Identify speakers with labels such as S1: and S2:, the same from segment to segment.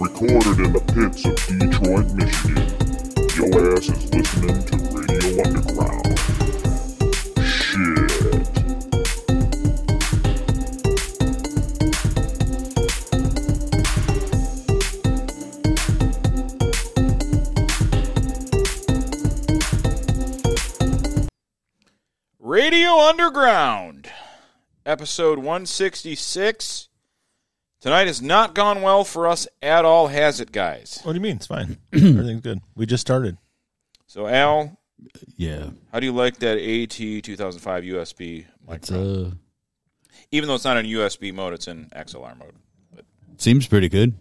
S1: recorded in the pits of Detroit, Michigan. Your ass is listening to Radio Underground. Shit.
S2: Radio Underground, episode 166. Tonight has not gone well for us at all, has it, guys?
S3: What do you mean? It's fine. Everything's good. We just started.
S2: So, Al,
S4: Yeah,
S2: how do you like that AT 2005 USB
S4: it's
S2: microphone?
S4: uh,
S2: Even though it's not in USB mode, it's in XLR mode.
S4: seems pretty good.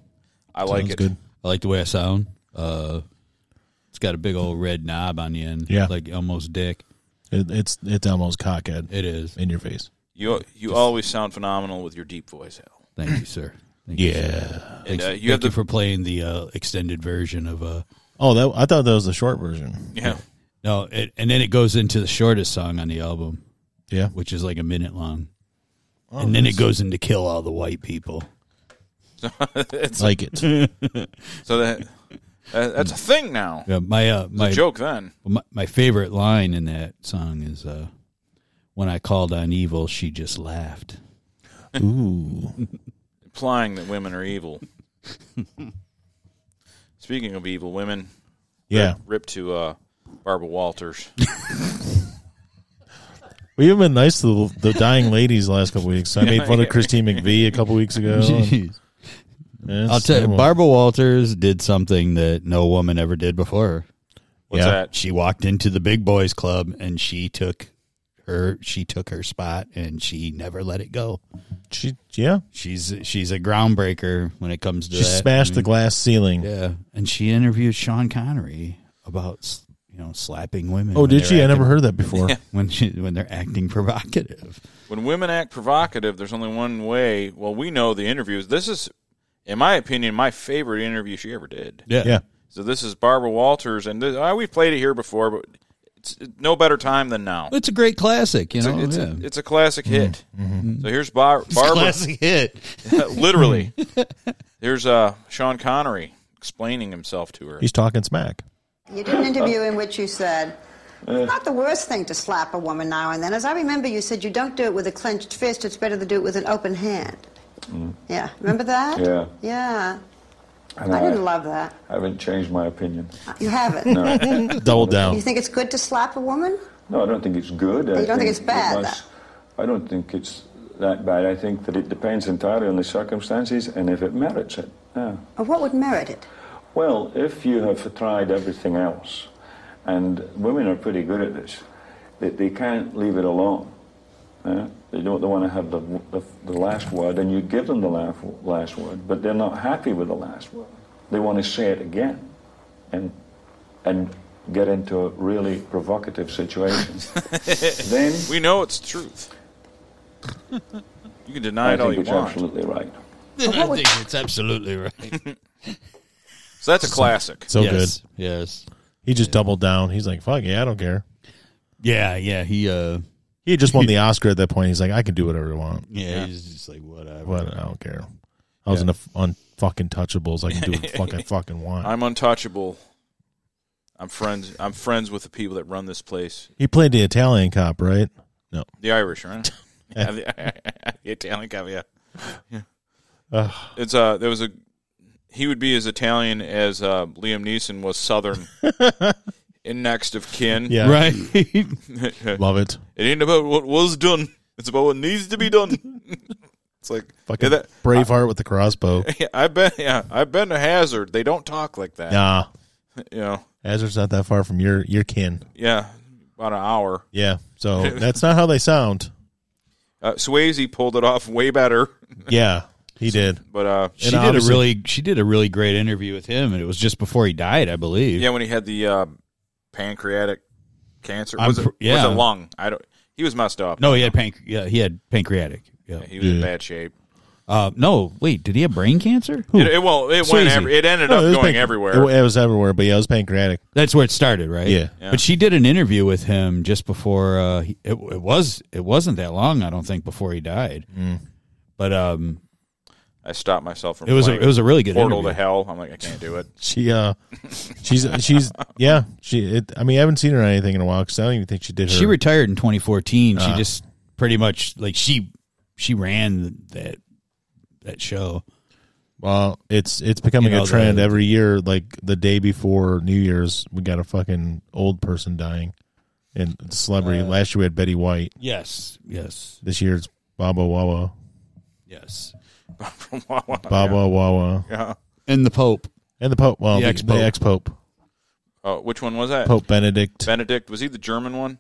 S2: I like
S4: Sounds
S2: it.
S4: good. I like the way I sound. Uh, it's got a big old red knob on the end.
S3: Yeah.
S4: like almost dick.
S3: It, it's it's almost cockhead
S4: It is.
S3: in your face.
S2: You you always sound phenomenal with your deep voice, Al.
S4: Thank you, sir. Thank you, sir.
S3: Yeah.
S2: And
S4: Thanks-
S2: uh, you have
S4: thank you
S2: the
S4: for playing the uh, extended version of uh
S3: Oh, that I thought that was the short version.
S2: yeah.
S4: no, it, and then it goes into the shortest song on the album,
S3: Yeah. Oh,
S4: which is like a minute long, and then it goes into "Kill All the White People."
S2: It's-
S3: Like it.
S2: so that, that that's a thing now.
S4: Yeah, my uh, my,
S2: Joke then.
S4: my my favorite line in that song is uh, "When I called on evil, she just laughed."
S3: Ooh.
S2: implying that women are evil. Speaking of evil women,
S3: Yeah.
S2: rip to uh, Barbara Walters.
S3: We have been nice to the, the dying ladies the last couple weeks. I made fun of Christine McVie a couple weeks ago. Yes,
S4: I'll tell you,
S3: everyone-
S4: Barbara Walters did something that no woman ever did before. her.
S2: What's
S3: Yeah.
S2: that?
S4: She walked into the big boys club and she took her she took her spot and she never let it go.
S3: She, yeah,
S4: She's she's a groundbreaker when it comes to
S3: she
S4: that.
S3: smashed the glass ceiling.
S4: yeah, and she interviewed Sean Connery about you know slapping women.
S3: Oh,
S4: when
S3: did
S4: they're
S3: she? I
S4: acting-
S3: never heard that before.
S4: when she, when they're acting provocative.
S2: When women act provocative, there's only one way. Well, we know the interviews. This is, in my opinion, my favorite interview she ever did.
S3: Yeah,
S2: So this is Barbara Walters, and this, uh, we've played it here before, but it's no better time than now.
S4: It's a great classic, you
S2: It's
S3: Oh,
S4: know.
S2: a, it's,
S4: yeah.
S2: a, it's a
S3: Mm-hmm.
S2: classic hit. So here's Bar-
S4: It's a
S2: Barbara.
S4: classic hit.
S2: literally. Here's uh, Sean Connery explaining himself to her.
S3: he's talking smack.
S5: You did an interview in which you said, it's not the worst thing to slap a woman now and then. As I remember, you said you don't do it with a clenched fist, it's better to do it with an open hand. Yeah, remember that?
S6: Mm. Yeah.
S5: Yeah.
S6: And
S5: I
S6: I,
S5: didn't love that. Uh,
S6: I haven't changed my opinion.
S5: You haven't.
S3: Double
S5: You
S3: down.
S5: think it's good to slap a woman?
S6: No, I don't think it's good. I
S5: You don't think it's bad,
S6: it I don't think it's that bad. I think that it depends entirely on the circumstances and if it merits it. Yeah.
S5: Or what would merit it?
S6: Well, if you have tried everything else, and women are pretty good at this, they, they can't leave it alone. Yeah? They don't they want to have the, the, the last word, and you give them the last, last word, but they're not happy with the last word. They want to say it again and, and get into a really provocative situation. then
S2: We know it's the truth. You can deny
S6: I
S2: it all
S6: think
S2: you
S6: it's
S2: want.
S6: absolutely right.
S4: I think it's absolutely right.
S2: So that's a classic.
S3: So
S4: yes.
S3: good.
S4: Yes.
S3: He just doubled down. He's like, "Fuck yeah, I don't care."
S4: Yeah, yeah. He uh
S3: He had just won the Oscar at that point. He's like, "I can do whatever I want,
S4: yeah, he's just like whatever.
S3: but I don't care." I was in the on fucking touchables. I can do what the fuck I fucking want.
S2: I'm untouchable. I'm friends. I'm friends with the people that run this place.
S3: He played the Italian cop, right? No.
S2: The Irish, right? yeah, the, the Italian guy. Yeah, Yeah.
S3: Ugh.
S2: It's uh, there was a. He would be as Italian as uh, Liam Neeson was Southern. in next of kin.
S3: Yeah.
S4: Right.
S3: Love it.
S2: It ain't about what was done. It's about what needs to be done. it's like
S3: Fucking
S2: Yeah, that-
S3: Braveheart with the crossbow.
S2: yeah, I've been yeah, I've been to Hazard. They don't talk like that.
S3: Nah.
S2: You know.
S3: Hazard's not that far from your your kin.
S2: Yeah. About an hour.
S3: Yeah. So that's not how they sound.
S2: Uh, Swayze pulled it off way better,
S3: Yeah. He did.
S2: but uh,
S4: she did
S3: And
S4: a
S3: obviously-
S4: really she did a really great interview with him and it was just before he died, I believe.
S2: yeah, when he had the uh, pancreatic cancer,
S4: I'm
S2: was it,
S4: pr- yeah.
S2: was it lung? I don't. He was messed up.
S4: No, he had panc- yeah, he had pancreatic. Yeah.
S2: he was in bad shape.
S4: Uh, no, wait, did he have brain cancer?
S2: It, it well, it
S4: Swayze.
S2: went. Every, it ended
S4: Oh,
S3: No,
S2: up
S3: it was
S2: going
S3: panc- It,
S2: everywhere.
S3: wa- it was everywhere, but yeah, it was pancreatic.
S4: That's where it started, right?
S3: Yeah.
S2: Yeah.
S4: But she did an interview with him just before uh, he, it,
S2: Mm.
S4: it was it wasn't that long, I don't think, before he died. But um,
S2: I stopped myself from.
S4: It was a,
S2: playing
S4: it was a really good
S2: portal
S4: interview.
S2: to hell. I'm like, I can't do it.
S3: She uh, she's she's yeah. She it, I mean, I haven't seen her on anything in a while because I don't even think she did. Her,
S4: She retired in 2014.
S3: Uh-huh.
S4: she just pretty much like she she ran that that show.
S3: well, it's it's becoming
S4: You know,
S3: a trend
S4: the-
S3: every year. Like the day before New Year's, we got a fucking old person dying, and the celebrity.
S4: Uh,
S3: Last year we had Betty White.
S4: Yes, yes,
S3: This year it's Baba
S4: Oh,
S3: Wawa.
S4: yes.
S3: Baba Wawa.
S2: yeah.
S4: And the Pope.
S3: And the Pope. Well,
S4: The
S3: the ex
S4: ex-pope.
S3: the ex Pope,
S2: Oh, which one was that?
S3: Pope Benedict.
S2: Benedict was he the German one?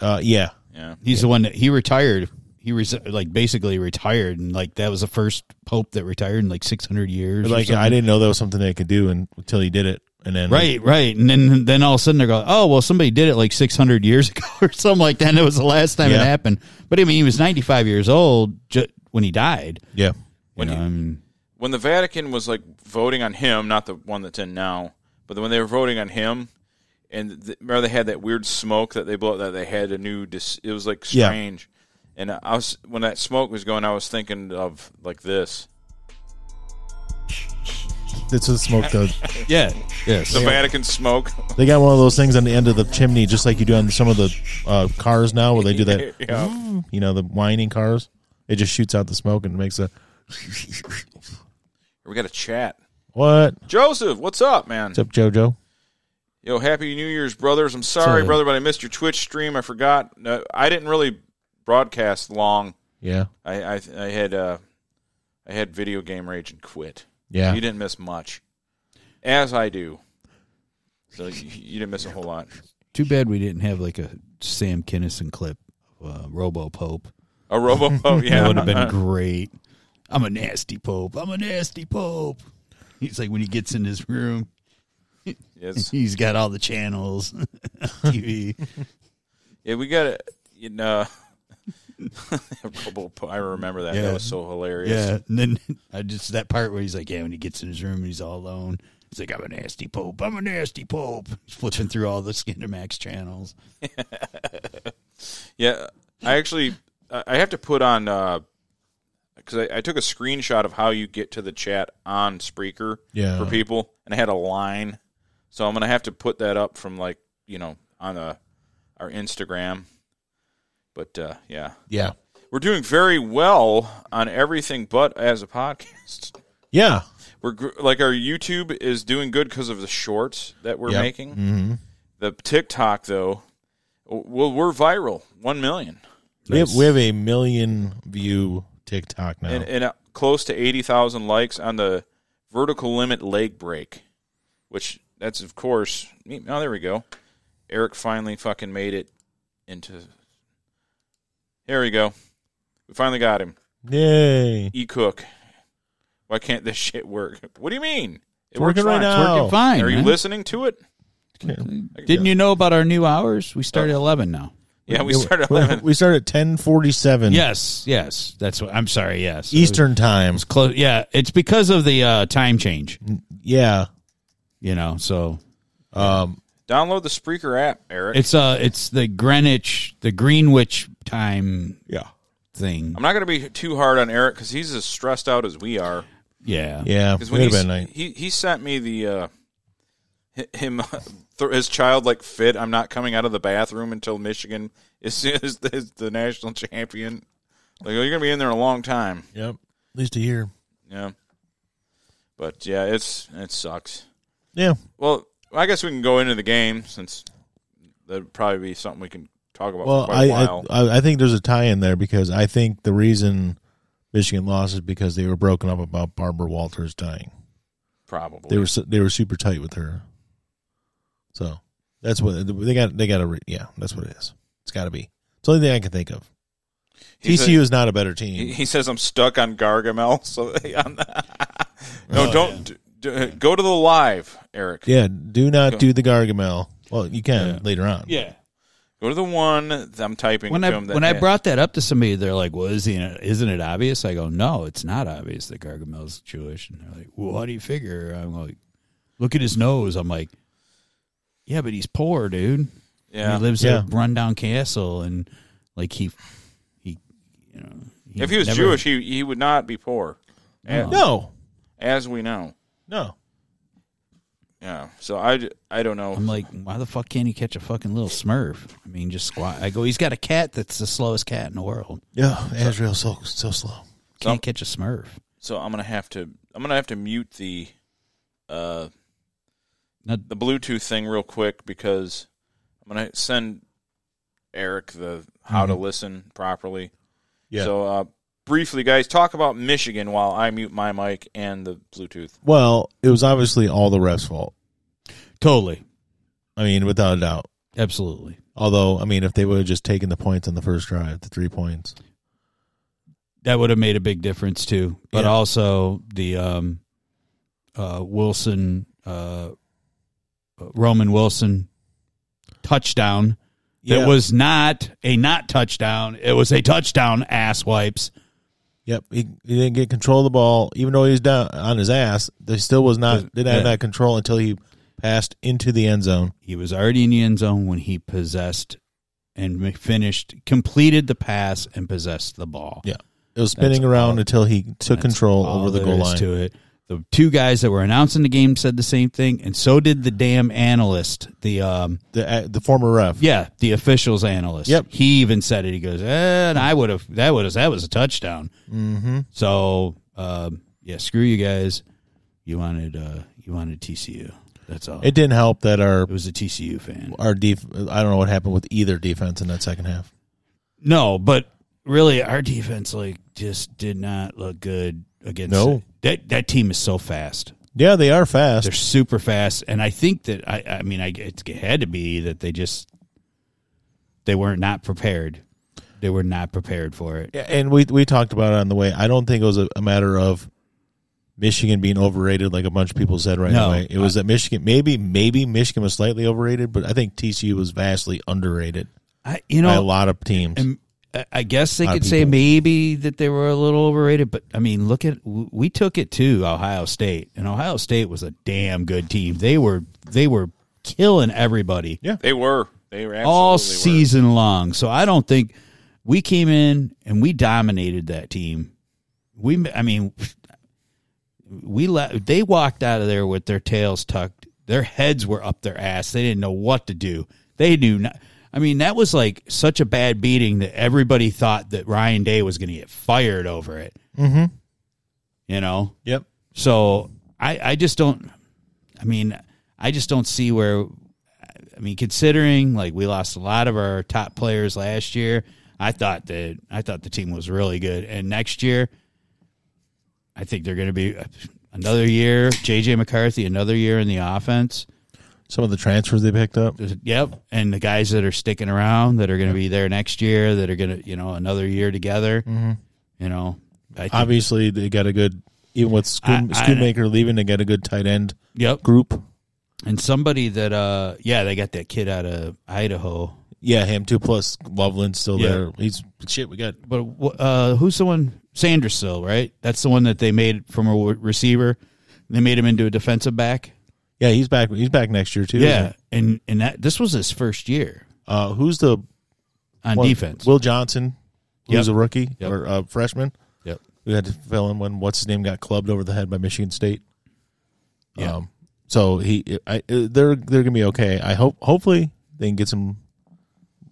S3: Uh, yeah,
S2: Yeah.
S4: He's the one that he retired. He res- like basically retired, and like that was the first Pope that retired in like uh, 600 years. or
S3: like
S4: something.
S3: I didn't know that was something they could do and, until he did it, and then
S4: Right, right, and then then all of a sudden they're going, oh well, somebody did it like six hundred years ago or something like that. And it was the last time it
S3: Yeah.
S4: happened. But I mean, he was ninety five years old ju- when he died.
S3: yeah,
S4: You know, I mean,
S2: When the Vatican was like voting on him, not the one that's in now, but when they were voting on him, and th- remember they had that weird smoke that they blew that they had a new. Dis- it was like
S3: Yeah.
S2: strange. And I was when that smoke was going, I was thinking of like this.
S3: that's what smoke does.
S4: yeah, yes,
S2: The Vatican smoke.
S3: They got one of those things on the end of the chimney, just like you do on some of the uh, cars now, where they do that.
S2: Yeah.
S3: You know, the whining cars. It just shoots out the smoke and makes a
S2: we got a chat.
S3: what?
S2: Joseph, what's up, man?
S3: What's up, JoJo?
S2: Yo, happy New Year's, brothers. I'm sorry,
S3: Sorry.
S2: brother, but I missed your Twitch stream. I forgot. No, I didn't really broadcast long.
S3: Yeah,
S2: I I, I had uh, I had video game rage and quit.
S3: yeah.
S2: You didn't miss much, as I do. So you, you didn't miss a whole lot.
S4: Too bad we didn't have like a Sam Kinison clip of uh, Robo Pope.
S2: A robo, oh yeah,
S4: That would have been great. I'm a nasty Pope. I'm a nasty Pope. He's like when he gets in his room,
S2: Yes.
S4: he's got all the channels, TV.
S2: Yeah, we got it. You know, Robo- I remember that.
S4: Yeah.
S2: That was so hilarious.
S4: Yeah, and then I just that part where he's like, yeah, when he gets in his room and he's all alone, he's like, I'm a nasty pope. I'm a nasty pope. He's flipping through all the Skinemax channels.
S2: Yeah, I actually I I have to put on because I, I took a screenshot of how you get to the chat on Spreaker
S3: Yeah.
S2: for people, and I had a line, so I'm gonna have to put that up from like you know on the our Instagram. But uh, yeah,
S3: Yeah,
S2: we're doing very well on everything but as a podcast.
S3: yeah.
S2: We're gr- like our YouTube is doing good because of the shorts that we're
S3: Yep.
S2: making. Mm-hmm. The TikTok though, w- well, we're viral, one million.
S3: We have we have a million view TikTok now.
S2: and, and uh, close to 80,000 likes on the vertical limit leg break, which that's of course. Oh, there we go. Eric finally fucking made it into. Here we go. We finally got him.
S3: Yay!
S2: E Cook. Why can't this shit work? What do you mean? It
S3: It's working
S2: works fine.
S3: right now.
S4: Working fine.
S2: Are you
S4: man.
S2: listening to it?
S4: Didn't you know about our new hours? We start at eleven now.
S2: Yeah, we started at 11.
S3: We started at ten forty
S4: Mm-hmm.
S3: seven.
S4: Yes, yes. That's what I'm sorry. Yes,
S3: Eastern time.
S4: It's close. Yeah, it's because of the uh, time change.
S3: Yeah.
S4: You know, so
S3: Um.
S2: Download the Spreaker app, Eric.
S4: it's uh, it's the Greenwich, the Greenwich time
S3: Yeah.
S4: thing.
S2: I'm not going to be too hard on Eric because he's as stressed out as we are.
S4: Yeah,
S3: Yeah.
S2: Because
S3: Wait
S2: when
S3: a
S2: he,
S3: minute. night.
S2: he he sent me the uh, hi- him th- his child like fit. I'm not coming out of the bathroom until Michigan is is the, is the national champion. Like oh, you're gonna be in there a long time.
S3: Yep. At least a year.
S2: Yeah, but yeah, it's it sucks.
S3: Yeah.
S2: Well, I guess we can go into the game since that'd probably be something we can talk about
S3: Well,
S2: for quite a
S3: I, I
S2: while.
S3: I- I think there's a tie in there because I think the reason Michigan lost is because they were broken up about Barbara Walters dying.
S2: probably
S3: They were su- they were super tight with her, so that's what they got. They got to re- yeah. That's what it is. It's got to be. It's the only thing I can think of.
S2: He's a-
S3: TCU is not a better team.
S2: He, he says I'm stuck on Gargamel. So on the, no,
S3: Oh,
S2: don't d- d- go to the live, Eric.
S3: yeah. Do not do the Gargamel. Well, you can later on.
S4: yeah.
S2: Go to the one that I'm typing
S4: when
S2: to
S4: I
S2: him. That
S4: when I brought that up to somebody, they're like, "Well, isn't it, isn't it obvious?" I go, "No, it's not obvious that Gargamel's Jewish." And they're like, "Well, how do you figure?" I'm like, "Look at his nose." I'm like, "Yeah, but he's poor, dude.
S2: yeah.
S4: He lives
S3: Yeah.
S4: in a rundown castle, and like he, he, you know,
S2: if he was
S4: never-
S2: Jewish, he he would not be poor. A-
S3: No,
S2: As we know.
S3: no.
S2: Yeah. So I, j- I don't know.
S4: I'm like, why the fuck can't he catch a fucking little Smurf? I mean, just squat. I go, he's got a cat that's the slowest cat in the world.
S3: Yeah, Azrael's so so slow.
S4: Can't catch a Smurf.
S2: so I'm gonna have to I'm gonna have to mute the uh
S4: Not-
S2: the Bluetooth thing real quick because I'm gonna send Eric the how
S4: Mm-hmm.
S2: to listen properly.
S3: Yeah.
S2: So uh briefly guys, talk about Michigan while I mute my mic and the Bluetooth.
S3: Well, it was obviously all the refs' fault.
S4: Totally,
S3: I mean, without a doubt.
S4: absolutely.
S3: Although, I mean, if they would have just taken the points on the first drive, the three points.
S4: That would have made a big difference too. But
S3: Yeah.
S4: also the um, uh, Wilson, uh, Roman Wilson touchdown.
S3: Yeah.
S4: It was not a not touchdown. It was a touchdown. Ass wipes.
S3: Yep, he, he didn't get control of the ball, even though he was down on his ass. They still was not didn't have
S4: Yeah.
S3: that control until he passed into the end zone.
S4: He was already in the end zone when he possessed and m- finished, completed the pass and possessed the ball.
S3: Yeah, it was spinning around until he took
S4: That's
S3: control
S4: all
S3: over the
S4: there
S3: goal
S4: is
S3: line.
S4: To it, the two guys that were announcing the game said the same thing, and so did the damn analyst. The um,
S3: The uh, the former ref.
S4: yeah, the officials analyst.
S3: Yep.
S4: he even said it. He goes, "Eh, "And I would have that would have that was a touchdown."
S3: hmm
S4: So um, yeah, screw you guys. You wanted uh, you wanted TCU. That's all.
S3: It didn't help that our
S4: it was a TCU fan.
S3: our def- I don't know what happened with either defense in that second half.
S4: No, but really, our defense like just did not look good against.
S3: No.
S4: that that team is so fast.
S3: Yeah, they are fast.
S4: They're super fast, and I think that I I mean I it had to be that they just they were not prepared. They were not prepared for it.
S3: Yeah, and we we talked about it on the way. I don't think it was a, a matter of Michigan being overrated, like a bunch of people said right
S4: No.
S3: away. It was that Michigan maybe maybe Michigan was slightly overrated, but I think TCU was vastly underrated
S4: I, you
S3: by a
S4: know,
S3: lot of teams.
S4: and I- I guess they
S3: lot of
S4: could say
S3: people.
S4: maybe that they were a little overrated, but I mean, look at w- we took it to Ohio State, and Ohio State was a damn good team. They were they were killing everybody.
S2: They were. They were absolutely
S4: all
S2: were.
S4: season long. So I don't think we came in and we dominated that team. We, I mean, we let they walked out of there with their tails tucked. Their heads were up their ass. They didn't know what to do. They knew not. I mean, that was like such a bad beating that everybody thought that Ryan Day was going to get fired over it. Mm-hmm. You know,
S3: yep.
S4: so I, I just don't. I mean, I just don't see where. I mean, considering like we lost a lot of our top players last year, I thought that I thought the team was really good, and next year, I think they're going to be another year. JJ McCarthy, another year in the offense.
S3: Some of the transfers they picked up.
S4: Yep, and the guys that are sticking around that are going to be there next year, that are going to you know another year together. You know, I think,
S3: Obviously, they got a good even with Schoon,
S4: I- I-
S3: Schoonmaker leaving. They got a good tight end
S4: yep.
S3: group.
S4: And somebody that uh yeah, they got that kid out of Idaho.
S3: Yeah, him too. Plus Loveland still
S4: Yeah.
S3: there. He's shit. We got
S4: But wh- uh who's the one Sandersill, right? That's the one that they made from a w- receiver. They made him into a defensive back.
S3: yeah. He's back. He's back next year too. isn't
S4: Yeah.
S3: he?
S4: And and that this was his first year
S3: Uh, who's the
S4: on
S3: one-
S4: defense.
S3: Will Johnson, who's
S4: Yep.
S3: a rookie
S4: Yep.
S3: or a freshman.
S4: yep.
S3: We had to fill in when what's his name got clubbed over the head by Michigan State.
S4: Yeah.
S3: Um, so he, I, I- they're they're gonna be okay. I hope. Hopefully, they can get some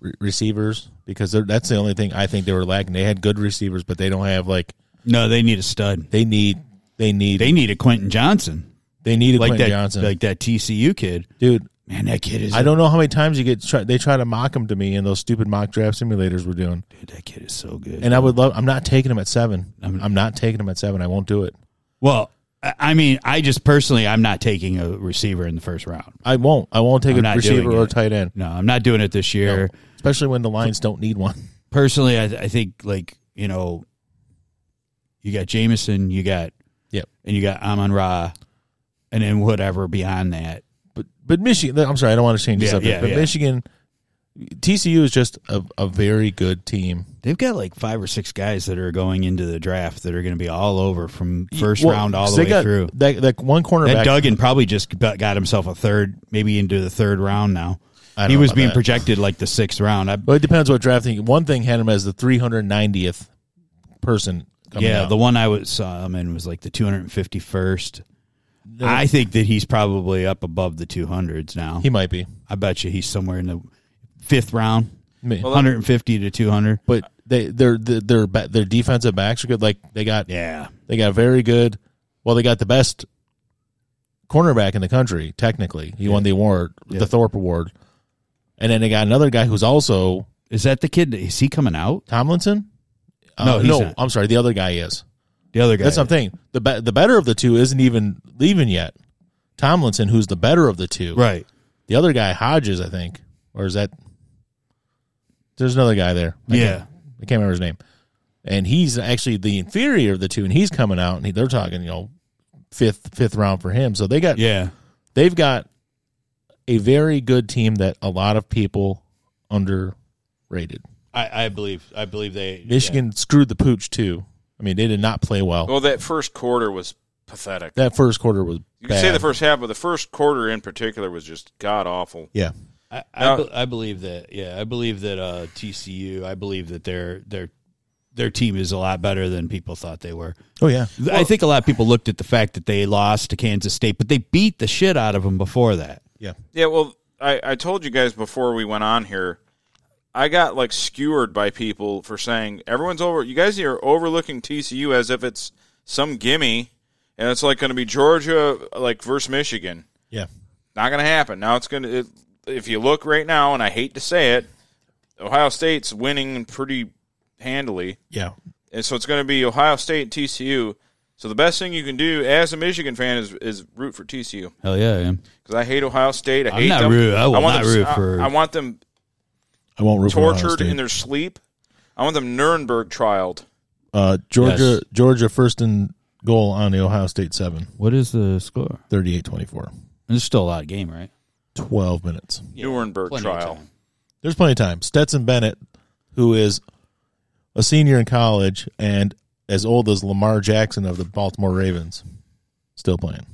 S3: re- receivers because they're, that's the only thing I think they were lacking. They had good receivers, but they don't have like
S4: No, they need a stud.
S3: they need they need
S4: They
S3: they,
S4: need a Quentin Johnson.
S3: need a
S4: Like that
S3: Quentin Johnson,
S4: like that TCU kid.
S3: dude.
S4: Man, that kid is
S3: I don't know how many times you get try, they try to mock him to me in those stupid mock draft simulators we're doing.
S4: dude, that kid is so good.
S3: And I would love. I'm not taking him at 7 i I'm not taking him at seven. I won't do it.
S4: well, I- I mean, I just personally I'm not taking a receiver in the first round.
S3: I won't. I won't take
S4: I'm
S3: a
S4: not
S3: receiver
S4: doing
S3: or a
S4: it.
S3: tight end,
S4: No, I'm not doing it this year.
S3: especially when the Lions don't need one.
S4: personally, I, I think like you know, you got Jameson, you got
S3: Yep.
S4: and you got Amon Ra, and then whatever beyond that.
S3: But but Michigan. I'm sorry, I don't want to change the
S4: Yeah,
S3: subject.
S4: yeah,
S3: but
S4: yeah.
S3: Michigan, TCU is just a, a very good team.
S4: They've got like five or six guys that are going into the draft that are going to be all over from first
S3: Well,
S4: round all the
S3: they
S4: way
S3: got
S4: through.
S3: That, that one cornerback.
S4: That Duggan probably just about got himself a third, maybe into the third round now.
S3: I don't
S4: He
S3: know
S4: was
S3: about
S4: being
S3: that.
S4: projected like the sixth round. I,
S3: Well, it depends what drafting. One thing had him as the 390th person coming
S4: yeah,
S3: out.
S4: the one I was saw him in was like the 251st. I think that he's probably up above the 200s now.
S3: he might be.
S4: I bet you he's somewhere in the fifth round,
S3: Me-
S4: 150 to 200.
S3: but they their their their ba- their defensive backs are good. Like they got
S4: Yeah,
S3: they got very good. Well, they got the best cornerback in the country. Technically, he won the award,
S4: Yeah.
S3: the Thorpe Award, and then they got another guy who's also
S4: is that the kid? that- Is he coming out?
S3: Tomlinson. Uh,
S4: No, he's
S3: no,
S4: not.
S3: I'm sorry. The other guy is.
S4: The other guy.
S3: That's something. The be- the better of the two isn't even leaving yet. Tomlinson, who's the better of the two,
S4: right.
S3: The other guy, Hodges, I think, or is that? There's another guy there. I
S4: Yeah.
S3: can't- I can't remember his name. And he's actually the inferior of the two, and he's coming out, and he, they're talking, you know, fifth fifth round for him. So they got
S4: Yeah,
S3: they've got a very good team that a lot of people underrated.
S4: I, I believe. I believe they.
S3: Michigan screwed the pooch too. I mean, they did not play well.
S2: Well, that first quarter was pathetic.
S3: That first quarter was.
S2: You can say
S3: bad.
S2: the first half, but the first quarter in particular was just god awful.
S3: Yeah.
S4: I,
S2: Now-
S4: I, be- I believe that. Yeah, I believe that uh, TCU. I believe that their their their team is a lot better than people thought they were.
S3: Oh yeah.
S4: I think a lot of people looked at the fact that they lost to Kansas State, but they beat the shit out of them before that.
S3: Yeah.
S2: Yeah, well, I, I told you guys before we went on here, I got like skewered by people for saying everyone's over. You guys are overlooking TCU as if it's some gimme, and it's like going to be Georgia like versus Michigan.
S3: Yeah.
S2: Not going to happen. Now it's going it, to. If you look right now, and I hate to say it, Ohio State's winning pretty handily.
S3: Yeah.
S2: and so it's going to be Ohio State and TCU. So the best thing you can do as a Michigan fan is is root for TCU
S4: Hell yeah, I am.
S2: because I hate Ohio State. I
S4: I'm
S2: hate
S4: not
S2: them.
S4: root- I will
S2: want
S4: not
S2: them,
S4: root
S2: I-
S4: for-
S2: I, want them
S3: I won't root for Ohio
S2: tortured
S3: State.
S2: in their sleep. I want them Nuremberg trialed.
S3: Uh, Georgia,
S4: Yes.
S3: Georgia first and goal on the Ohio State seven,
S4: What is the score?
S3: 38-24.
S4: There's still a lot of game, right?
S3: 12 minutes.
S2: Nuremberg
S4: plenty of
S2: trial.
S4: time.
S3: There's plenty of time. Stetson Bennett, who is a senior in college and as old as Lamar Jackson of the Baltimore Ravens, still playing.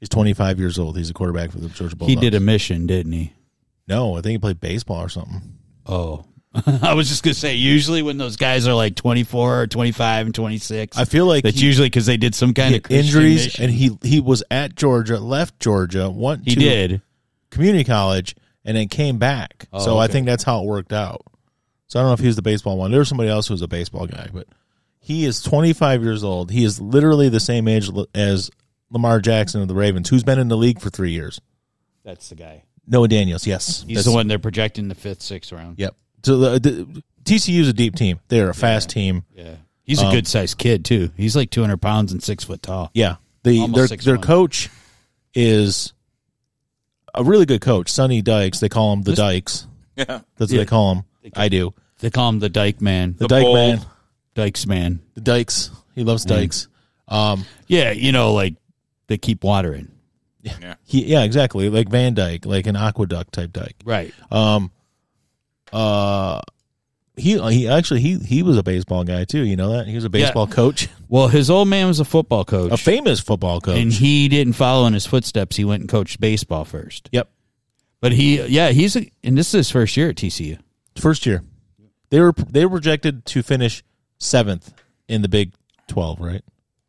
S3: He's 25 years old. He's a quarterback for the Georgia
S4: He
S3: Bulldogs.
S4: did a mission, didn't he?
S3: no. I think he played baseball or something.
S4: Oh. I was just gonna say. Usually, when those guys are like twenty four or twenty five and twenty six,
S3: I feel like
S4: that's
S3: he,
S4: usually because they did some kind
S3: he
S4: of
S3: had injuries, and he he was at Georgia, left Georgia, went
S4: he
S3: to
S4: did.
S3: community college and then came back.
S4: Oh,
S3: so I
S4: okay.
S3: think that's how it worked out. So I don't know if he was the baseball one. There was somebody else who was a baseball guy, but he is 25 years old. He is literally the same age l- as Lamar Jackson of the Ravens, who's been in the league for three years.
S4: That's the guy.
S3: Noah Daniels, yes,
S4: He's
S3: That's-
S4: the one they're projecting the fifth, sixth round.
S3: Yep. So the, the, TCU is a deep team. They're a fast team.
S4: Yeah. He's
S3: Um,
S4: a good sized kid too. He's like two hundred pounds and six foot tall.
S3: Yeah. The
S4: Almost
S3: their,
S4: six
S3: their
S4: one.
S3: coach is a really good coach, Sonny Dykes. They call him the Dykes.
S2: Yeah,
S3: That's what they call him. I do.
S4: They call him the Dyke Man,
S3: The,
S2: The
S3: Dyke
S2: bold.
S3: man.
S4: Dykes Man.
S3: The Dykes. He loves Dykes. Um,
S4: Yeah, you know, like they keep watering.
S3: he yeah, exactly. Like Van Dyke, like an aqueduct type Dyke.
S4: Right.
S3: Um, uh, he uh, he actually he he was a baseball guy too. You know that he was a baseball coach,
S4: Well, his old man was a football coach,
S3: a famous football coach.
S4: and he didn't follow in his footsteps. He went and coached baseball first.
S3: yep,
S4: But he, yeah, he's a, and this is his first year at TCU.
S3: first year, they were they were projected to finish seventh in the Big Twelve, right?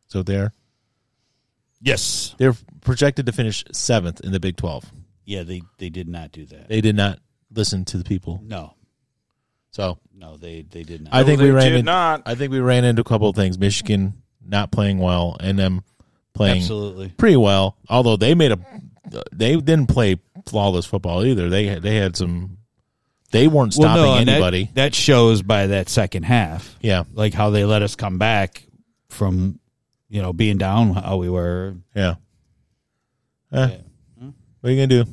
S3: So they're
S4: Yes.
S3: they're projected to finish seventh in the Big Twelve.
S4: Yeah, they they did not do that.
S3: They did not listen to the people,
S4: no,
S3: so
S4: no, they they did not.
S3: I think
S2: they
S3: we ran
S2: did
S3: in-
S2: not.
S3: I think we ran into a couple of things. Michigan not playing well, and them playing
S4: Absolutely.
S3: pretty well. Although they made a, they didn't play flawless football either. They they had some. They weren't stopping
S4: and that-
S3: anybody.
S4: That, shows by that second half.
S3: yeah,
S4: like how they let us come back from you know being down how we were
S3: yeah. Eh, What are you gonna do?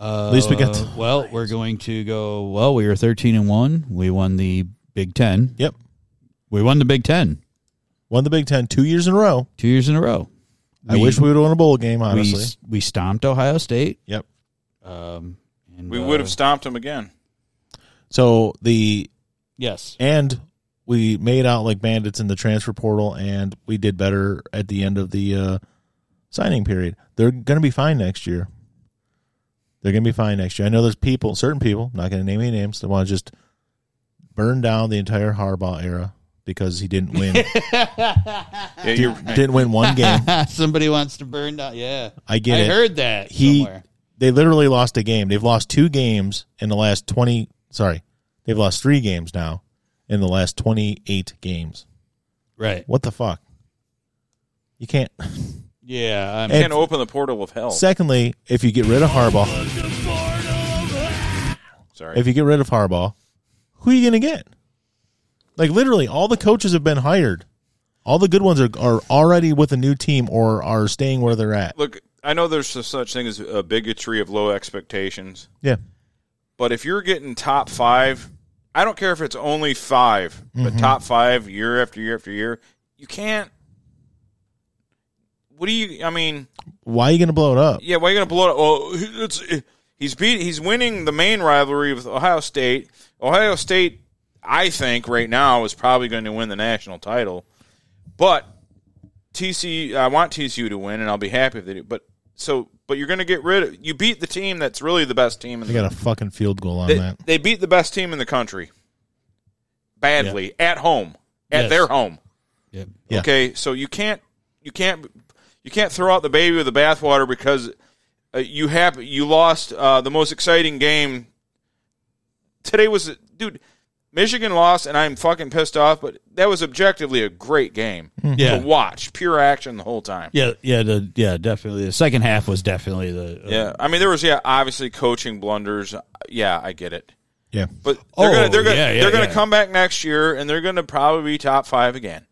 S4: uh,
S3: least we got the-
S4: well we're going to go well we were 13 and 1 we won the big 10
S3: Yep,
S4: we won the big 10
S3: won the Big Ten two years in a row.
S4: two years in a row
S3: I wish we would have won a bowl game. Honestly,
S4: we, we stomped ohio state
S3: yep.
S4: um, and,
S2: we
S4: uh,
S2: would have stomped them again.
S3: So the
S4: yes
S3: and we made out like bandits in the transfer portal, and we did better at the end of the uh, signing period. They're going to be fine next year. They're going to be fine next year. I know there's people, certain people, not going to name any names, that want to just burn down the entire Harbaugh era because he didn't win
S2: Yeah, you're,
S3: didn't win one game.
S4: Somebody wants to burn down. Yeah,
S3: I get
S4: I
S3: it.
S4: heard that
S3: He
S4: somewhere.
S3: they literally lost a game. They've lost two games in the last 20 sorry. They've lost 3 games now in the last 28 games.
S4: Right.
S3: What the fuck? You can't.
S4: Yeah. I'm,
S3: And-
S2: can't open the portal of hell.
S3: Secondly, if you get rid of Harbaugh,
S2: Sorry.
S3: if you get rid of Harbaugh, who are you going to get? Like literally, all the coaches have been hired. All the good ones are, are already with a new team or are staying where they're at.
S2: Look, I know there's a such thing as a bigotry of low expectations,
S3: Yeah,
S2: but if you're getting top five, I don't care if it's only 5 but top five year after year after year, you can't. What do you? I mean,
S3: why are you going to blow it up?
S2: yeah. Why are you gonna blow it? up? Well, he- it's, he's beat. He's winning the main rivalry with Ohio State. Ohio State, I think, right now is probably going to win the national title, but TCU. I want TCU to win, and I'll be happy if they do. But so, but you're going to get rid of. You beat the team that's really the best team in
S3: They
S2: the
S3: got a fucking field goal on
S2: they,
S3: that.
S2: they beat the best team in the country badly at home at
S4: Yes.
S2: their home
S4: yeah.
S3: Yeah.
S2: okay so you can't you can't you can't throw out the baby with the bathwater because uh, you have you lost uh, the most exciting game today was dude Michigan lost and I'm fucking pissed off but that was objectively a great game
S4: Yeah.
S2: to watch pure action the whole time
S4: Yeah. Yeah. The, yeah. Definitely. The second half was definitely the. uh,
S2: yeah I mean there was yeah obviously coaching blunders Uh, yeah I get it
S3: Yeah,
S2: But they're
S4: Oh,
S2: gonna they're gonna
S4: yeah, yeah,
S2: they're gonna
S4: yeah.
S2: come back next year and they're gonna probably be top five again.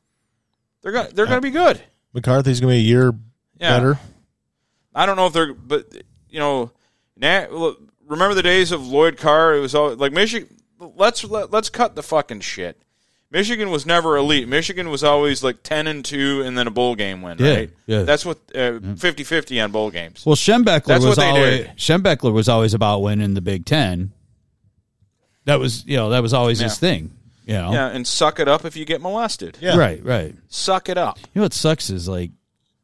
S2: They're gonna they're gonna be good.
S3: McCarthy's going to be a year
S2: Yeah.
S3: better.
S2: I don't know if they're but you know Nat, look, remember the days of Lloyd Carr. It was all like Michigan. Let's let, let's cut the fucking shit. Michigan was never elite. Michigan was always like ten and two and then a bowl game win.
S4: Yeah,
S2: right?
S4: yeah.
S2: That's what uh, 50-50 on bowl games.
S4: Well, Schembeckler
S2: That's what
S4: was
S2: they
S4: always
S2: did.
S4: Schembeckler was always about winning the Big Ten. That was you know that was always his
S2: Yeah.
S4: thing. You know.
S2: Yeah, and suck it up if you get molested.
S3: Yeah.
S4: Right. Right.
S2: Suck it up.
S4: You know what sucks is like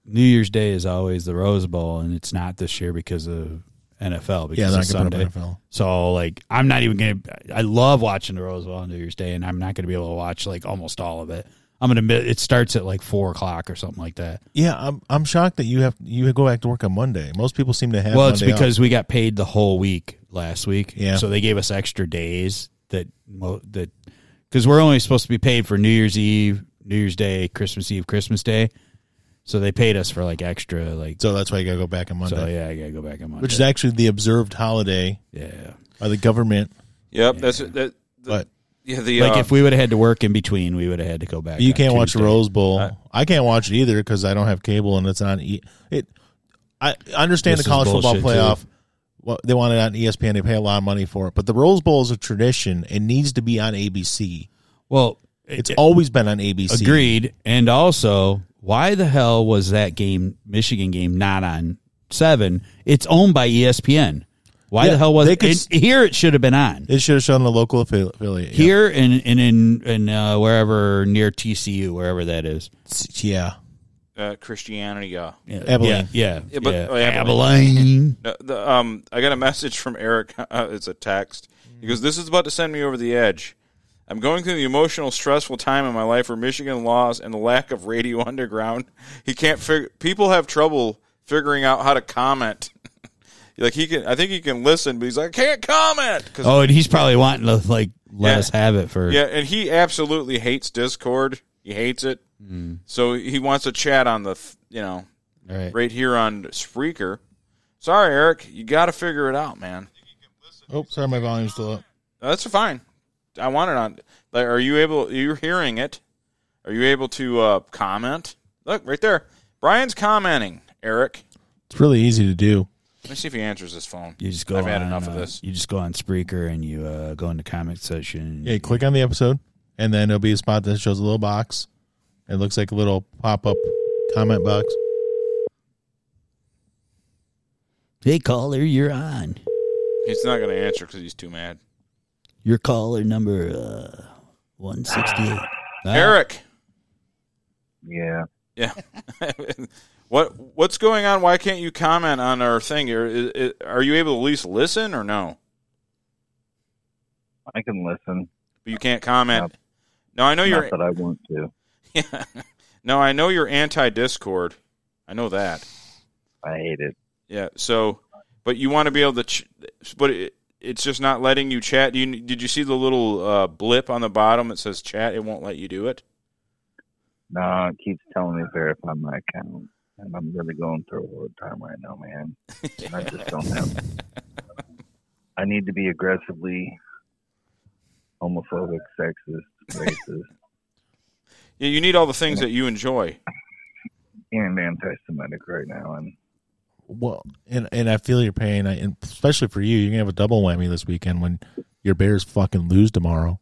S4: New Year's Day is always the Rose Bowl, and it's not this year because of NFL. Because
S3: Yeah, they're
S4: it's
S3: not gonna put
S4: Sunday.
S3: up NFL.
S4: So like, I'm not even gonna. I love watching the Rose Bowl on New Year's Day, and I'm not gonna be able to watch like almost all of it. I'm gonna. mi- It starts at like four o'clock or something like that.
S3: Yeah, I'm I'm shocked that you have you go back to work on Monday. Most people seem to have.
S4: well, it's
S3: Monday off.
S4: because we got paid the whole week last week.
S3: Yeah.
S4: So they gave us extra days that mo- that because we're only supposed to be paid for New Year's Eve, New Year's Day, Christmas Eve, Christmas Day. So they paid us for like extra like.
S3: so that's why you got to go back on Monday,
S4: So yeah, I gotta go back on Monday.
S3: which is actually the observed holiday
S4: yeah.
S3: by the government.
S2: Yep. That's that. that-
S3: But
S2: yeah, the
S4: Like
S2: uh,
S4: if we would have had to work in between, we would have had to go back.
S3: you
S4: on
S3: can't watch the
S4: Tuesday.
S3: Rose Bowl. I can't watch it either because I don't have cable and it's on. E- it. I I understand
S4: This
S3: the college
S4: is
S3: football
S4: bullshit,
S3: playoff.
S4: too.
S3: Well, they want it on E ESPN. They pay a lot of money for it, but the Rose Bowl is a tradition. It needs to be on ABC.
S4: Well, it-
S3: It's always been on ABC.
S4: Agreed. And also, why the hell was that game, Michigan game, not on seven? It's owned by E ESPN. Why
S3: Yeah,
S4: the hell was
S3: they
S4: it?
S3: could
S4: it-
S3: s-
S4: Here it should have been on.
S3: It should have shown the local affi- affiliate. Yeah.
S4: Here and and in and uh, wherever near TCU, wherever that is.
S3: yeah.
S2: uh, Christianity. Uh,
S4: Yeah,
S3: Abilene.
S4: Yeah, yeah,
S2: Yeah, but-
S4: yeah.
S2: oh, Abilene.
S4: Abilene.
S2: No, the, um, I got a message from Eric. Uh, it's a text. He goes, "This is about to send me over the edge. I'm going through the emotional, stressful time in my life where Michigan laws and the lack of radio underground. He can't figure. People have trouble figuring out how to comment. like he can, I think he can listen, but he's like, I can't comment. 'Cause-
S4: Oh, and he's probably wanting to like let
S2: Yeah.
S4: us have it for
S2: yeah, and he absolutely hates Discord. He hates it. So he wants to chat on the, th- you know,
S4: All right.
S2: right here on Spreaker. Sorry, Eric, you got to figure it out, man.
S3: Oh, sorry, my volume's still up.
S2: That's fine. I want it on. Like, are you able? You're hearing it. Are you able to uh, comment? Look right there. Brian's commenting. Eric,
S3: It's really easy to do.
S2: let me see if he answers his phone.
S4: You just go.
S2: I've had
S4: on,
S2: enough of
S4: uh,
S2: this.
S4: You just go on Spreaker and you uh, go into comment section.
S3: Yeah, you click on the episode, and then there'll be a spot that shows a little box. It looks like a little pop up comment box.
S4: Hey caller, you're on.
S2: He's not going to answer because he's too mad.
S4: Your caller number uh, 168.
S2: Eric,
S7: Yeah.
S2: yeah. what what's going on? Why can't you comment on our thing? Are, is- is- are you able to at least listen or no?
S7: I can listen.
S2: But you can't comment. Now I know you're
S7: Not that I want to.
S2: now I know you're anti Discord. I know that.
S7: I hate it.
S2: Yeah. So, but you want to be able to, ch- but it, it's just not letting you chat. Do you did you see the little uh, blip on the bottom that says chat? It won't let you do it.
S7: No, it keeps telling me verify my account. And I'm really going through a hard time right now, man. I just don't have. I need to be aggressively homophobic, sexist, racist,
S2: Yeah, you need all the things that you enjoy.
S7: and anti-Semitic right now. And
S3: Well, and and I feel your pain, I, and especially for you. You're gonna have a double whammy this weekend when your Bears fucking lose tomorrow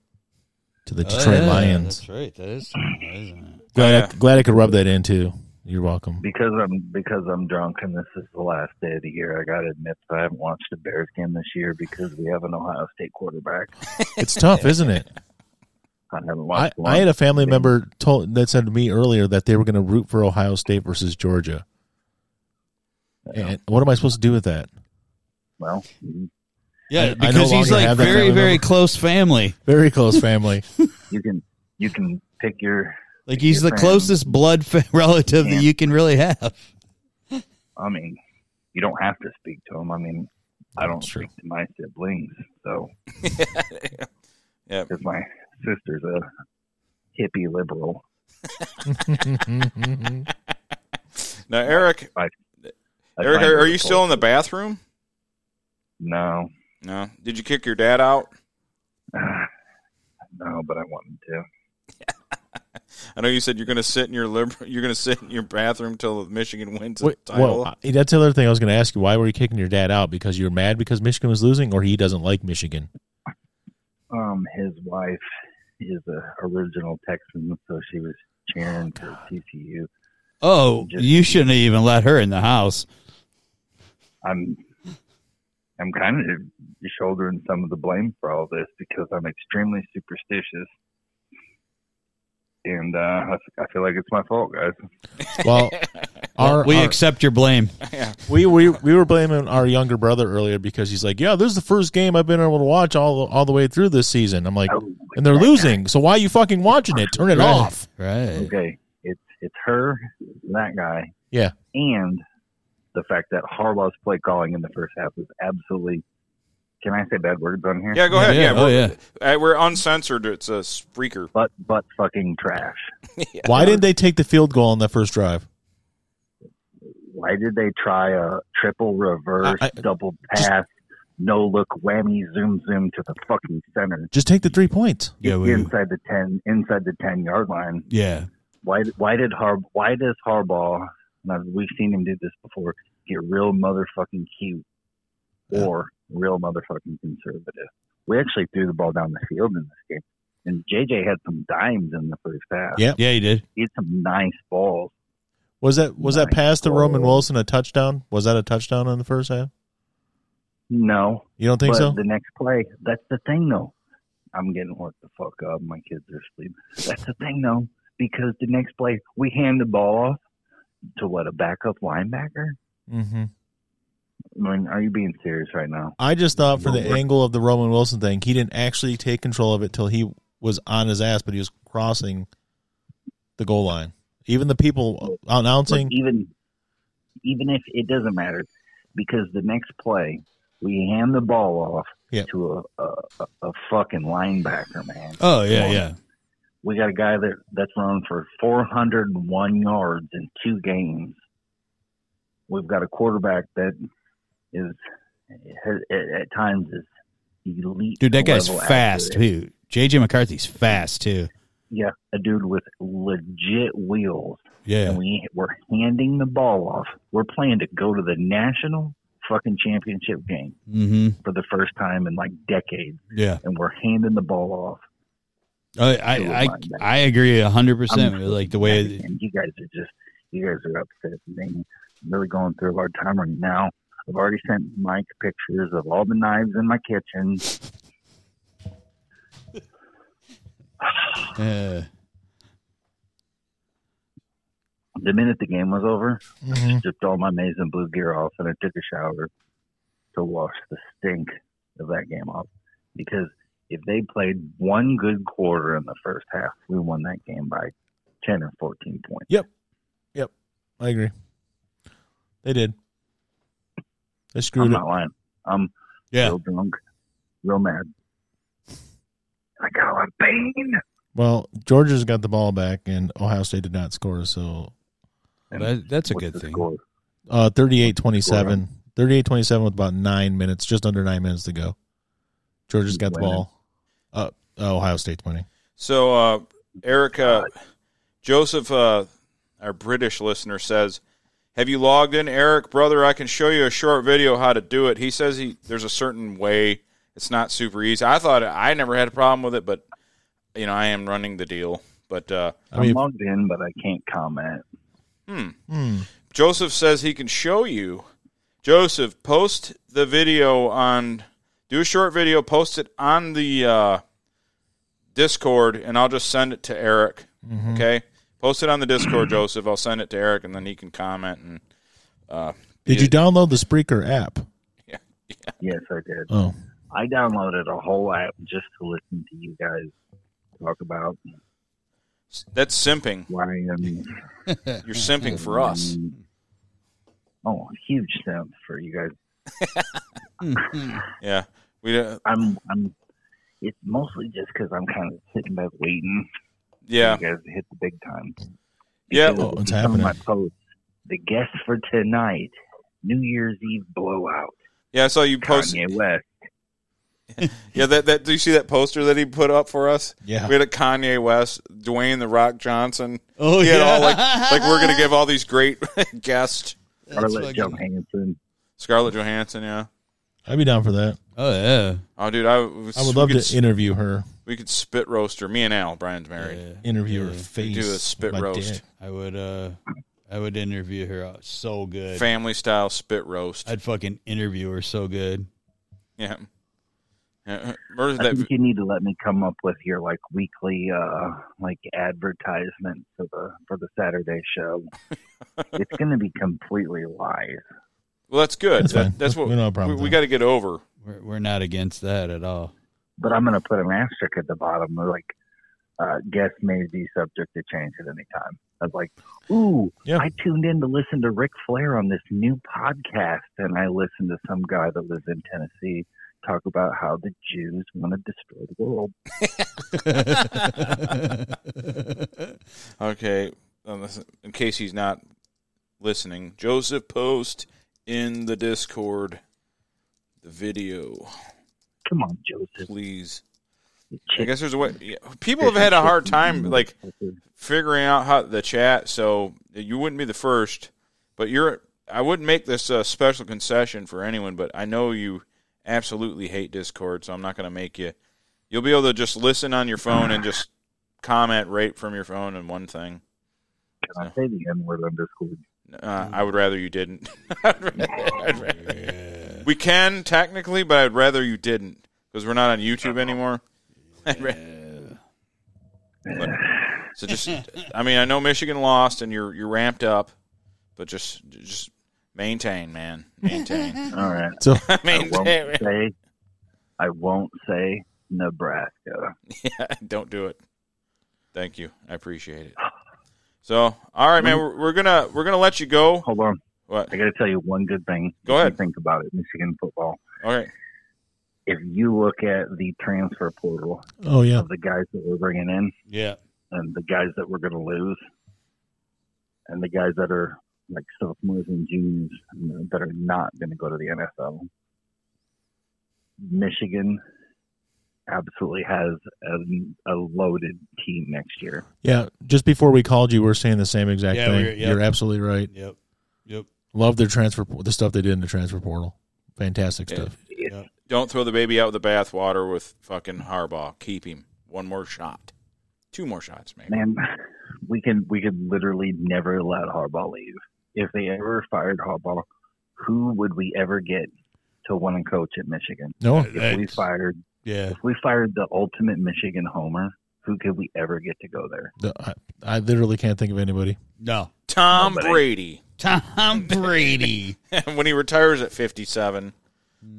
S3: to the Detroit Lions.
S4: Oh, That's right. That is tomorrow, isn't it?
S3: Glad,
S2: Yeah.
S3: I, glad I could rub that in too. You're welcome.
S7: because I'm because I'm drunk, and this is the last day of the year, I gotta admit that I haven't watched a Bears game this year because we have an Ohio State quarterback.
S3: It's tough, isn't it?
S7: I haven't
S3: I,
S7: watched. one.
S3: I had a family member told that said to me earlier that they were going to root for Ohio State versus Georgia. And what am I supposed to do with that?
S7: Well, you
S4: Yeah,
S3: I- I no
S4: because he's
S3: longer
S4: like
S3: have that
S4: very,
S3: family
S4: very
S3: member.
S4: close family.
S3: Very close family.
S7: you can you can pick your.
S4: Like he's
S7: your
S4: the
S7: friend.
S4: closest blood fa- relative
S7: Yeah.
S4: that you can really have.
S7: I mean, you don't have to speak to them. I mean, I don't
S3: That's true.
S7: speak to my siblings, so
S2: Yeah.
S7: because my sister's a hippie liberal.
S3: Mm-hmm.
S2: Now, Eric,
S7: I
S2: Eric,
S7: find
S2: are,
S7: her
S2: are you still in
S7: repulsive.
S2: the bathroom?
S7: No,
S2: No. Did you kick your dad out?
S7: no, but I wanted to.
S2: I know you said you're going to sit in your liber- you're going to sit in your bathroom till Michigan wins the
S3: Wait,
S2: title.
S3: well, I- that's the other thing I was going to ask you. Why were you kicking your dad out? Because you were mad because Michigan was losing, or he doesn't like Michigan?
S7: Um, his wife is a original Texan, so she was cheering for TCU.
S4: Oh,
S7: Just-
S4: you shouldn't have even let her in the house.
S7: I'm I'm kind of shouldering some of the blame for all this because I'm extremely superstitious, and uh, I, I feel like it's my fault, guys.
S3: Well, our,
S4: we
S3: our-
S4: accept your blame.
S3: we we we were blaming our younger brother earlier because he's like, yeah, this is the first game I've been able to watch all all the way through this season. I'm like,
S7: Oh,
S3: and they're losing, so why are you fucking watching it? Turn it
S4: Right,
S3: off.
S4: Right.
S7: Okay, it's it's her, that guy,
S3: Yeah.
S7: and the fact that Harbaugh's play calling in the first half was absolutely. Can I say bad words on here?
S2: yeah, go ahead.
S4: yeah,
S2: Yeah,
S4: oh,
S2: we're,
S4: yeah.
S2: uh, we're uncensored. It's a spreaker.
S7: But but fucking trash.
S3: Why didn't they take the field goal on that first drive?
S7: Why did they try a triple reverse,
S3: I- I-
S7: double pass, no look, whammy, zoom, zoom to the fucking center?
S3: Just take the three points.
S4: Yeah, we,
S7: inside the ten, inside the ten yard line.
S4: yeah.
S7: Why? Why did Har? Why does Harbaugh? And I've- we've seen him do this before. Get real motherfucking cute, or real motherfucking conservative. We actually threw the ball down the field in this game, and JJ had some dimes in the first half.
S3: Yeah.
S4: Yeah, you did.
S7: He had some nice balls.
S3: Was that was that
S7: Nice
S3: pass to
S7: goal.
S3: Roman Wilson a touchdown? Was that a touchdown in the first half?
S7: No,
S3: You don't think
S7: but
S3: so?
S7: the next play, that's the thing though. I'm getting worked the fuck up. My kids are asleep. That's the thing though, because the next play, we hand the ball off to what a backup linebacker.
S3: mm-hmm.
S7: I mean, are you being serious right now?
S3: I just thought for the
S7: Well, we're-
S3: angle of the Roman Wilson thing, he didn't actually take control of it till he was on his ass, but he was crossing the goal line. Even the people
S7: Look,
S3: announcing,
S7: even even if it doesn't matter, because the next play, we hand the ball off
S3: Yeah.
S7: to a, a, a- a fucking linebacker, man.
S4: Oh, yeah,
S7: Come on.
S4: yeah.
S7: We got a guy that that's run for 401 yards in two games. We've got a quarterback that is has, at, at times is elite.
S4: Dude, that guy's
S7: level
S4: fast,
S7: accurate.
S4: too. JJ McCarthy's fast, too.
S7: Yeah, a dude with legit wheels.
S4: Yeah.
S7: and we we're handing the ball off. We're playing to go to the national fucking championship game
S4: Mm-hmm.
S7: for the first time in like decades,
S4: Yeah.
S7: and we're handing the ball off.
S4: I, I, I, I agree 100% with like the way.
S7: and you guys are just you guys are upset. Man, I'm really going through a hard time right now. I've already sent Mike pictures of all the knives in my kitchen.
S4: Yeah.
S7: The minute the game was over,
S4: Mm-hmm.
S7: I stripped all my maize and blue gear off, and I took a shower to wash the stink of that game off because If they played one good quarter in the first half, we won that game by 10 or 14 points.
S3: Yep. Yep. I agree. They did. They
S7: I'm
S3: screwed it.
S7: not lying. I'm
S4: Yeah.
S7: real drunk, real mad. I got a lot of pain.
S3: Well, Georgia's got the ball back, and Ohio State did not score. So
S4: Well, that- that's a
S7: What's
S4: good
S7: the
S4: thing.
S7: score?
S3: uh, 38-27. 38-27 with about nine minutes, just under nine minutes to go. Georgia's got the
S7: Winning.
S3: ball. Uh, Ohio State's winning.
S2: So, uh, Eric, uh, Joseph, uh, our British listener says, "Have you logged in, Eric, brother? I can show you a short video how to do it." He says he there's a certain way. It's not super easy. I thought I never had a problem with it, but you know I am running the deal. But uh,
S3: I mean,
S7: I'm logged in, but I can't comment.
S2: Joseph says he can show you. Joseph, post the video on. Do a short video, post it on the uh, Discord, and I'll just send it to Eric. Okay, post it on the Discord, Joseph. I'll send it to Eric, and then he can comment. And
S3: did you download the Spreaker app?
S7: Yes, I did.
S3: Oh,
S7: I downloaded a whole app just to listen to you guys talk about
S2: that's simping.
S7: why I'm
S2: You're simping for us.
S7: oh huge simp for you guys.
S2: Yeah, we. Uh,
S7: I'm I'm. It's mostly just because I'm kind of sitting back waiting
S2: yeah,
S7: for you guys to hit the big time.
S2: yeah.
S7: Because
S3: Oh, it's
S7: some of My
S3: happening.
S7: posts, the guest for tonight, New Year's Eve blowout,
S2: Yeah, I saw you post.
S7: Kanye West.
S2: Yeah, that, that do you see that poster that he put up for us?
S3: Yeah.
S2: We had a Kanye West, Dwayne the Rock Johnson.
S4: Oh,
S2: He had
S4: yeah.
S2: all like like we're gonna give all these great guests.
S4: That's fucking-
S7: Scarlett Johansson.
S2: Scarlett Johansson, yeah.
S3: I'd be down for that.
S4: Oh, yeah.
S2: Oh, dude, I,
S3: I would love
S2: we
S3: to
S2: could,
S3: interview her.
S2: We could spit roast her. Me and Al. Brian's married.
S4: Yeah.
S3: Interview her
S4: Yeah.
S3: face.
S2: Do a spit
S3: with my
S2: roast.
S3: dick.
S4: I would uh I would interview her out so good.
S2: Family style spit roast.
S4: I'd fucking interview her so good.
S2: yeah. yeah. Where's
S7: I
S2: that?
S7: think you need to let me come up with your like weekly uh like advertisement for the for the Saturday show. it's going to be completely live.
S2: Well, that's good.
S3: That's
S2: That-
S3: fine.
S2: that's what
S3: We don't have a problem
S2: we,
S3: with that.
S2: got to get over.
S4: We're we're not against that at all.
S7: but I'm going to put an asterisk at the bottom, like uh, guest may be subject to change at any time. I was like, ooh,
S3: Yeah.
S7: I tuned in to listen to Ric Flair on this new podcast, and I listened to some guy that lives in Tennessee talk about how the Jews want to destroy the world.
S2: Okay. Unless- In case he's not listening, Joseph post in the Discord the video,
S7: Come on, Joseph.
S2: please.
S7: you
S2: I
S7: chick-
S2: guess there's a way. yeah, People have had a hard time like figuring out how the chat. So you wouldn't be the first, but you're. I wouldn't make this a special concession for anyone, but I know you absolutely hate Discord, so I'm not going to make you. You'll be able to just listen on your phone and just comment right from your phone and one thing.
S7: Can I say the N word on Discord?
S2: Uh, I would rather you didn't. I'd rather- I'd rather- We can technically, but I'd rather you didn't because we're not on YouTube anymore. I'd ra- But- so just, I mean, I know Michigan lost and you're you're ramped up, but just just maintain, man, maintain,
S7: All right.
S3: So
S7: I won't
S2: maintain.
S7: say. I won't say Nebraska.
S2: yeah, don't do it. Thank you, I appreciate it. So, all right, man, we're, we're gonna we're gonna let you go.
S7: Hold on.
S2: What?
S7: I got to tell you one good thing.
S2: Go
S7: If you
S2: ahead.
S7: Think about it, Michigan football.
S2: All right,
S7: If you look at the transfer portal
S3: oh yeah.
S7: of the guys that we're bringing in
S4: yeah.
S7: and the guys that we're going to lose and the guys that are like sophomores and juniors that are not going to go to the NFL, Michigan absolutely has a, a loaded team next year.
S3: Yeah. Just before we called you, we were saying the same exact
S4: Yeah, we
S3: thing.
S4: were- yeah.
S3: You're absolutely right.
S4: Yep. Yep.
S3: Love their transfer, the stuff they did in the transfer portal. Fantastic
S2: Yeah.
S3: stuff.
S2: don't throw the baby out with the bathwater with fucking Harbaugh. Keep him one more shot, two more shots, maybe.
S7: Man, we can we could literally never let Harbaugh leave. If they ever fired Harbaugh, who would we ever get to want to coach at Michigan?
S3: No,
S7: If we fired
S4: Yeah.
S7: if we fired the ultimate Michigan homer, who could we ever get to go there?
S3: the- I, I literally can't think of anybody.
S4: No.
S2: Tom
S7: Nobody.
S2: Brady
S4: Tom Brady.
S2: when he retires at fifty-seven.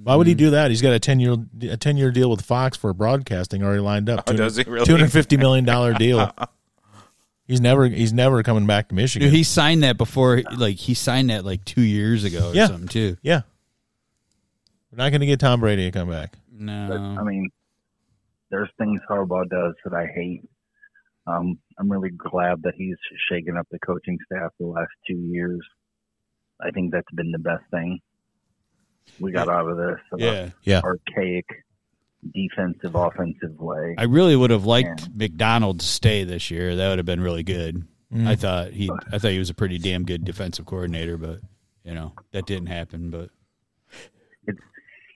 S3: Why would he do that? He's got a ten year a ten year deal with Fox for broadcasting already lined up.
S2: Oh, does he really?
S3: Two hundred fifty million dollar deal. He's never he's never coming back to Michigan.
S4: Dude, he signed that before, like he signed that like two years ago or
S3: Yeah.
S4: something too.
S3: yeah, we're not going to get Tom Brady to come back.
S7: But, I
S4: No,
S7: mean, there's things Harbaugh does that I hate. Um, I'm really glad that he's shaken up the coaching staff the last two years. I think that's been the best thing. We got out of this uh,
S4: yeah,
S3: Yeah,
S7: archaic defensive offensive way.
S4: I really would have liked
S7: Yeah.
S4: McDonald to stay this year. That would have been really good. I thought he, I thought he was a pretty damn good defensive coordinator, but you know that didn't happen. But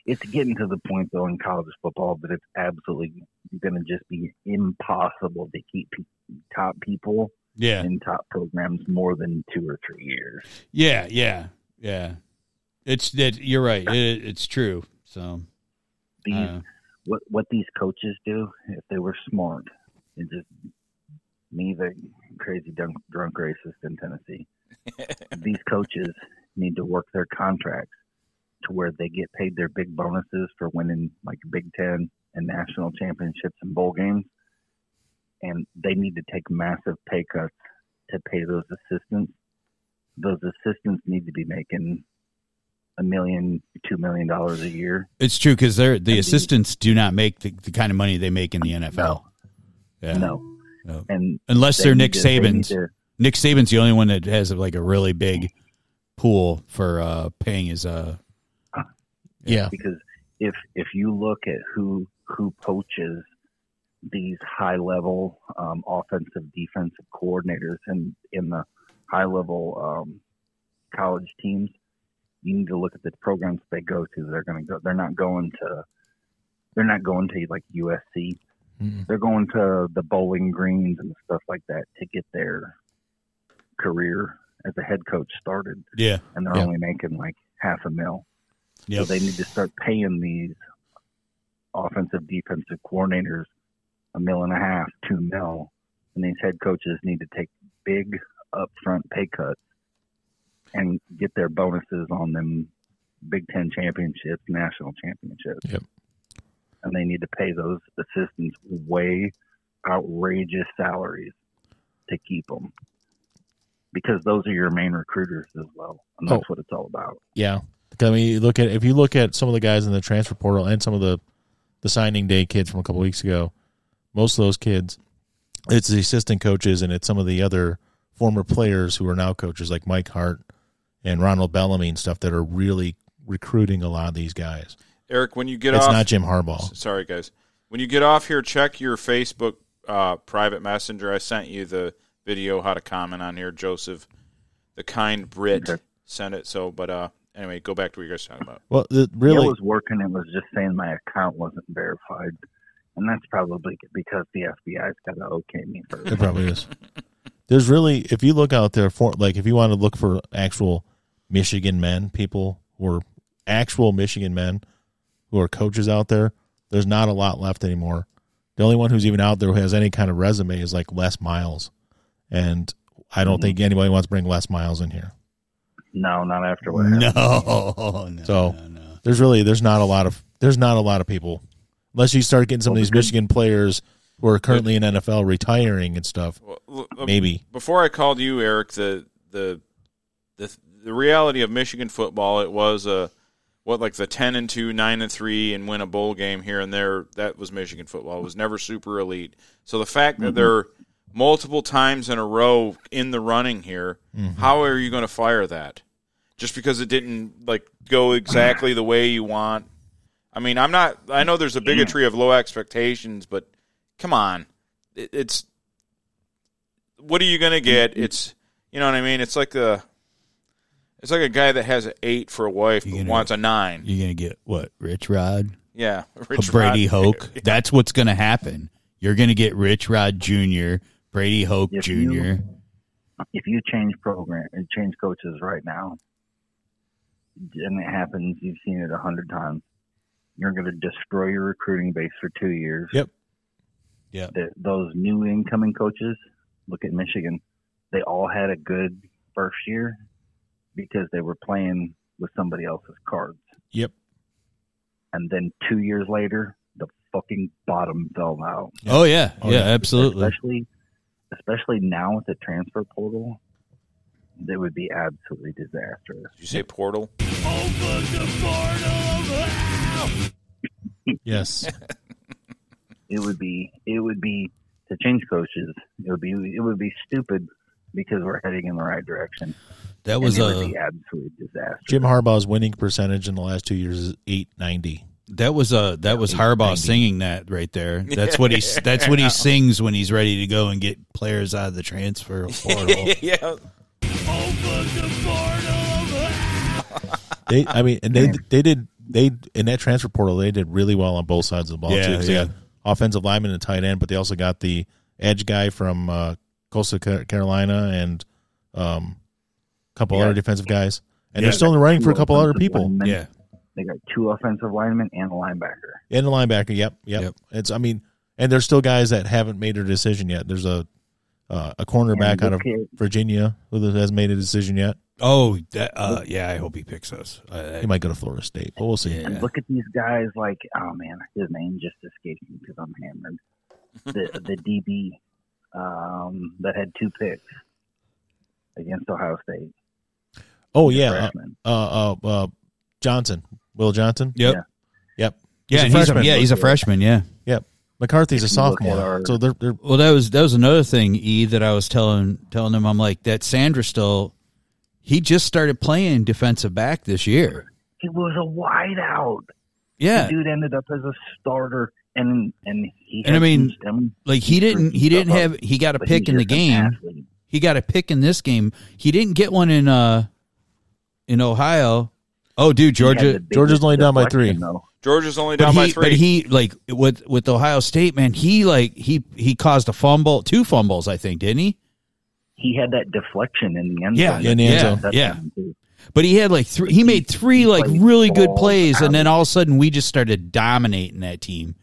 S7: it's getting to the point though in college football that it's absolutely going to just be impossible to keep pe- top people
S4: yeah,
S7: in top programs more than two or three years.
S4: yeah, yeah, yeah. It's that you're right. It, it's true. So
S7: These
S4: uh,
S7: what what these coaches do if they were smart and just me the crazy drunk, drunk racist in Tennessee. these coaches need to work their contracts to where they get paid their big bonuses for winning like Big Ten and national championships and bowl games, and they need to take massive pay cuts to pay those assistants. Those assistants need to be making a million, two million dollars a year.
S4: it's true because they're the
S7: Indeed.
S4: assistants do not make the, the kind of money they make in the NFL. Yeah.
S7: No,
S4: No.
S7: and
S4: Unless
S7: they
S4: they're
S7: need
S4: Nick
S7: to- they need
S4: Saban's.
S7: to-
S4: Nick Saban's the only one that has like a really big pool for uh, paying his. Uh,
S3: yeah,
S7: because if if you look at who who poaches these high level um, offensive defensive coordinators in in the high level um, college teams, you need to look at the programs they go to. They're going to go. They're not going to. They're not going to like USC.
S3: Mm.
S7: They're going to the Bowling Greens and stuff like that to get their career as a head coach started,
S4: yeah,
S7: and they're
S3: Yeah.
S7: only making like half a mil.
S4: yeah,
S7: So they need to start paying these offensive defensive coordinators a mil and a half, two mil, and these head coaches need to take big upfront pay cuts and get their bonuses on them Big Ten championships, national championships.
S3: Yep.
S7: And they need to pay those assistants way outrageous salaries to keep them. Because those are your main recruiters as well. And that's
S3: Oh.
S7: what it's all about.
S3: yeah. Because, I mean, you look at if you look at some of the guys in the transfer portal and some of the the signing day kids from a couple weeks ago, most of those kids, it's the assistant coaches and it's some of the other former players who are now coaches like Mike Hart and Ronald Bellamy and stuff that are really recruiting a lot of these guys.
S2: Eric, when you get
S3: it's
S2: off,
S3: not Jim Harbaugh.
S2: sorry guys, when you get off here, check your Facebook uh, private messenger. I sent you the video how to comment on here. Joseph, the kind Brit,
S7: Okay.
S2: sent it. So, but uh, anyway, go back to what you guys were talking about.
S3: Well, the,
S7: It
S3: really,
S7: was working. It was just saying my account wasn't verified. And that's probably because the FBI's got to okay me first.
S3: It probably is. There's really, if you look out there for, like, if you want to look for actual Michigan men, people who are actual Michigan men who are coaches out there, there's not a lot left anymore. The only one who's even out there who has any kind of resume is like Les Miles. And I don't think anybody wants to bring Les Miles in here.
S7: No, not after what happened.
S4: no, Oh, no,
S3: So-
S4: no, no.
S3: There's really, there's not a lot of, there's not a lot of people. Unless you start getting some of these Michigan players who are currently in NFL retiring and stuff,
S2: Well, l- l-
S3: maybe.
S2: before I called you, Eric, the the the the reality of Michigan football, it was a what like the ten and two, nine and three, and win a bowl game here and there. That was Michigan football. It was never super elite. So the fact that they're multiple times in a row in the running here, how are you going to fire that? Just because it didn't like go exactly the way you want. I mean, I'm not. I know there's a bigotry of low expectations, but come on, it, it's what are you going to get? It's you know what I mean. It's like a it's like a guy that has an eight for a wife but
S4: gonna-
S2: wants a nine.
S4: You're gonna get what Rich Rod,
S2: Yeah,
S4: a
S2: Rich
S4: Brady
S2: Rod-
S4: Hoke. That's what's gonna happen. You're gonna get Rich Rod Jr., Brady Hoke
S7: If
S4: Jr.
S7: you- If you change program and change coaches right now, and it happens, you've seen it a hundred times, you're going to destroy your recruiting base for two years.
S3: Yep.
S4: Yeah.
S7: The, those new incoming coaches, look at Michigan, they all had a good first year because they were playing with somebody else's cards.
S3: Yep.
S7: and then two years later, the fucking bottom fell out.
S4: Oh yeah,
S3: Oh,
S4: yeah,
S3: yeah.
S4: absolutely.
S7: Especially, especially now with the transfer portal, that would be absolutely disastrous.
S2: Did you say portal?
S3: Yes.
S7: it would be it would be to change coaches. It would be it would be stupid because we're heading in the right direction.
S4: That was uh,
S7: and it would
S4: a
S7: be absolute disaster.
S3: uh, Jim Harbaugh's winning percentage in the last two years is 890.
S4: that was a that was Harbaugh singing that right there. That's what he s- that's what he sings when he's ready to go and get players out of the transfer portal.
S2: yeah.
S3: They, I mean, and they they did they in that transfer portal they did really well on both sides of the ball
S4: Yeah,
S3: too. 'cause
S4: yeah.
S3: They got offensive lineman and tight end, but they also got the edge guy from uh, Coastal Ca- Carolina and um, a couple
S7: Yeah.
S3: other defensive guys, and
S4: Yeah.
S3: they're still in the running
S7: Two
S3: for a couple other
S7: offensive
S3: people
S7: linemen.
S4: yeah,
S7: they got two offensive linemen and a linebacker.
S3: and the linebacker. Yep, yep,
S4: Yep.
S3: It's I mean, and there's still guys that haven't made their decision yet. There's a uh, a cornerback
S7: And
S3: out of
S7: look at-
S3: Virginia who hasn't made a decision yet.
S4: Oh, that, uh, yeah. I hope he picks us. Uh,
S3: He might go to Florida State, but we'll see.
S4: Yeah.
S7: And look at these guys like oh man, his name just escaped me because I'm hammered. The the DB um, that had two picks against Ohio State.
S3: Oh yeah,
S7: freshman.
S3: uh, uh, uh, Johnson, Will Johnson.
S4: yep.
S7: Yeah.
S3: Yep.
S4: Yeah,
S3: He's a
S4: and he's a
S3: freshman.
S4: yeah, he's a freshman. Yeah.
S3: Yep. McCarthy's a
S7: If you look at
S3: sophomore,
S7: our-
S3: so they're they're
S4: Well, that was that was another thing, E, that I was telling telling him. I'm like that Sandra still. He just started playing defensive back this year.
S7: He was a wideout.
S4: Yeah,
S7: dude ended up as a starter, and and he
S4: Uh, And I
S7: had
S4: mean,
S7: some stem,
S4: like he didn't he didn't
S7: Uh-huh.
S4: have he got a
S7: but
S4: pick
S7: he's
S4: in the
S7: just an
S4: game.
S7: athlete.
S4: He got a pick in this game. He didn't get one in uh in Ohio. Oh, dude,
S7: He had
S4: Georgia.
S7: the biggest
S3: Georgia's only down by
S7: deflection,
S3: three.
S7: though.
S2: Georgia's only
S4: But
S2: down by
S4: he,
S2: three.
S4: but he like with with Ohio State, man. He like he he caused a fumble, two fumbles, I think, didn't he?
S7: He had that deflection in the end
S4: Yeah,
S7: zone.
S3: in the end
S4: Yeah,
S3: zone.
S7: That's
S4: yeah.
S7: what he did.
S4: But he had like three. He made three like
S7: played
S4: really good
S7: balls
S4: plays, and
S7: out.
S4: then all of a sudden we just started dominating that team.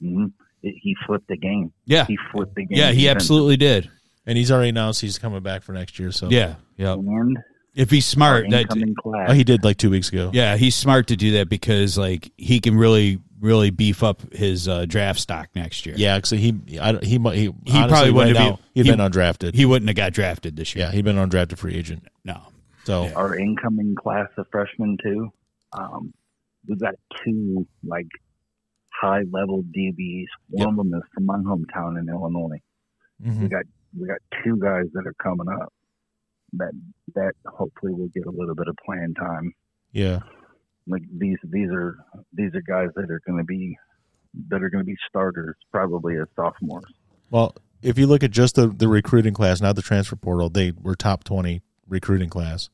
S7: Mhm. It- He flipped the game.
S4: Yeah.
S7: he flipped the game.
S4: Yeah, he absolutely did.
S3: and he's already announced he's coming back for next year. So
S4: Yeah, yeah.
S7: And
S4: If he's
S7: our
S4: smart, that
S7: incoming class.
S3: oh, he did like two weeks ago.
S4: yeah, he's smart to do that because like he can really really beef up his uh, draft stock next year.
S3: yeah. So he I, don't- he might he, honestly,
S4: probably
S3: right
S4: wouldn't have
S3: now,
S4: been-
S3: he'd
S4: he-
S3: been undrafted.
S4: he wouldn't have got drafted this year.
S3: yeah, he'd been undrafted free agent.
S4: no.
S3: So
S7: our incoming class of freshmen too. Um, we got two like high level DBs. One of them is from my hometown in Illinois.
S3: mhm.
S7: We got we got two guys that are coming up that that hopefully will get a little bit of playing time.
S3: yeah,
S7: Like these these are these are guys that are going to be that are going to be starters probably as sophomores.
S3: well, if you look at just the the recruiting class, not the transfer portal, they were top twenty recruiting class.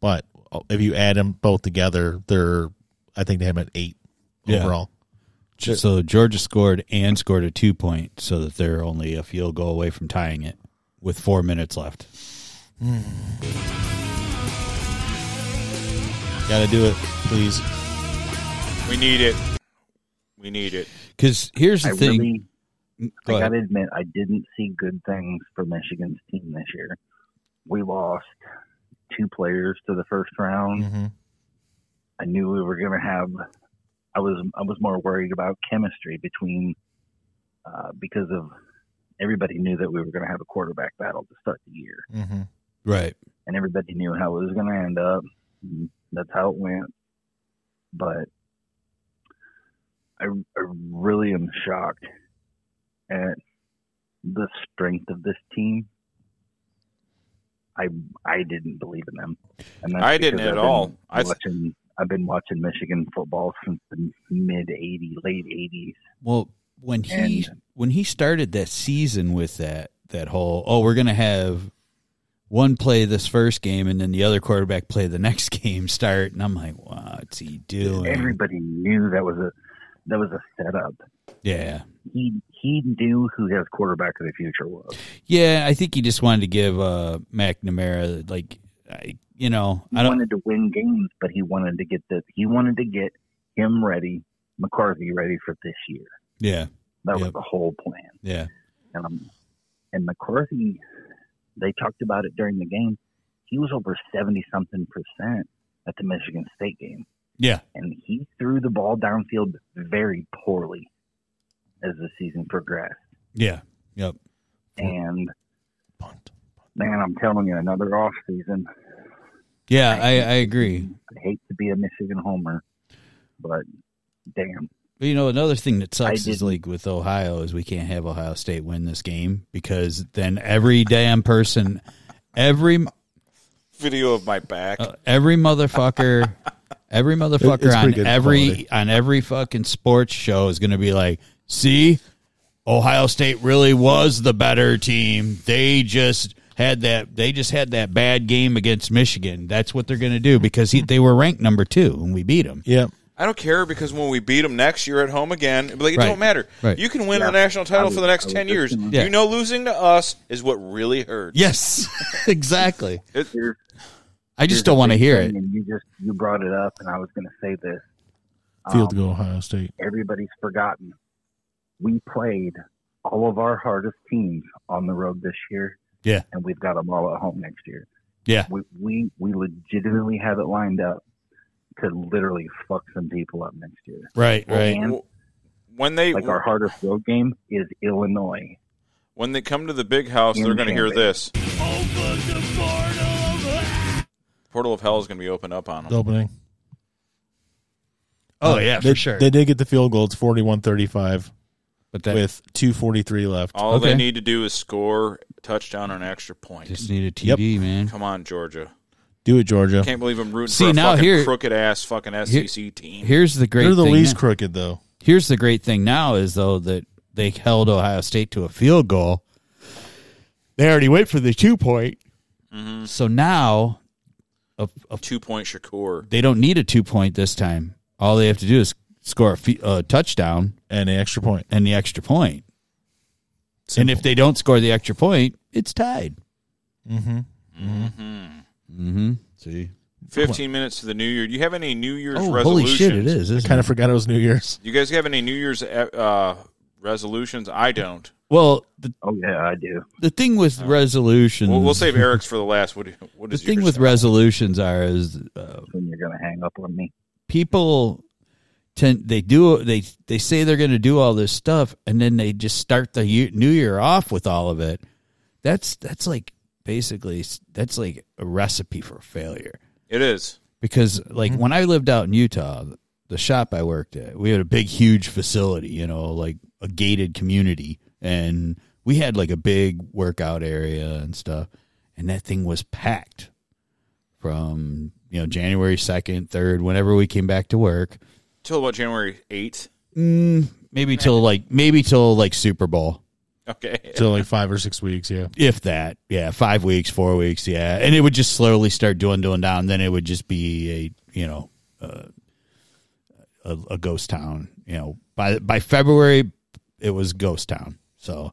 S3: But uh, if you add them both together, they're I think they have them at eight
S4: Yeah.
S3: overall.
S4: So Georgia scored and scored a two point, so that they're only a field goal away from tying it with four minutes left.
S3: Got to do it, please.
S2: we need it. We need it.
S4: Because here's the
S7: I
S4: thing.
S7: really
S4: Go
S7: I
S4: ahead.
S7: gotta admit, I didn't see good things for Michigan's team this year. We lost two players to the first round.
S4: Mm.
S2: Mm-hmm,
S3: hmm
S7: I knew we were gonna have. I was I was more worried about chemistry between uh, because of everybody knew that we were gonna have a quarterback battle to start the year,
S2: mm-hmm.
S3: hmm
S4: right.
S7: and everybody knew how it was gonna end up. And that's how it went. But I, I really am shocked at the strength of this team. I I didn't believe in them. And that's
S2: I didn't
S7: because
S2: at
S7: I've been
S2: all. I th-
S7: watching, I've been watching Michigan football since the mid '80s, late '80s.
S4: Well, when he
S7: And-
S4: when he started that season with that that whole oh we're gonna have one play this first game and then the other quarterback play the next game start and I'm like what's he doing?
S7: Everybody knew that was a that was a setup.
S4: yeah,
S7: He he knew who his quarterback of the future was.
S4: yeah. I think he just wanted to give uh, McNamara like I, you know
S7: He
S4: I don't
S7: wanted to win games, but he wanted to get the he wanted to get him ready, McCarthy ready for this year.
S4: yeah
S7: That
S4: Yep.
S7: was the whole plan.
S4: yeah
S7: And um, and McCarthy, they talked about it during the game. He was over seventy something percent at the Michigan State game.
S4: Yeah.
S7: and he threw the ball downfield very poorly as the season progressed.
S4: Yeah. Yep.
S7: And
S3: Punt.
S7: man, I'm telling you, another off season.
S4: Yeah, I, I agree.
S7: I hate to be a Michigan homer, but damn,
S4: But, you know, another thing that
S7: I
S4: sucks is
S7: didn't-
S4: like with Ohio is we can't have Ohio State win this game because then every damn person, every
S2: Video of my back.
S4: Uh, every motherfucker, every motherfucker
S3: pretty
S4: on
S3: good
S4: every
S3: quality.
S4: on every fucking sports show is going to be like, "See, Ohio State really was the better team. They just had that. They just had that bad game against Michigan. That's what they're going to do because he, they were ranked number two and we beat them.
S3: Yep.
S2: I don't care because when we beat them next year at home again, it'd be like it
S4: Right.
S2: don't matter.
S4: Right.
S2: You can win
S7: Yeah.
S2: the national
S7: I
S2: title
S7: was-
S2: for the
S7: I
S2: next
S7: was
S2: ten
S7: just
S2: years.
S7: gonna-
S4: Yeah.
S2: You know, losing to us is what really hurts.
S4: Yes, exactly.
S2: It-
S7: Here's-
S4: I just don't want to hear it.
S7: And you just you brought it up, and I was going to say this.
S3: Field
S7: Um,
S3: goal, Ohio State.
S7: everybody's forgotten. We played all of our hardest teams on the road this year.
S4: Yeah.
S7: And we've got them all at home next year.
S4: Yeah.
S7: We, we, we legitimately have it lined up to literally fuck some people up next year.
S4: Right, right.
S7: And
S2: When they
S7: like our hardest road game is Illinois.
S2: when they come to the big house,
S7: In
S2: they're going to hear
S7: Tampa.
S2: this. Portal of Hell is going to be opened up on them.
S3: Opening.
S4: Oh yeah,
S3: they, They did get the field goal. It's 41 35
S4: but that
S3: with 2.43 left.
S2: All they
S4: Okay.
S2: need to do is score a touchdown or an extra point.
S4: just need a TD, man.
S2: Come on, Georgia!
S3: Do it, Georgia.
S2: Can't believe I'm rooting
S4: See,
S2: for a
S4: now
S2: fucking
S4: here-
S2: crooked ass fucking SEC team.
S4: Here's the great.
S3: They're the
S4: thing
S3: least
S4: now.
S3: crooked, though.
S4: here's the great thing now is though that they held Ohio State to a field goal. They already went for the two point, so now a, a,
S2: Two point Shakur.
S4: they don't need a two point this time. All they have to do is score a, fe- a touchdown
S3: And an extra point.
S4: and the extra point. And
S3: Simple.
S4: if they don't score the extra point, it's tied.
S3: Mm-hmm.
S4: Mm-hmm. Mm-hmm. Mm-hmm. See,
S2: Fifteen minutes to the New Year. Do you have any New Year's
S4: oh, holy
S2: resolutions?
S4: shit, it is. Isn't
S3: kind
S4: it?
S3: of forgot it was New Year's.
S2: You guys have any New Year's uh, resolutions? I don't.
S4: Well, the
S7: Oh, yeah, I do.
S4: the thing with resolutions,
S2: We'll, we'll save Eric's for the last. What, do- what
S4: Mm. the
S2: is
S4: thing
S2: yours?
S4: with resolutions are is uh,
S7: When you're going to hang up on me.
S4: people tend they do they they say they're going to do all this stuff and then they just start the year, new year off with all of it that's that's like basically that's like a recipe for failure
S2: It is.
S4: because like when i lived out in utah the shop i worked at we had a big huge facility you know like a gated community and we had like a big workout area and stuff and that thing was packed from you know january 2nd 3rd whenever we came back to work
S2: Till about January eighth.
S4: Mm, maybe till like maybe till like Super Bowl,
S2: Okay.
S3: So, like five or six weeks, yeah.
S4: if that. Yeah, five weeks, four weeks. Yeah, and it would just slowly start dwindling down. Then it would just be a you know uh, a, a ghost town. You know, by by February it was ghost town. So,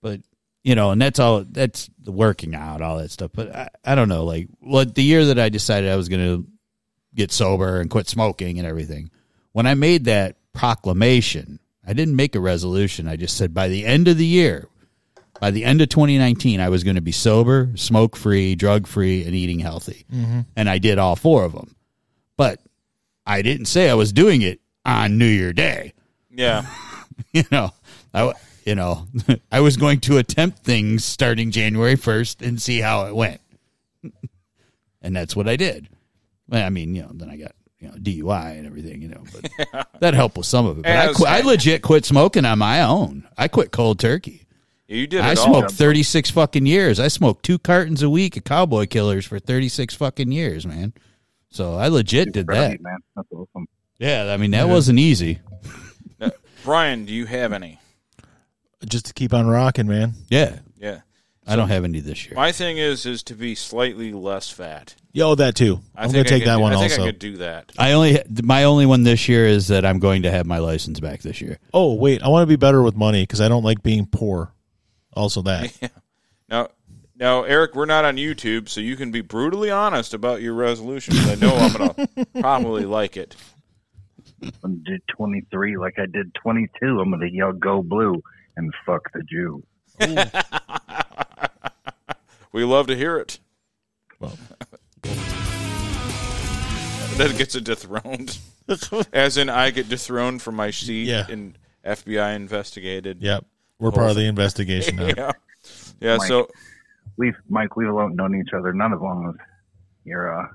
S4: but you know, and that's all. That's the working out, all that stuff. But I, I don't know. Like, what the year that I decided I was going to get sober and quit smoking and everything. When I made that proclamation, I didn't make a resolution. I just said by the end of the year, by the end of 2019, I was going to be sober, smoke free, drug free, and eating healthy.
S2: Mm-hmm.
S4: And I did all four of them. But I didn't say I was doing it on New Year Day.
S2: Yeah.
S4: You know, I w- you know, I was going to attempt things starting January 1st and see how it went. and that's what I did. Well, I mean, you know, then I got you know DUI and everything, you know, but that helped with some of it. But
S2: Yeah, I
S4: I,
S2: was
S4: qu- I
S2: saying-
S4: legit quit smoking on my own. I quit cold turkey.
S2: You did it
S4: I
S2: all.
S4: smoked 36 fucking years. I smoked two cartons a week of Cowboy Killers for 36 fucking years, man. So I legit did
S7: Proud of
S4: that.
S7: you, man. That's awesome.
S4: Yeah, I mean, that wasn't easy.
S2: Brian, do you have any?
S3: Just to keep on rocking, man.
S4: Yeah.
S2: Yeah.
S4: I don't have any this year.
S2: My thing is is to be slightly less fat.
S3: Yo, that too.
S2: I
S3: I'm going
S2: think
S3: to
S2: I
S3: take
S2: could
S3: that
S2: do-
S3: one
S2: I think I
S3: also.
S2: could do that.
S4: I only my only one this year is that I'm going to have my license back this year.
S3: Oh, wait. I want to be better with money because I don't like being poor. Also, that.
S2: Now, now, Eric, we're not on YouTube, so you can be brutally honest about your resolution. 'cause I know I'm gonna probably like it.
S7: I'm going to do 23 like I did 22. I'm going to yell, go blue and fuck the Jew.
S2: We love to hear it.
S3: Well,
S2: that gets it dethroned. As in, I get dethroned from my seat
S3: Yeah.
S2: and FBI investigated.
S3: Yep. We're part of the investigation. now.
S2: Yeah. Yeah,
S7: Mike.
S2: so
S7: We've Mike, we've alone known each other not as long as your uh,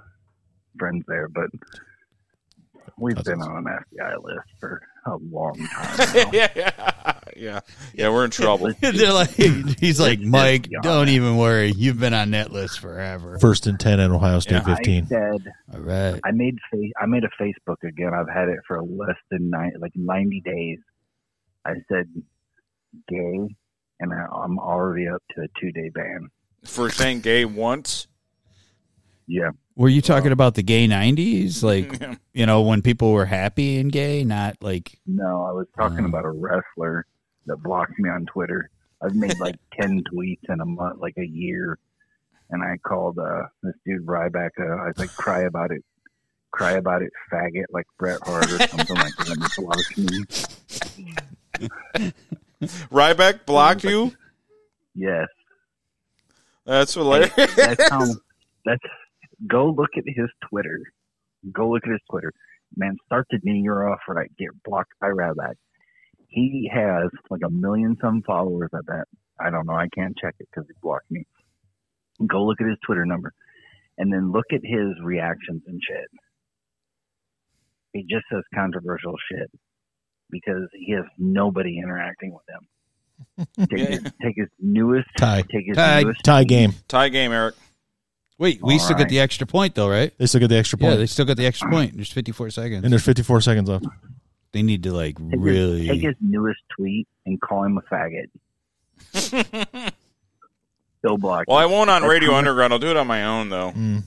S7: friends there, but we've been on an FBI list for a long time.
S2: yeah, yeah, yeah, yeah. We're in trouble.
S4: They're like, he's like, Mike,
S7: Yeah.
S4: don't even worry. You've been on that list forever.
S3: First and 10 at Ohio State
S2: Yeah.
S7: I
S3: 15.
S7: said
S4: All right.
S7: I made fa- I made a Facebook again. I've had it for less than nine, like ninety days. I said gay, and I, I'm already up to a two day ban.
S2: For saying gay once,
S7: Yeah,
S4: Were you talking about the gay 90s? Like, you know, when people were happy and gay, not like,
S7: no, I was talking about a wrestler that blocked me on Twitter. I've made like ten tweets in a month, like a year, and I called uh, this dude Ryback. Uh, I was like, cry about it. Cry about it, faggot, like Bret Hart or something like that. And he blocked me.
S2: Ryback blocked you.
S7: Yes,
S2: That's hilarious.
S7: that's how that's go look at his Twitter. Go look at his Twitter. Man, start the new year off right, get blocked by Ryback. He has like a million some followers, I bet. I don't know, I can't check it because he blocked me. Go look at his Twitter number and then look at his reactions and shit. He just says controversial shit because he has nobody interacting with him. Take, his, take his newest
S3: Tie.
S7: take his
S4: Tie.
S7: newest
S3: Tie game.
S2: Tie game, Eric.
S4: wait, we
S7: All
S4: still
S7: right.
S4: got the extra point, though, right?
S3: They still get the extra
S4: Yeah,
S3: point.
S4: they still got the extra point. There's 54 seconds.
S3: and there's 54 seconds left.
S4: they need to, like,
S7: Take his-
S4: really.
S7: take his newest tweet and call him a faggot. Still blocked.
S2: Well, I won't on Radio Underground. I'll do it on my own though.
S3: Mm.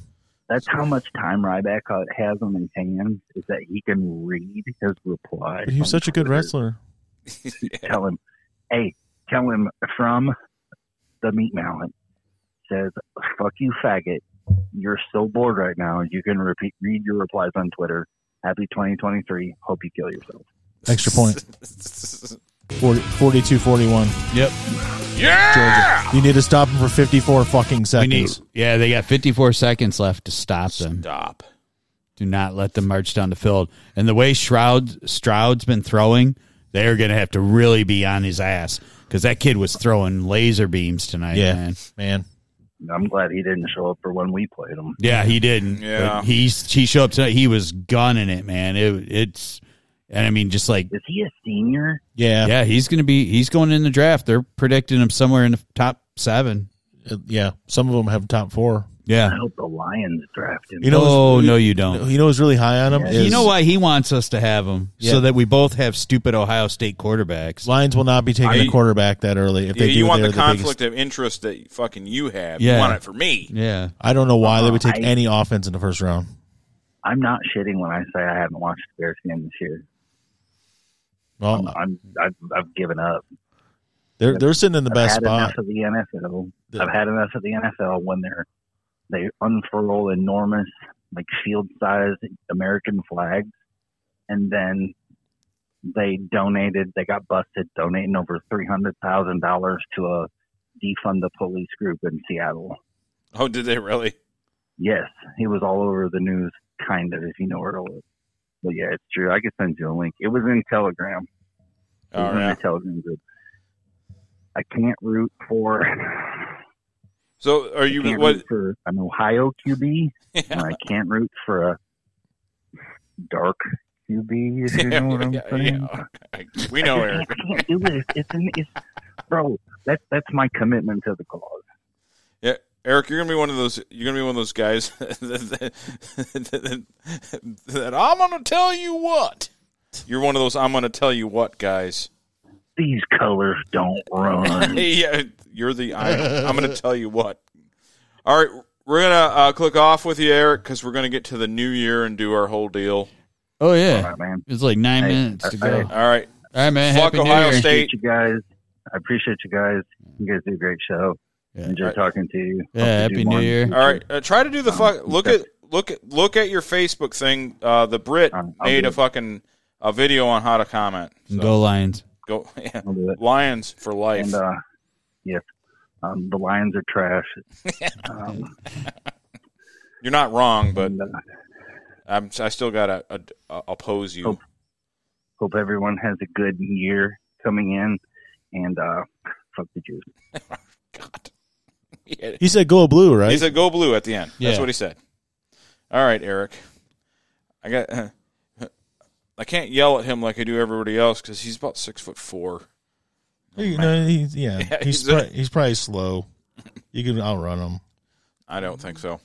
S7: That's how much time Ryback has on his hands is that he can read his reply.
S3: But he was
S7: on
S3: such a good
S7: Twitter.
S3: wrestler.
S7: Tell him, hey, tell him from the meat mallet says, "Fuck you, faggot. You're so bored right now. You can repeat read your replies on Twitter." Happy 2023. Hope you kill yourself.
S3: Extra point. 42 41.
S4: yep.
S3: You need to stop him for 54 fucking
S4: We
S3: seconds.
S4: need, yeah, they got 54 seconds left to stop them.
S2: Stop.
S4: Do not let them march down the field. And the way Shroud Stroud's been throwing, they're going to have to really be on his ass because that kid was throwing laser beams tonight.
S3: yeah,
S4: man.
S3: man.
S7: I'm glad he didn't show up for when we played him.
S4: yeah, he didn't.
S2: Yeah.
S4: but he's he showed up tonight. He was gunning it, man. It, it's and I mean, just like
S7: Is he a senior?
S3: Yeah, yeah,
S4: yeah, he's going to be he's going in the draft. They're predicting him somewhere in the top seven.
S3: uh, yeah. Some of them have top four.
S7: I
S4: Yeah.
S7: hope the Lions draft him.
S3: You know,
S4: oh
S3: it's-
S4: no, you don't.
S3: You know, who's really high on him.
S7: Yeah.
S3: Is
S4: You know why he wants us to have him
S3: Yeah.
S4: so that we both have stupid Ohio State quarterbacks.
S3: Lions will not be taking
S2: Are
S3: a
S2: you-
S3: quarterback that early. If they
S2: you
S3: do,
S2: want
S3: they're
S2: the
S3: the biggest-
S2: conflict of interest that fucking you have. You
S4: Yeah.
S2: want it for me.
S4: Yeah.
S3: I don't know why they would take
S7: I-
S3: any offense in the first round.
S7: I'm not shitting when I say I haven't watched the Bears game this year.
S3: Well,
S7: I'm, I'm I've, I've given up.
S3: they're they're sitting in the
S7: I've
S3: best
S7: had
S3: spot.
S7: enough of the NFL.
S3: The-
S7: I've had enough of the NFL when they're they unfurl enormous like field sized American flags, and then they donated. They got busted donating over three hundred thousand dollars to a defund the police group in Seattle.
S2: Oh, did they really?
S7: Yes, he was all over the news, kind of, if you know where to look. But yeah, it's true. I could send you a link. It was in Telegram. It
S2: All
S7: was in
S2: right.
S7: the Telegram group. I can't root for.
S2: So are you
S7: can't
S2: what?
S7: root for an Ohio QB, and I can't root for a dark QB. If you know what I'm
S2: Yeah, yeah,
S7: saying.
S2: yeah. We know
S7: I,
S2: Eric.
S7: can't, I can't do this. It's, an, it's bro. That's that's my commitment to the cause.
S2: Yeah, Eric, you're gonna be one of those. You're gonna be one of those guys that, that, that- that I'm gonna tell you what. You're one of those I'm gonna tell you what guys.
S7: These colors don't run.
S2: Hey, yeah, you're the I'm, I'm gonna tell you what. All right, we're gonna uh, click off with you, Eric, because we're gonna get to the new year and do our whole deal.
S4: Oh yeah.
S7: All right, man.
S4: It's like nine
S7: Hey,
S4: minutes to
S7: I- I-
S4: go.
S2: All right,
S4: All right, man.
S2: fuck
S4: Happy New
S2: Ohio
S4: Year.
S2: State.
S7: appreciate you guys. I appreciate you guys. You guys do a great show.
S4: Yeah.
S7: Enjoy
S2: Right.
S7: talking to you.
S4: Yeah,
S7: Hope to do
S4: Happy New
S7: more in the
S4: Year.
S7: future.
S2: All right, uh, try to do the
S7: Um,
S2: fuck. Look at look at look at your Facebook thing. Uh, the Brit
S7: Um, I'll
S2: made
S7: do
S2: a
S7: it.
S2: fucking a video on how to comment. So
S4: Go Lions.
S2: go yeah.
S7: I'll do it.
S2: Lions for life.
S7: And uh, yes, um, the Lions are trash. um,
S2: You're not wrong, but
S7: and, uh,
S2: I'm, I still gotta uh, uh, oppose you.
S7: Oh. Hope everyone has a good year coming in, and uh, fuck the Jews.
S2: God. He had-
S3: He said go blue, right?
S2: He said go blue at the end. That's
S4: Yeah.
S2: what he said. All right, Eric. I got. I can't yell at him like I do everybody else because he's about six foot four.
S3: You know, he's, yeah,
S2: Yeah,
S3: he's
S2: he's
S3: pri-
S2: a-
S3: he's probably slow. You can outrun him.
S2: I don't think so.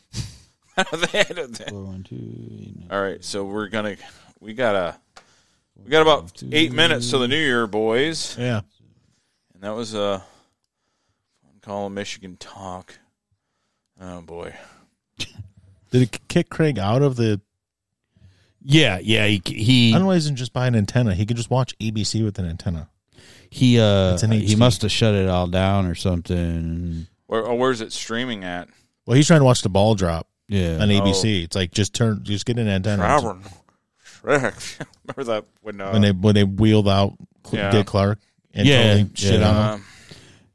S2: I don't think-
S4: Four, one, two, eight, nine.
S2: All right, so we're gonna we gotta we got about eight minutes to the new year, boys,
S3: Yeah,
S2: and that was a fun call of Michigan talk. Oh boy,
S3: did it kick Craig out of the?
S4: Yeah, yeah. He
S3: I
S4: he
S3: don't know. why He doesn't just buy an antenna. He could just watch ABC with an antenna.
S4: he uh
S3: It's an
S4: he
S3: HD.
S4: must have shut it all down or something.
S2: Where, oh, where's it streaming at?
S3: Well, he's trying to watch the ball drop
S4: Yeah.
S3: on ABC. It's like just turn, just get an antenna.
S2: Robert, remember that when uh,
S3: When they when they wheeled out Cl-
S2: Yeah.
S3: Dick Clark and
S4: Yeah,
S3: totally shit
S4: yeah.
S3: on him,
S2: um,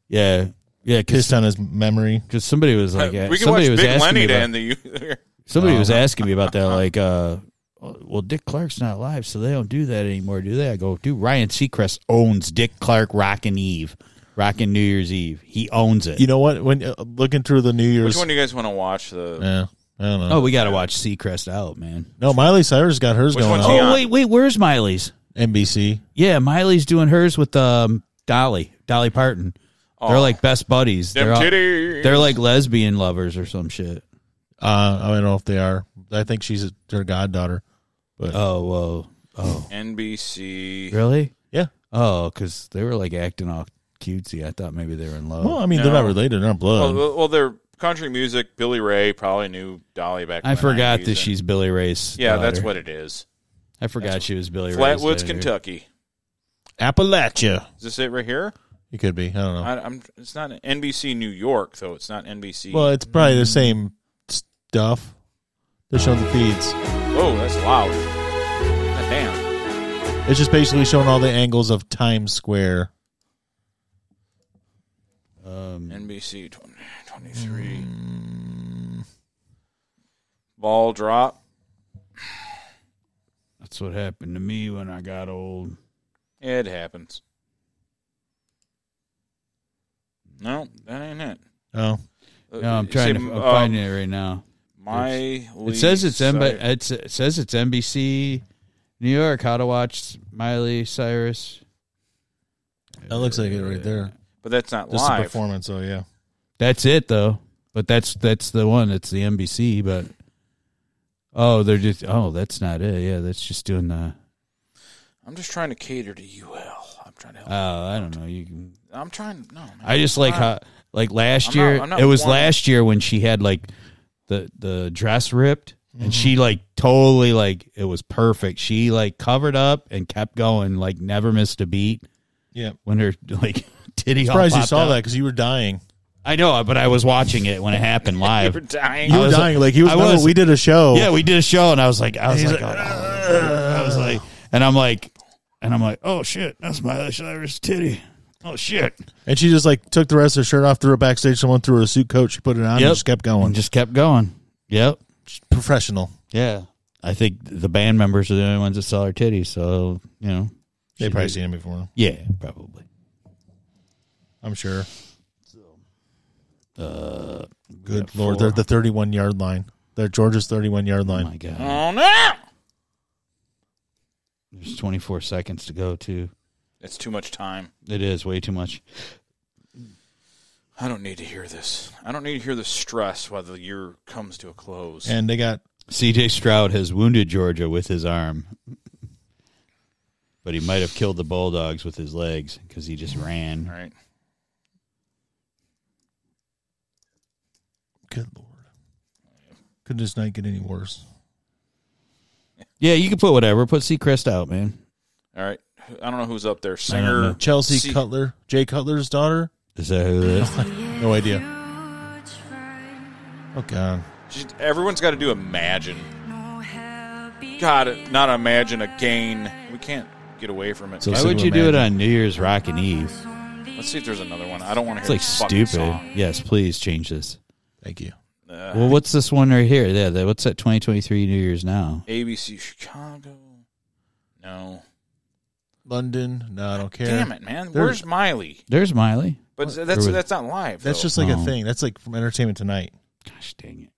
S4: yeah. Yeah,
S3: pissed on his memory.
S4: because somebody was like,
S2: we can watch
S4: somebody
S2: Big
S4: was asking me
S2: Lenny to
S4: about,
S2: end the year.
S4: somebody was asking me about that, like, uh, well, Dick Clark's not alive, so they don't do that anymore, do they? I go, dude, Ryan Seacrest owns Dick Clark Rockin' Eve, Rockin' New Year's Eve. He owns it.
S3: You know what? When uh, looking through the New Year's,
S2: Which one do you guys want to watch? The
S3: yeah, I don't know.
S4: oh, we got to watch Seacrest out, man.
S3: no, Miley Cyrus got hers
S2: Which
S3: going
S2: one's
S3: on.
S2: he
S4: Oh,
S2: Yeah.
S4: wait, wait, where's Miley's?
S3: NBC.
S4: Yeah, Miley's doing hers with um, Dolly, Dolly Parton. They're
S2: Oh.
S4: like best buddies.
S2: them
S4: They're, all-
S2: titties.
S4: they're like lesbian lovers or some shit.
S3: Uh, I don't know if they are. I think she's her goddaughter.
S4: Oh, whoa. Oh,
S2: NBC.
S4: really?
S3: Yeah.
S4: Oh, because they were like acting all cutesy. I thought maybe they were in love.
S3: Well, I mean, they're
S2: Oh. No. uh,
S3: not related. They're not blood.
S2: Well, Oh, well, well, they're country music. Billy Ray probably knew Dolly back. in
S4: I
S2: the
S4: forgot
S2: 90s,
S4: that
S2: and-
S4: she's Billy Ray's.
S2: Yeah, that's
S4: daughter.
S2: what it is.
S4: I forgot she was Billy Ray's.
S2: Flatwoods,
S4: daughter.
S2: Kentucky.
S3: Appalachia.
S2: Is this it right here?
S3: It could be. I don't know.
S2: I, I'm. It's not NBC New York though. It's not NBC.
S3: well, it's probably the same stuff. They're showing the feeds.
S2: oh, that's loud. God damn.
S3: It's just basically showing all the angles of Times Square.
S4: Um,
S2: NBC 20, 23. Ball drop.
S4: that's what happened to me when I got old.
S2: It happens. No, that ain't it.
S3: Oh,
S2: Uh,
S4: No, I'm
S2: it
S4: trying
S2: said,
S4: to I'm
S2: uh,
S4: finding it right now.
S2: My
S4: It says it's M-
S2: site.
S4: it's, it says it's NBC New York. How to watch Miley Cyrus.
S3: that looks like it right there.
S2: but that's not
S3: Just the
S2: live.
S3: performance. Oh yeah.
S4: That's it though. But that's that's the one. It's the NBC. But oh, they're just oh, that's not it. Yeah, that's just doing the.
S2: I'm just trying to cater to UL. I'm trying to help.
S4: Oh, I don't know. You can
S2: I'm trying. No, man.
S4: I just like
S2: I'm
S4: how
S2: not-
S4: like last
S2: I'm not-
S4: year
S2: I'm not
S4: it was
S2: one-
S4: last year when she had like the the dress ripped and she
S2: Mm-hmm.
S4: like totally like it was perfect. She like covered up and kept going like never missed a beat
S3: Yeah.
S4: when her like titty all
S3: Surprised you
S4: popped
S3: saw
S4: out.
S3: that because you were dying.
S4: I know, but I was watching it when it happened
S2: You
S4: live.
S2: were dying.
S3: You were
S4: was-
S3: dying. Like he was.
S4: I
S3: no,
S4: was-
S3: we did a show.
S4: Yeah, we did a show, and I was like, I was
S3: He's
S4: like,
S3: like,
S4: oh. I was like, and I'm like, and I'm like, oh shit, that's my Cyrus titty. Oh shit,
S3: And she just like took the rest of her shirt off, threw it backstage. Someone threw her a suit coat. She put it on
S4: Yep.
S3: and just kept going.
S4: and
S3: Just
S4: just kept going. Yep,
S3: professional.
S4: yeah. I think the band members are the only ones that sell our titties, so you know,
S3: They
S4: she
S3: probably
S4: did-
S3: seen him before.
S4: yeah, probably.
S3: I'm sure. Uh, Good lord, they're the 31 yard line. They're Georgia's 31 yard
S4: Oh
S3: line.
S4: my god,
S2: Oh no!
S4: there's 24 seconds to go. To
S2: That's too much time.
S4: it is way too much.
S2: I don't need to hear this. I don't need to hear the stress while the year comes to a close.
S3: and they got
S4: C.J. Stroud has wounded Georgia with his arm, but he might have killed the Bulldogs with his legs because he just ran.
S2: All right.
S3: good lord. Could this not get any worse?
S4: Yeah, you can put whatever. Put Seacrest out, man.
S2: All right. I don't know who's up there.
S3: I don't know.
S2: Singer
S3: Chelsea
S2: C-
S3: Cutler, Jay Cutler's daughter.
S4: Is that who it is?
S3: No idea. Oh god,
S2: She- Everyone's got to do imagine. God, not imagine again. We can't get away from it.
S3: So-
S4: Why
S3: Listen
S4: would
S3: to
S4: you do it
S3: Imagine.
S4: on New Year's Rockin' Eve?
S2: Let's see if there's another one. I don't want to
S4: It's
S2: hear
S4: like
S2: this fucking
S4: stupid.
S2: Song.
S4: Yes, please change this.
S3: thank you.
S2: Uh,
S4: Well, what's this one right here? Yeah, that, what's that? Twenty twenty three New Year's now.
S2: ABC Chicago. No.
S3: London. No, I don't care.
S2: Damn it, man.
S3: There's-
S2: Where's Miley?
S4: There's Miley.
S2: But
S4: What?
S2: that's
S4: Or-
S2: that's not live.
S3: That's
S2: though.
S3: just like a
S4: Oh.
S3: thing. That's like from Entertainment Tonight.
S4: Gosh dang it!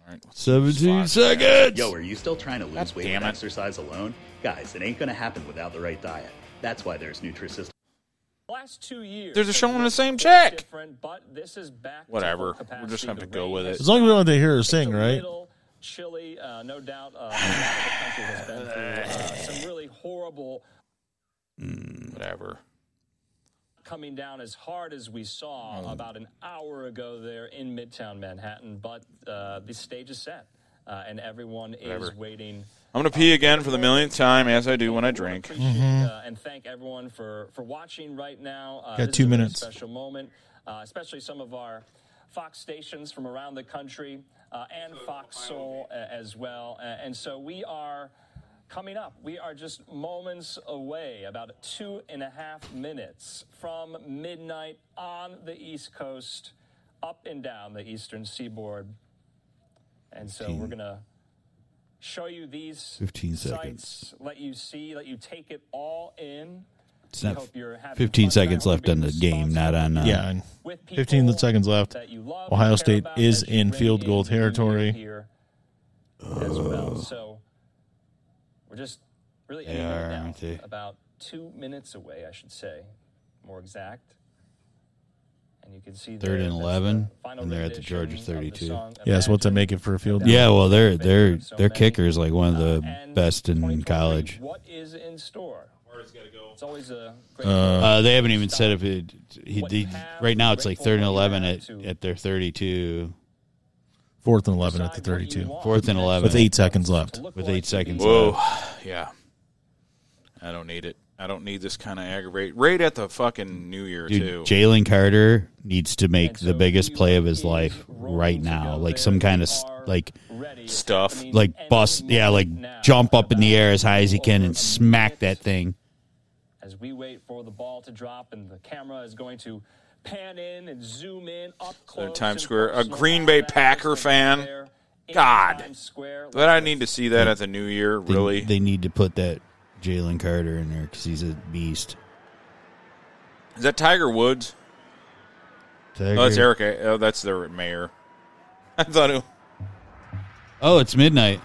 S2: All right, let's-
S4: Seventeen
S2: Fox, yeah.
S4: seconds.
S8: Yo, are you still trying to lose
S2: God
S8: weight
S2: damn
S8: with
S2: it.
S8: exercise alone? Guys, it ain't gonna happen without the right diet. That's why there's Nutrisystem.
S9: Last two years.
S2: They're just showing the same
S9: it's
S2: check.
S9: different, but this is back to
S2: Whatever.
S9: full
S2: We're just
S9: capacity.
S2: gonna have to
S9: The
S2: go
S9: rain
S2: with
S9: has
S2: it.
S3: As long as we don't have to hear her sing,
S9: been a
S3: right?
S9: little Chilly, uh, no doubt. Uh, a lot of the country has been through uh, some really horrible
S2: Whatever.
S9: coming down as hard as we saw
S2: Mm.
S9: about an hour ago there in Midtown Manhattan. But uh, the stage is set, uh, and everyone
S2: Whatever.
S9: is waiting.
S2: I'm gonna pee again for the millionth time, as I do when I drink.
S9: Appreciate,
S3: Mm-hmm.
S9: uh, and thank everyone for for watching right now. Uh,
S3: Got
S9: this
S3: two
S9: is a really
S3: minutes.
S9: special moment, uh, especially some of our Fox stations from around the country uh, and Fox Soul uh, as well. Uh, and so we are coming up. We are just moments away, about two and a half minutes from midnight on the East Coast, up and down the Eastern Seaboard. And so we're gonna show you these
S4: 15
S9: sites, let you see, let you take it all in.
S4: It's
S9: We
S4: not
S9: hope you're having
S4: fifteen
S9: fun.
S4: seconds
S9: We're
S4: left in the
S9: being
S4: game, not on. Uh,
S3: yeah. and
S9: with people
S3: 15 seconds left.
S9: that you love,
S3: Ohio
S9: care
S3: State
S9: about,
S3: is
S9: that you
S3: in
S9: bring
S3: field goal
S9: into your
S3: territory.
S9: here as well. So we're just really
S4: They
S9: ending right
S4: are,
S9: now.
S4: aren't they?
S9: about two minutes away, I should say, more exact. And you can see
S4: Third
S9: there,
S4: and
S9: that's the
S4: 11,
S9: final
S4: and they're at the
S9: rendition
S4: Georgia
S9: of
S4: 32.
S9: song,
S3: Yeah, so once I
S9: Imagine.
S3: make it for a field goal.
S4: Yeah, well, their their
S9: So
S4: their
S9: many.
S4: kicker is like one of the
S9: And
S4: best in
S9: 2023,
S4: college.
S9: What is in store? It's always a great
S4: Uh, they haven't even said if it. He, he, right now, it's like third and eleven at at their thirty-two.
S3: Fourth and 11 at the
S9: Decide what you
S3: 32.
S9: want.
S4: Fourth and eleven
S3: With eight seconds left.
S9: Look
S4: With
S9: like
S4: eight
S9: to
S4: seconds.
S9: be
S2: Whoa. Yeah. I don't need it. I don't need this kind of aggravate. Right at the fucking New Year too.
S4: Dude, Jalen Carter needs to make
S9: And
S4: the
S9: so
S4: biggest
S9: he
S4: play of his
S9: is
S4: life
S9: rolling
S4: right
S9: to
S4: now.
S9: go
S4: Like
S9: there.
S4: some kind of
S9: We
S4: s-
S9: are
S4: like
S9: ready.
S2: Stuff.
S9: I mean,
S4: like
S9: any
S4: bust. Yeah,
S9: moment
S4: like
S9: now.
S4: jump up in the air as high as he
S9: About
S4: can
S9: over
S4: and
S9: a
S4: smack
S9: minute
S4: that thing.
S9: As we wait for the ball to drop, and the camera is going to pan in and zoom in up close.
S2: Times
S9: and
S2: Square. A
S9: personal.
S2: Green Bay
S9: That is
S2: Packer
S9: what's
S2: fan?
S9: there in
S2: God.
S9: Times Square.
S2: But I need to see that at the New Year.
S4: They-
S2: Really.
S4: they need to put that Jalen Carter in there because he's a beast.
S2: Is that Tiger Woods? Oh, that's Eric. Oh, that's their mayor. I thought it.
S4: Oh, it's midnight.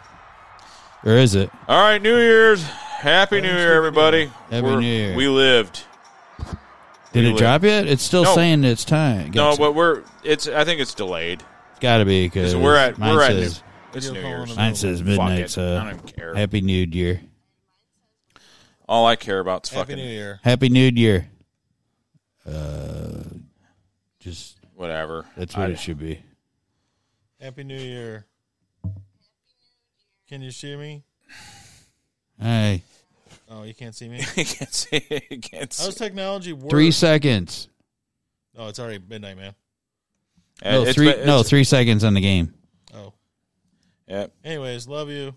S4: Or is it?
S2: All right, New Year's. Happy New Year, everybody.
S4: Happy
S2: We're-
S4: New Year.
S2: We lived.
S4: Did
S2: Really?
S4: it drop yet? It's still
S2: No.
S4: saying it's time.
S2: No,
S4: it's,
S2: but we're. It's. I think it's delayed.
S4: it's got to be because
S2: 'Cause we're at.
S4: Mine
S2: We're at.
S4: says,
S2: New- it's New
S3: call
S2: Year's.
S3: in
S4: mine says
S2: Fuck
S4: midnight.
S2: it.
S4: So
S2: I don't care.
S4: happy New Year.
S2: All I care about is
S3: Happy
S2: fucking
S3: New Year.
S4: Happy New Year. Uh, just
S2: whatever.
S4: that's what
S2: I-
S4: it should be.
S3: Happy New Year. Can you see me?
S4: Hey,
S3: Oh, you can't see me.
S2: I can't see. I can't
S3: How's
S2: see.
S3: technology work?
S4: three seconds.
S3: Oh, it's already midnight, man.
S2: Uh,
S4: No,
S2: it's
S4: three.
S2: been-
S4: No,
S2: it's-
S4: three seconds on the game.
S3: Oh.
S2: yeah.
S3: Anyways, love you.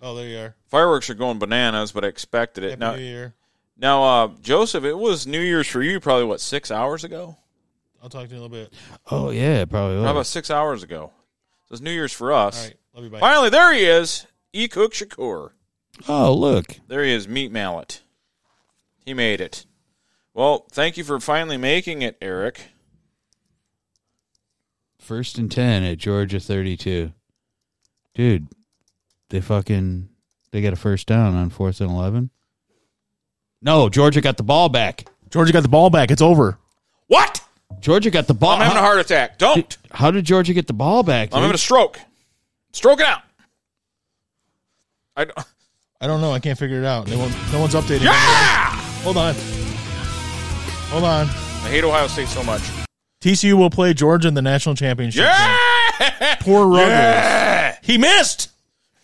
S3: Oh, there you are.
S2: Fireworks are going bananas, but I expected it.
S3: Happy
S2: now,
S3: New Year.
S2: now, uh, Joseph, it was New Year's for you probably what six hours ago?
S3: I'll talk to you in a little bit.
S4: Oh yeah, it probably.
S2: How about
S4: Was.
S2: six hours ago? So it's New Year's for us.
S3: All right. Love you. Bye.
S2: Finally, there he is. E. Cook Shakur.
S4: Oh look,
S2: There he is, Meat Mallet. He made it. Well, thank you for finally making it, Eric.
S4: first and ten at Georgia thirty-two. Dude, they fucking they got a first down on fourth and eleven. No, Georgia got the ball back.
S3: Georgia got the ball back. It's over.
S2: What?
S4: Georgia got the ball.
S2: I'm having a
S4: how,
S2: heart attack. Don't.
S4: how did Georgia get the ball back?
S2: I'm
S4: dude?
S2: having a stroke. Stroke it out. I don't.
S3: I don't know. I can't figure it out. They won't, no one's updating.
S2: Ah!
S3: Hold on. Hold on.
S2: I hate Ohio State so much.
S3: TCU will play Georgia in the national championship. game.
S2: Yeah!
S3: Poor Rutgers.
S2: He missed.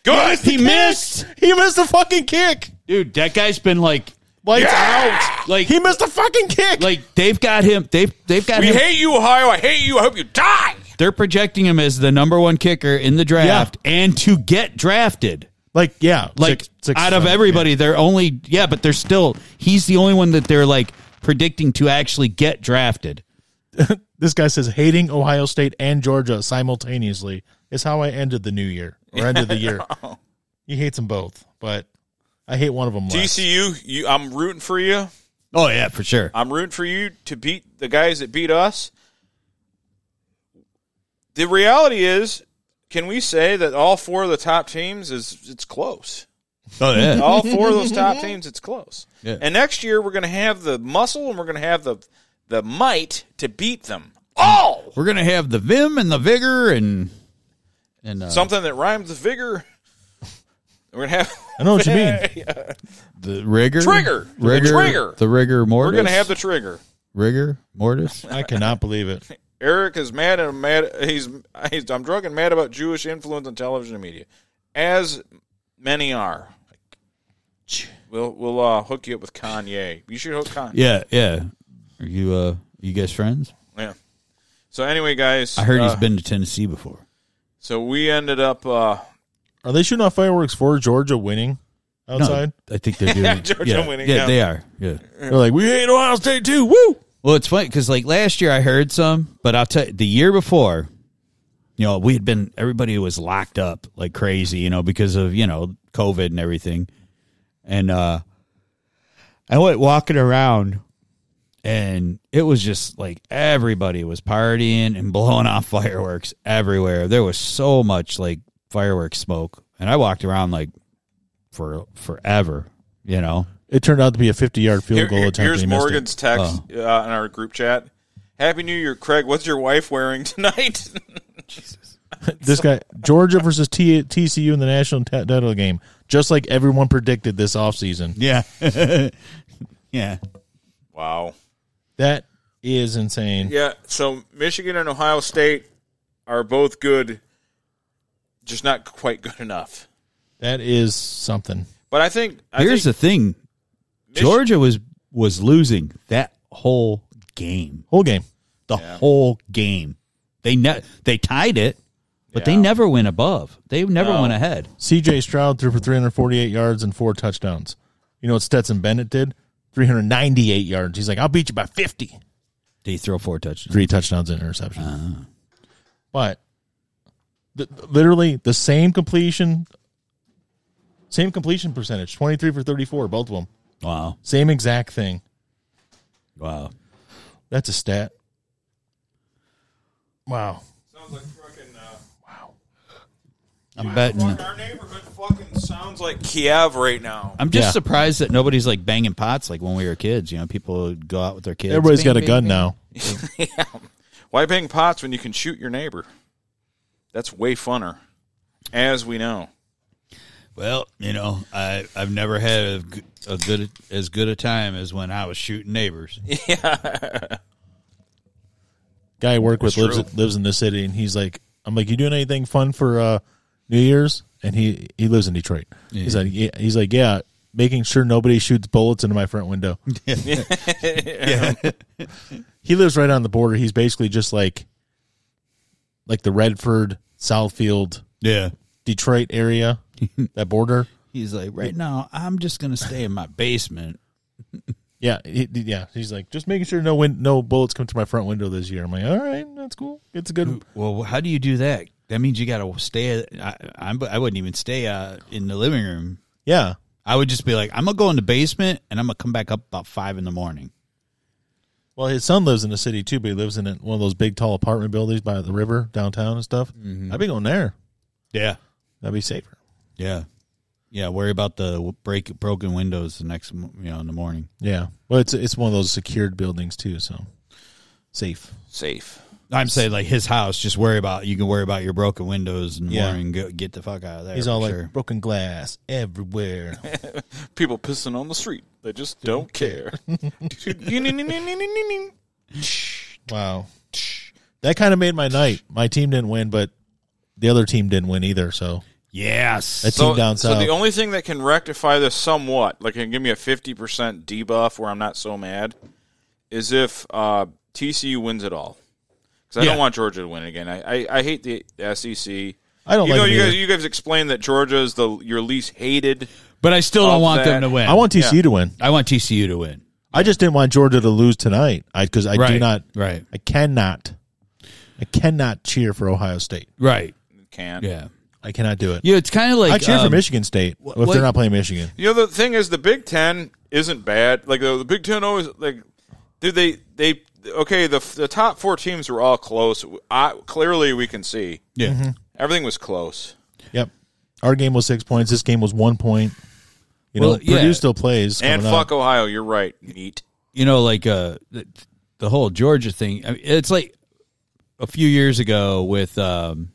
S2: Good.
S4: He missed.
S3: He missed a fucking kick.
S4: Dude, that guy's been like
S3: Lights
S2: Yeah!
S3: out.
S4: like
S3: He missed a fucking kick.
S4: like they've got him. They've they've got
S2: We
S4: him.
S2: hate you, Ohio. I hate you. I hope you die.
S4: They're projecting him as the number one kicker in the draft and to get drafted.
S3: like yeah.
S4: Like
S3: six- six,
S4: out of
S3: seven,
S4: everybody,
S3: yeah.
S4: they're only yeah, but they're still he's the only one that they're like predicting to actually get drafted.
S3: this guy says hating Ohio State and Georgia simultaneously is how I ended the new year or ended the year. He hates them both, but I hate one of them. Less.
S2: TCU, you, I'm rooting for you.
S4: Oh yeah, for sure.
S2: I'm rooting for you to beat the guys that beat us. The reality is, can we say that all four of the top teams is it's close?
S4: Oh yeah.
S2: All four of those top teams, it's close.
S4: Yeah.
S2: And next year we're going to have the muscle and we're going to have the the might to beat them all.
S4: We're gonna have the vim and the vigor and and uh,
S2: Something that rhymes with vigor. We're going to have
S3: I know what you mean.
S4: the rigor
S2: Trigger! The
S4: rigor
S2: trigger!
S4: the rigor mortis.
S2: we're going to have the trigger.
S4: rigor mortis.
S3: I cannot believe it.
S2: Eric is mad and mad. He's, he's I'm drunk and mad about Jewish influence on television and media, as many are. We'll we'll uh, hook you up with Kanye. You should hook Kanye.
S4: Yeah, yeah. Are you uh you guys friends?
S2: Yeah. So anyway, guys,
S4: I heard
S2: uh,
S4: he's been to Tennessee before.
S2: So we ended up. Uh,
S3: Are they shooting off fireworks for Georgia winning outside?
S4: No, I think they're doing. yeah,
S2: Georgia
S4: yeah,
S2: winning,
S4: Yeah,
S2: yeah.
S4: they are. Yeah.
S3: They're like, we hate Ohio State too. Woo!
S4: Well, it's funny because like last year I heard some, but I'll tell you, the year before, you know, we had been everybody was locked up like crazy, you know, because of you know COVID and everything, and uh, I went walking around, and it was just like everybody was partying and blowing off fireworks everywhere. There was so much like fireworks smoke, and I walked around like for forever, you know.
S3: It turned out to be a 50 yard field
S2: here-
S3: goal
S2: here-
S3: attempt.
S2: here's
S3: and he missed it.
S2: Morgan's text uh, in our group chat. Happy New Year, Craig. What's your wife wearing tonight?
S3: This guy, Georgia versus T- TCU in the national t- title game, just like everyone predicted this offseason.
S4: Yeah, yeah.
S2: wow.
S3: That is insane.
S2: Yeah. So Michigan and Ohio State are both good, just not quite good enough.
S3: That is something.
S2: But I think I
S4: Here's the
S2: think
S4: thing:
S2: Mich-
S4: Georgia was was losing that whole game,
S3: Whole game.
S4: the whole game. They ne- they tied it, but they
S2: Yeah.
S4: never went above. They never
S2: No.
S4: went ahead.
S3: CJ Stroud threw for 348 yards and four touchdowns. You know what Stetson Bennett did? 398 yards. He's like, I'll beat you by 50.
S4: They throw four touchdowns.
S3: Three touchdowns and interception. But th- literally the same completion, same completion percentage 23 for 34, both of them.
S4: Wow,
S3: Same exact thing.
S4: wow.
S3: That's a stat. Wow.
S2: Sounds like fucking. Uh,
S4: I'm betting.
S2: our neighborhood fucking sounds like Kiev right now.
S4: I'm just
S3: Yeah.
S4: surprised that nobody's like banging pots like when we were kids. You know, people would go out with their kids.
S3: Everybody's
S4: Bing,
S3: got a
S4: bing,
S3: gun
S4: bing.
S3: now.
S2: Why bang pots when you can shoot your neighbor? That's way funner, as we know.
S4: Well, you know, I I've never had a, g- a good as good a time as when I was shooting neighbors.
S3: guy I work with
S2: That's
S3: lives
S2: true.
S3: lives in this city, and he's like, I'm like, you doing anything fun for uh, New Year's? And he he lives in Detroit. He's like, yeah, he's like, yeah, making sure nobody shoots bullets into my front window. he lives right on the border. He's basically just like, like the Redford, Southfield,
S4: Yeah.
S3: Detroit area, that border.
S4: He's like, right now, I'm just gonna stay in my basement.
S3: Yeah, he, yeah. He's like, just making sure no win- no bullets come to my front window this year. I'm like, all right, that's cool. It's a good.
S4: Well, how do you do that? That means you got to stay. I, I'm, I wouldn't even stay uh, in the living room.
S3: Yeah,
S4: I would just be like, I'm gonna go in the basement and I'm gonna come back up about five in the morning.
S3: Well, his son lives in the city too, but he lives in a- one of those big tall apartment buildings by the river downtown and stuff.
S4: Mm-hmm.
S3: I'd be going there.
S4: Yeah,
S3: That'd be safer.
S4: yeah, yeah. Worry about the break broken windows the next, mo- you know, in the morning.
S3: Yeah. Well, it's it's one of those secured buildings too, so safe.
S2: Safe.
S4: I'm saying like his house. Just worry about you can worry about your broken windows in the
S3: Yeah.
S4: morning. Go, get the fuck out of there.
S3: He's all
S4: for
S3: like
S4: sure.
S3: broken glass everywhere.
S2: People pissing on the street. They just don't care.
S3: wow. That kind of made my night. My team didn't win, but the other team didn't win either. So
S4: yes.
S3: That's- Team down
S2: so
S3: south.
S2: the only thing that can rectify this somewhat, like can give me a fifty percent debuff where I'm not so mad, is if uh, TCU wins it all. Because I
S4: Yeah.
S2: don't want Georgia to win again. I, I, I hate the SEC.
S3: I don't
S2: You
S3: like
S2: know,
S3: them
S2: you guys,
S3: either.
S2: you guys explained that Georgia is the your least hated.
S4: but I still
S2: Of
S4: don't want them
S2: that-
S4: to win.
S3: I want TCU to win.
S4: I want TCU to win.
S3: I just didn't want Georgia to lose tonight. I because I do
S4: Right,
S3: not.
S4: right.
S3: I cannot. I cannot cheer for Ohio State.
S4: Right.
S2: Can't.
S4: Yeah.
S3: I cannot do it.
S4: Yeah, it's kind of like
S3: I cheer for
S4: um,
S3: Michigan State if
S4: what-
S3: they're not playing Michigan.
S2: You know the thing is the Big Ten isn't bad. Like the, the Big Ten always like, do they they okay? The the top four teams were all close. I, clearly, we can see
S4: Yeah.
S3: Mm-hmm.
S2: everything was close.
S3: Yep. Our game was six points. This game was one point. You know,
S4: Well, yeah.
S3: Purdue still plays.
S2: And
S3: coming up.
S2: fuck Ohio. You're right. Neat.
S4: you know, like uh, the, the whole Georgia thing. I mean, it's like a few years ago with um,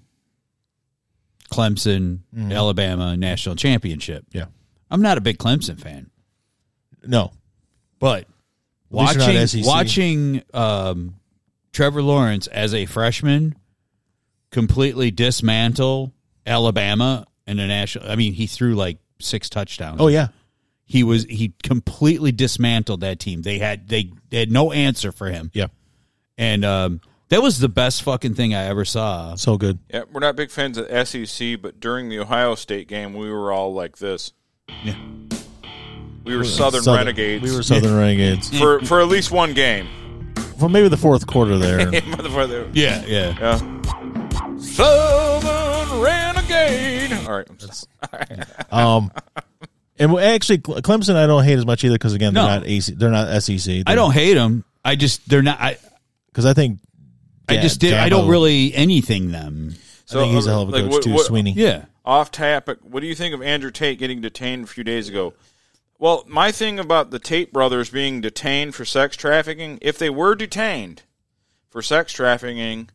S4: Clemson, Alabama national championship.
S3: Mm-hmm. Yeah.
S4: I'm not a big Clemson fan,
S3: No.
S4: but
S3: least you're not E
S4: watching
S3: SEC.
S4: watching um, Trevor Lawrence as a freshman completely dismantle Alabama in the national. I mean, he threw like six touchdowns.
S3: Oh yeah.
S4: he was he completely dismantled that team. They had they, they had no answer for him.
S3: Yeah.
S4: And um, that was the best fucking thing I ever saw.
S3: So good.
S2: Yeah, we're not big fans of SEC, but during the Ohio State game, we were all like this.
S4: Yeah.
S2: We were Southern, Renegades
S3: We were Southern Renegades.
S2: for for at least one game.
S3: Well, maybe the fourth quarter there.
S2: Motherfucker.
S4: Yeah, yeah.
S2: Yeah. Southern Renegade. All right. I'm just-
S3: Um, and we- actually, Cle- Clemson, I don't hate as much either because again, they're
S4: No.
S3: not AC, they're not SEC.
S4: I don't hate them. I just they're not. I
S3: because I think
S4: I just did. I don't really anything them.
S3: I think he's a hell of a
S2: like,
S3: coach
S2: what-
S3: too,
S2: what-
S3: Sweeney.
S4: Yeah.
S2: Off topic. What do you think of Andrew Tate getting detained a few days ago? Well, my thing about the Tate brothers being detained for sex trafficking, if they were detained for sex trafficking,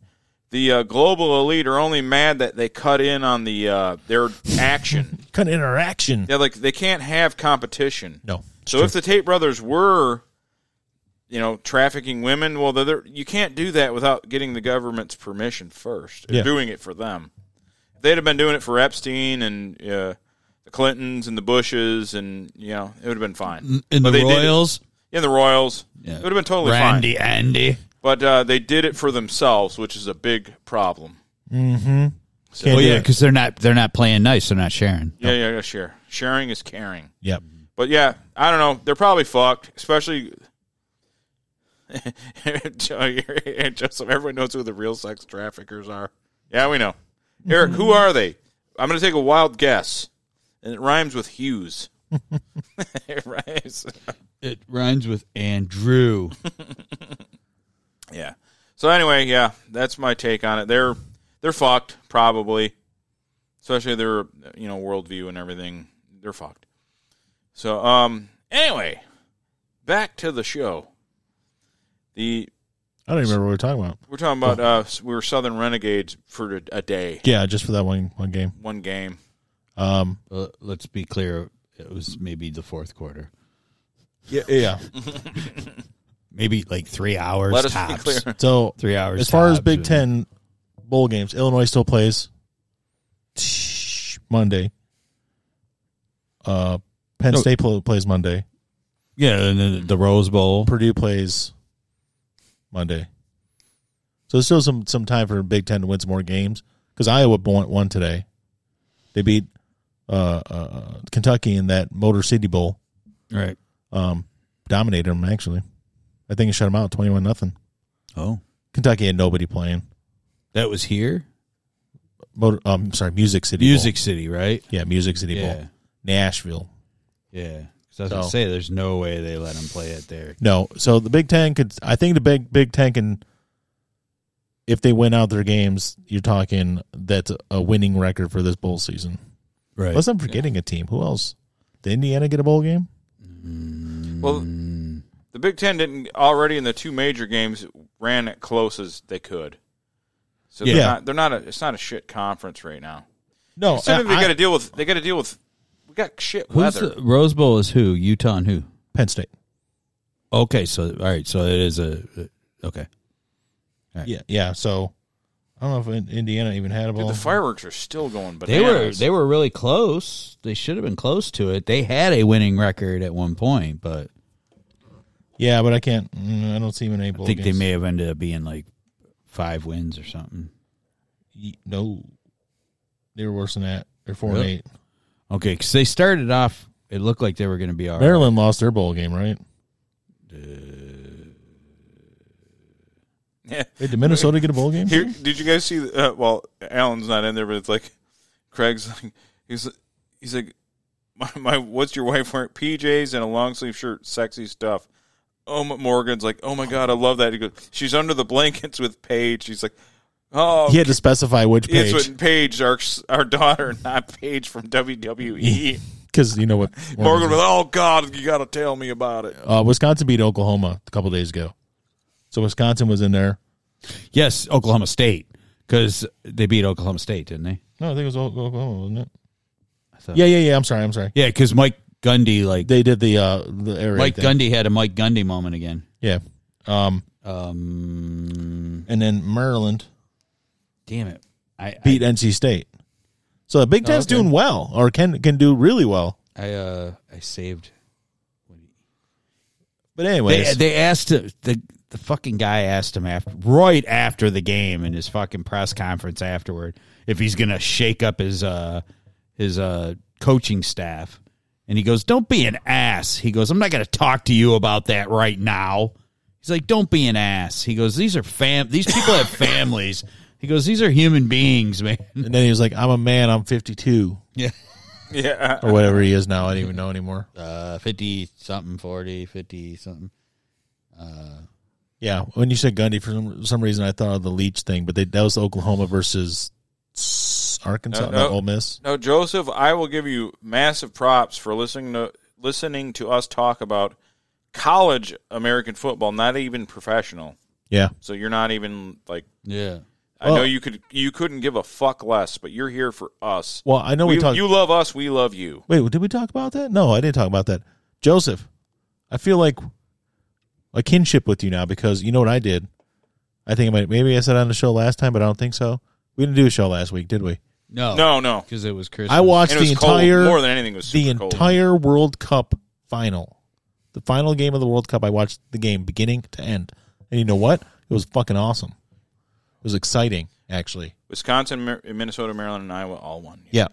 S2: the uh, global elite are only mad that they cut in on the uh, their action.
S3: kind of interaction.
S2: yeah, like they can't have competition.
S3: No,
S2: So if the Tate brothers were, you know, trafficking women, well, they're- they're, you can't do that without getting the government's permission first. They're
S3: Yeah.
S2: doing it for them. If they'd have been doing it for Epstein and uh, the Clintons and the Bushes, and you know, it would have been fine.
S4: In
S2: But
S4: the
S2: they did it-
S4: Royals,
S2: in the Royals,
S4: Yeah.
S2: it would have been totally
S4: Randy
S2: fine.
S4: Andy.
S2: But uh, they did it for themselves, which is a big problem.
S4: Oh
S3: Can't do
S4: yeah,
S3: it.
S4: because they're not they're not playing nice. They're not sharing.
S2: Yeah, yeah, yeah. Share, sharing is caring.
S3: Yep.
S2: But yeah, I don't know. They're probably fucked, especially. Joseph, everyone knows who the real sex traffickers are. Yeah, we know. Eric, who are they? I'm going to take a wild guess, and it rhymes with Hughes. it rhymes.
S4: It rhymes with Andrew.
S2: Yeah. So anyway, yeah, that's my take on it. They're they're fucked probably, especially their you know worldview and everything. They're fucked. So um, anyway, back to the show. The
S3: I don't even remember what we we're talking about.
S2: we're talking about uh, we were Southern Renegades for a, a day,
S3: Yeah, just for that one one game.
S2: one game.
S3: Um,
S4: Uh, let's be clear. It was maybe the fourth quarter.
S3: yeah, yeah.
S4: Maybe like three hours.
S2: Let us
S4: tops.
S2: be clear.
S3: So
S4: Three hours.
S3: as far as
S4: tops.
S3: Big Ten bowl games, Illinois still plays Monday. Uh, Penn
S4: No.
S3: State pl- plays Monday.
S4: Yeah, and then the Rose Bowl.
S3: Purdue plays Monday. So there's still some some time for Big Ten to win some more games because Iowa won, won today. They beat uh, uh, Kentucky in that Motor City Bowl.
S4: Right.
S3: Um, dominated them actually. I think it shut them out twenty one nothing.
S4: Oh,
S3: Kentucky had nobody playing.
S4: that was here.
S3: Motor, um, sorry, Music City. Bowl.
S4: Music City, right?
S3: yeah, Music City
S4: Yeah.
S3: Bowl. Nashville.
S4: Yeah. 'Cause I was
S3: So-
S4: gonna say, there's no way they let him play it there.
S3: No, so the Big Ten could. I think the Big Big Ten can. If they win out their games, you're talking that's a winning record for this bowl season.
S4: Right.
S3: Unless I'm forgetting a team. Who else? Did Indiana get a bowl game?
S2: Well, the Big Ten didn't already in the two major games ran it close as they could. So they're
S3: Yeah.
S2: not they're not a it's not a shit conference right now.
S3: No,
S2: Something they
S3: I-
S2: got to deal with. They got to deal with. We got shit
S4: Who's
S2: weather.
S4: the Rose Bowl is who? Utah and who?
S3: Penn State.
S4: Okay, so all right, so it is a uh, okay.
S3: Yeah, yeah. So I don't know if in- Indiana even had a
S2: Dude,
S3: bowl.
S2: the fireworks are still going. Bananas.
S4: They were they were really close. They should have been close to it. They had a winning record at one point, but
S3: yeah, but I can't. mm, I don't see even a
S4: I
S3: bowl.
S4: think they
S3: games.
S4: may have ended up being like five wins or something.
S3: Ye- No, they were worse than that. They're four and
S4: Really?
S3: eight.
S4: Okay, because they started off. It looked like they were going to be all right.
S3: Maryland lost their bowl game, right?
S2: Yeah.
S3: Hey, did Minnesota get a bowl game?
S2: Here, did you guys see? Uh, well, Alan's not in there, but it's like Craig's like he's he's like my, my what's your wife wearing PJs and a long sleeve shirt, sexy stuff. Oh, my- Morgan's like, oh my god, I love that. He goes, she's under the blankets with Paige. She's like, oh,
S3: He had to specify which
S2: it's
S3: page
S2: with Paige, our our daughter, not Paige from WWE.
S3: because you know what.
S2: Morgan was, oh god, you got to tell me about it.
S3: uh, Wisconsin beat Oklahoma a couple days ago, so Wisconsin was in there.
S4: Yes, Oklahoma State because they beat Oklahoma State, didn't they?
S3: No, I think it was O- Oklahoma, wasn't it?
S4: thought-
S3: yeah, yeah, yeah. I'm sorry. I'm sorry.
S4: Yeah, because Mike Gundy like
S3: They did the uh, the area.
S4: Mike
S3: thing.
S4: Gundy had a Mike Gundy moment again.
S3: Yeah. Um,
S4: Um,
S3: and then Maryland
S4: damn it, I Oh,
S3: beat NC State. So the Big Ten's
S4: okay.
S3: doing well, or can can do really well.
S4: I, I uh I saved.
S3: But
S4: They,
S3: anyways,
S4: they asked the the fucking guy asked him after right after the game in his fucking press conference afterward if he's gonna shake up his uh his uh coaching staff, and he goes, "Don't be an ass." He goes, "I'm not gonna talk to you about that right now." He's like, "Don't be an ass." He goes, "These are fam. These people have families." He goes, "These are human beings, man."
S3: and then he was like, "I'm a man. I'm 52
S4: Yeah.
S2: Yeah,
S3: or whatever he is now. I don't even know anymore."
S4: Uh, 50 something, 40, 50 something.
S3: Yeah, when you said Gundy, for some, some reason I thought of the Leach thing, but they, that was Oklahoma versus s- Arkansas,
S2: No,
S3: not
S2: Uh, no.
S3: Ole Miss.
S2: No, Joseph, I will give you massive props for listening to listening to us talk about college American football, not even professional.
S3: Yeah,
S2: So you're not even like
S4: Yeah.
S2: I know
S3: Oh.
S2: you could you couldn't give a fuck less, but you're here for us.
S3: well, I know we,
S2: We-
S3: talked.
S2: you love us, we love you.
S3: Wait, did we talk about that? No, I didn't talk about that. Joseph, I feel like a kinship with you now because you know what I did. I think I might, maybe I said on the show last time, but I don't think so. We didn't do a show last week, did we?
S4: No.
S2: No, no.
S4: Because it was Christmas.
S3: I watched
S2: And it
S3: the
S2: was cold.
S3: entire
S2: More than anything, it was
S3: the
S2: super cold.
S3: entire World Cup final, the final game of the World Cup. I watched the game beginning to end, and you know what? It was fucking awesome. It was exciting, actually.
S2: Wisconsin, Mar- Minnesota, Maryland, and Iowa all won.
S3: Yeah,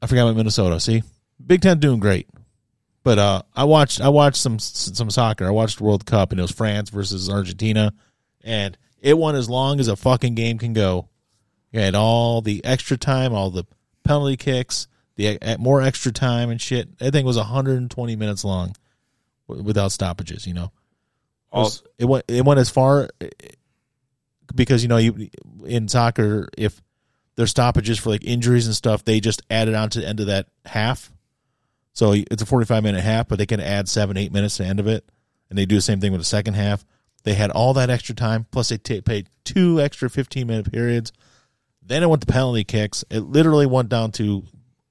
S3: I forgot about Minnesota. See, Big Ten doing great, but uh, I watched I watched some some soccer. I watched World Cup, and it was France versus Argentina, and it won as long as a fucking game can go. You had all the extra time, all the penalty kicks, the e- more extra time and shit. That thing was 120 minutes long w- without stoppages. You know, it, was- it went it went as far eh, because you know you in soccer if there's stoppages for like injuries and stuff, they just added on to the end of that half. So it's a 45 minute half, but they can add seven eight minutes to the end of it, and they do the same thing with the second half. They had all that extra time, plus they ta paid two extra 15 minute periods. Then it went to penalty kicks. It literally went down to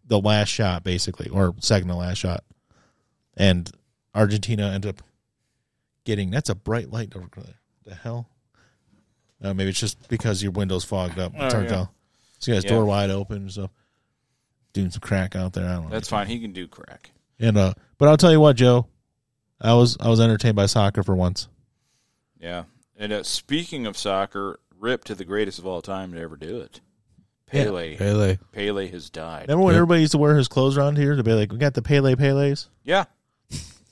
S3: the last shot, basically, or second to last shot, and Argentina ended up getting. That's a bright light over there. The hell? Uh, maybe it's just because your window's fogged up. It's hard to
S2: Oh, yeah.
S3: tell. So you guys,
S2: Yeah.
S3: door wide open and stuff. Doing some crack out there. I don't know.
S2: That's fine. He can do crack.
S3: and uh, but I'll tell you what, Joe, I was I was entertained by soccer for once.
S2: Yeah. And uh, speaking of soccer, rip to the greatest of all time to ever do it. Pele.
S4: Pele.
S2: Pele has died.
S3: Remember when
S4: Yep.
S3: everybody used to wear his clothes around here to be like, we got the Pele Pele's.
S2: Yeah.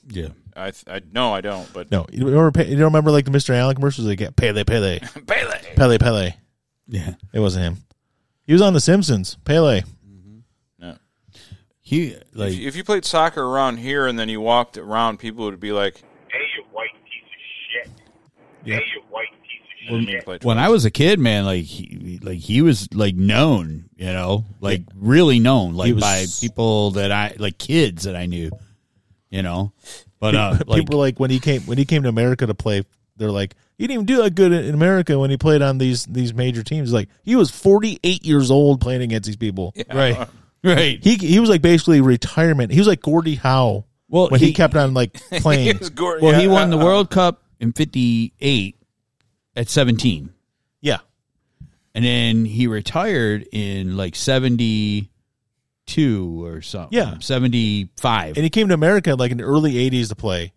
S4: Yeah.
S2: I, th- I no, I don't. But
S3: No, you remember? Pe- You don't remember like the Mr. Allen commercials? They get Pele Pele
S2: Pele.
S3: Pele Pele.
S4: Yeah.
S3: It wasn't him. He was on The Simpsons. Pele.
S4: He like
S2: if, if you played soccer around here and then you walked around, people would be like,
S1: Hey, you white piece of shit. Hey, you white piece of
S2: "You
S1: shit.
S2: didn't play
S4: when I was a kid, man, like he like he was like known, you know, like really known, like
S3: was-
S4: by people that I like kids that I knew, you know. But uh, like,
S3: People were like when he came when he came to America to play. They're like, he didn't even do that good in in America when he played on these these major teams. Like he was 48 years old playing against these people.
S4: right, right.
S3: He he was like basically retirement. He was like Gordie Howe.
S4: Well,
S3: when he,
S4: he-
S3: kept on like playing.
S2: was Gordon-
S4: well, he
S2: yeah,
S4: won the
S2: uh,
S4: World Cup in '58 at 17,
S3: yeah,
S4: and then he retired in like '72 or something.
S3: Yeah.
S4: '75.
S3: and he came to America like in the early '80s to play.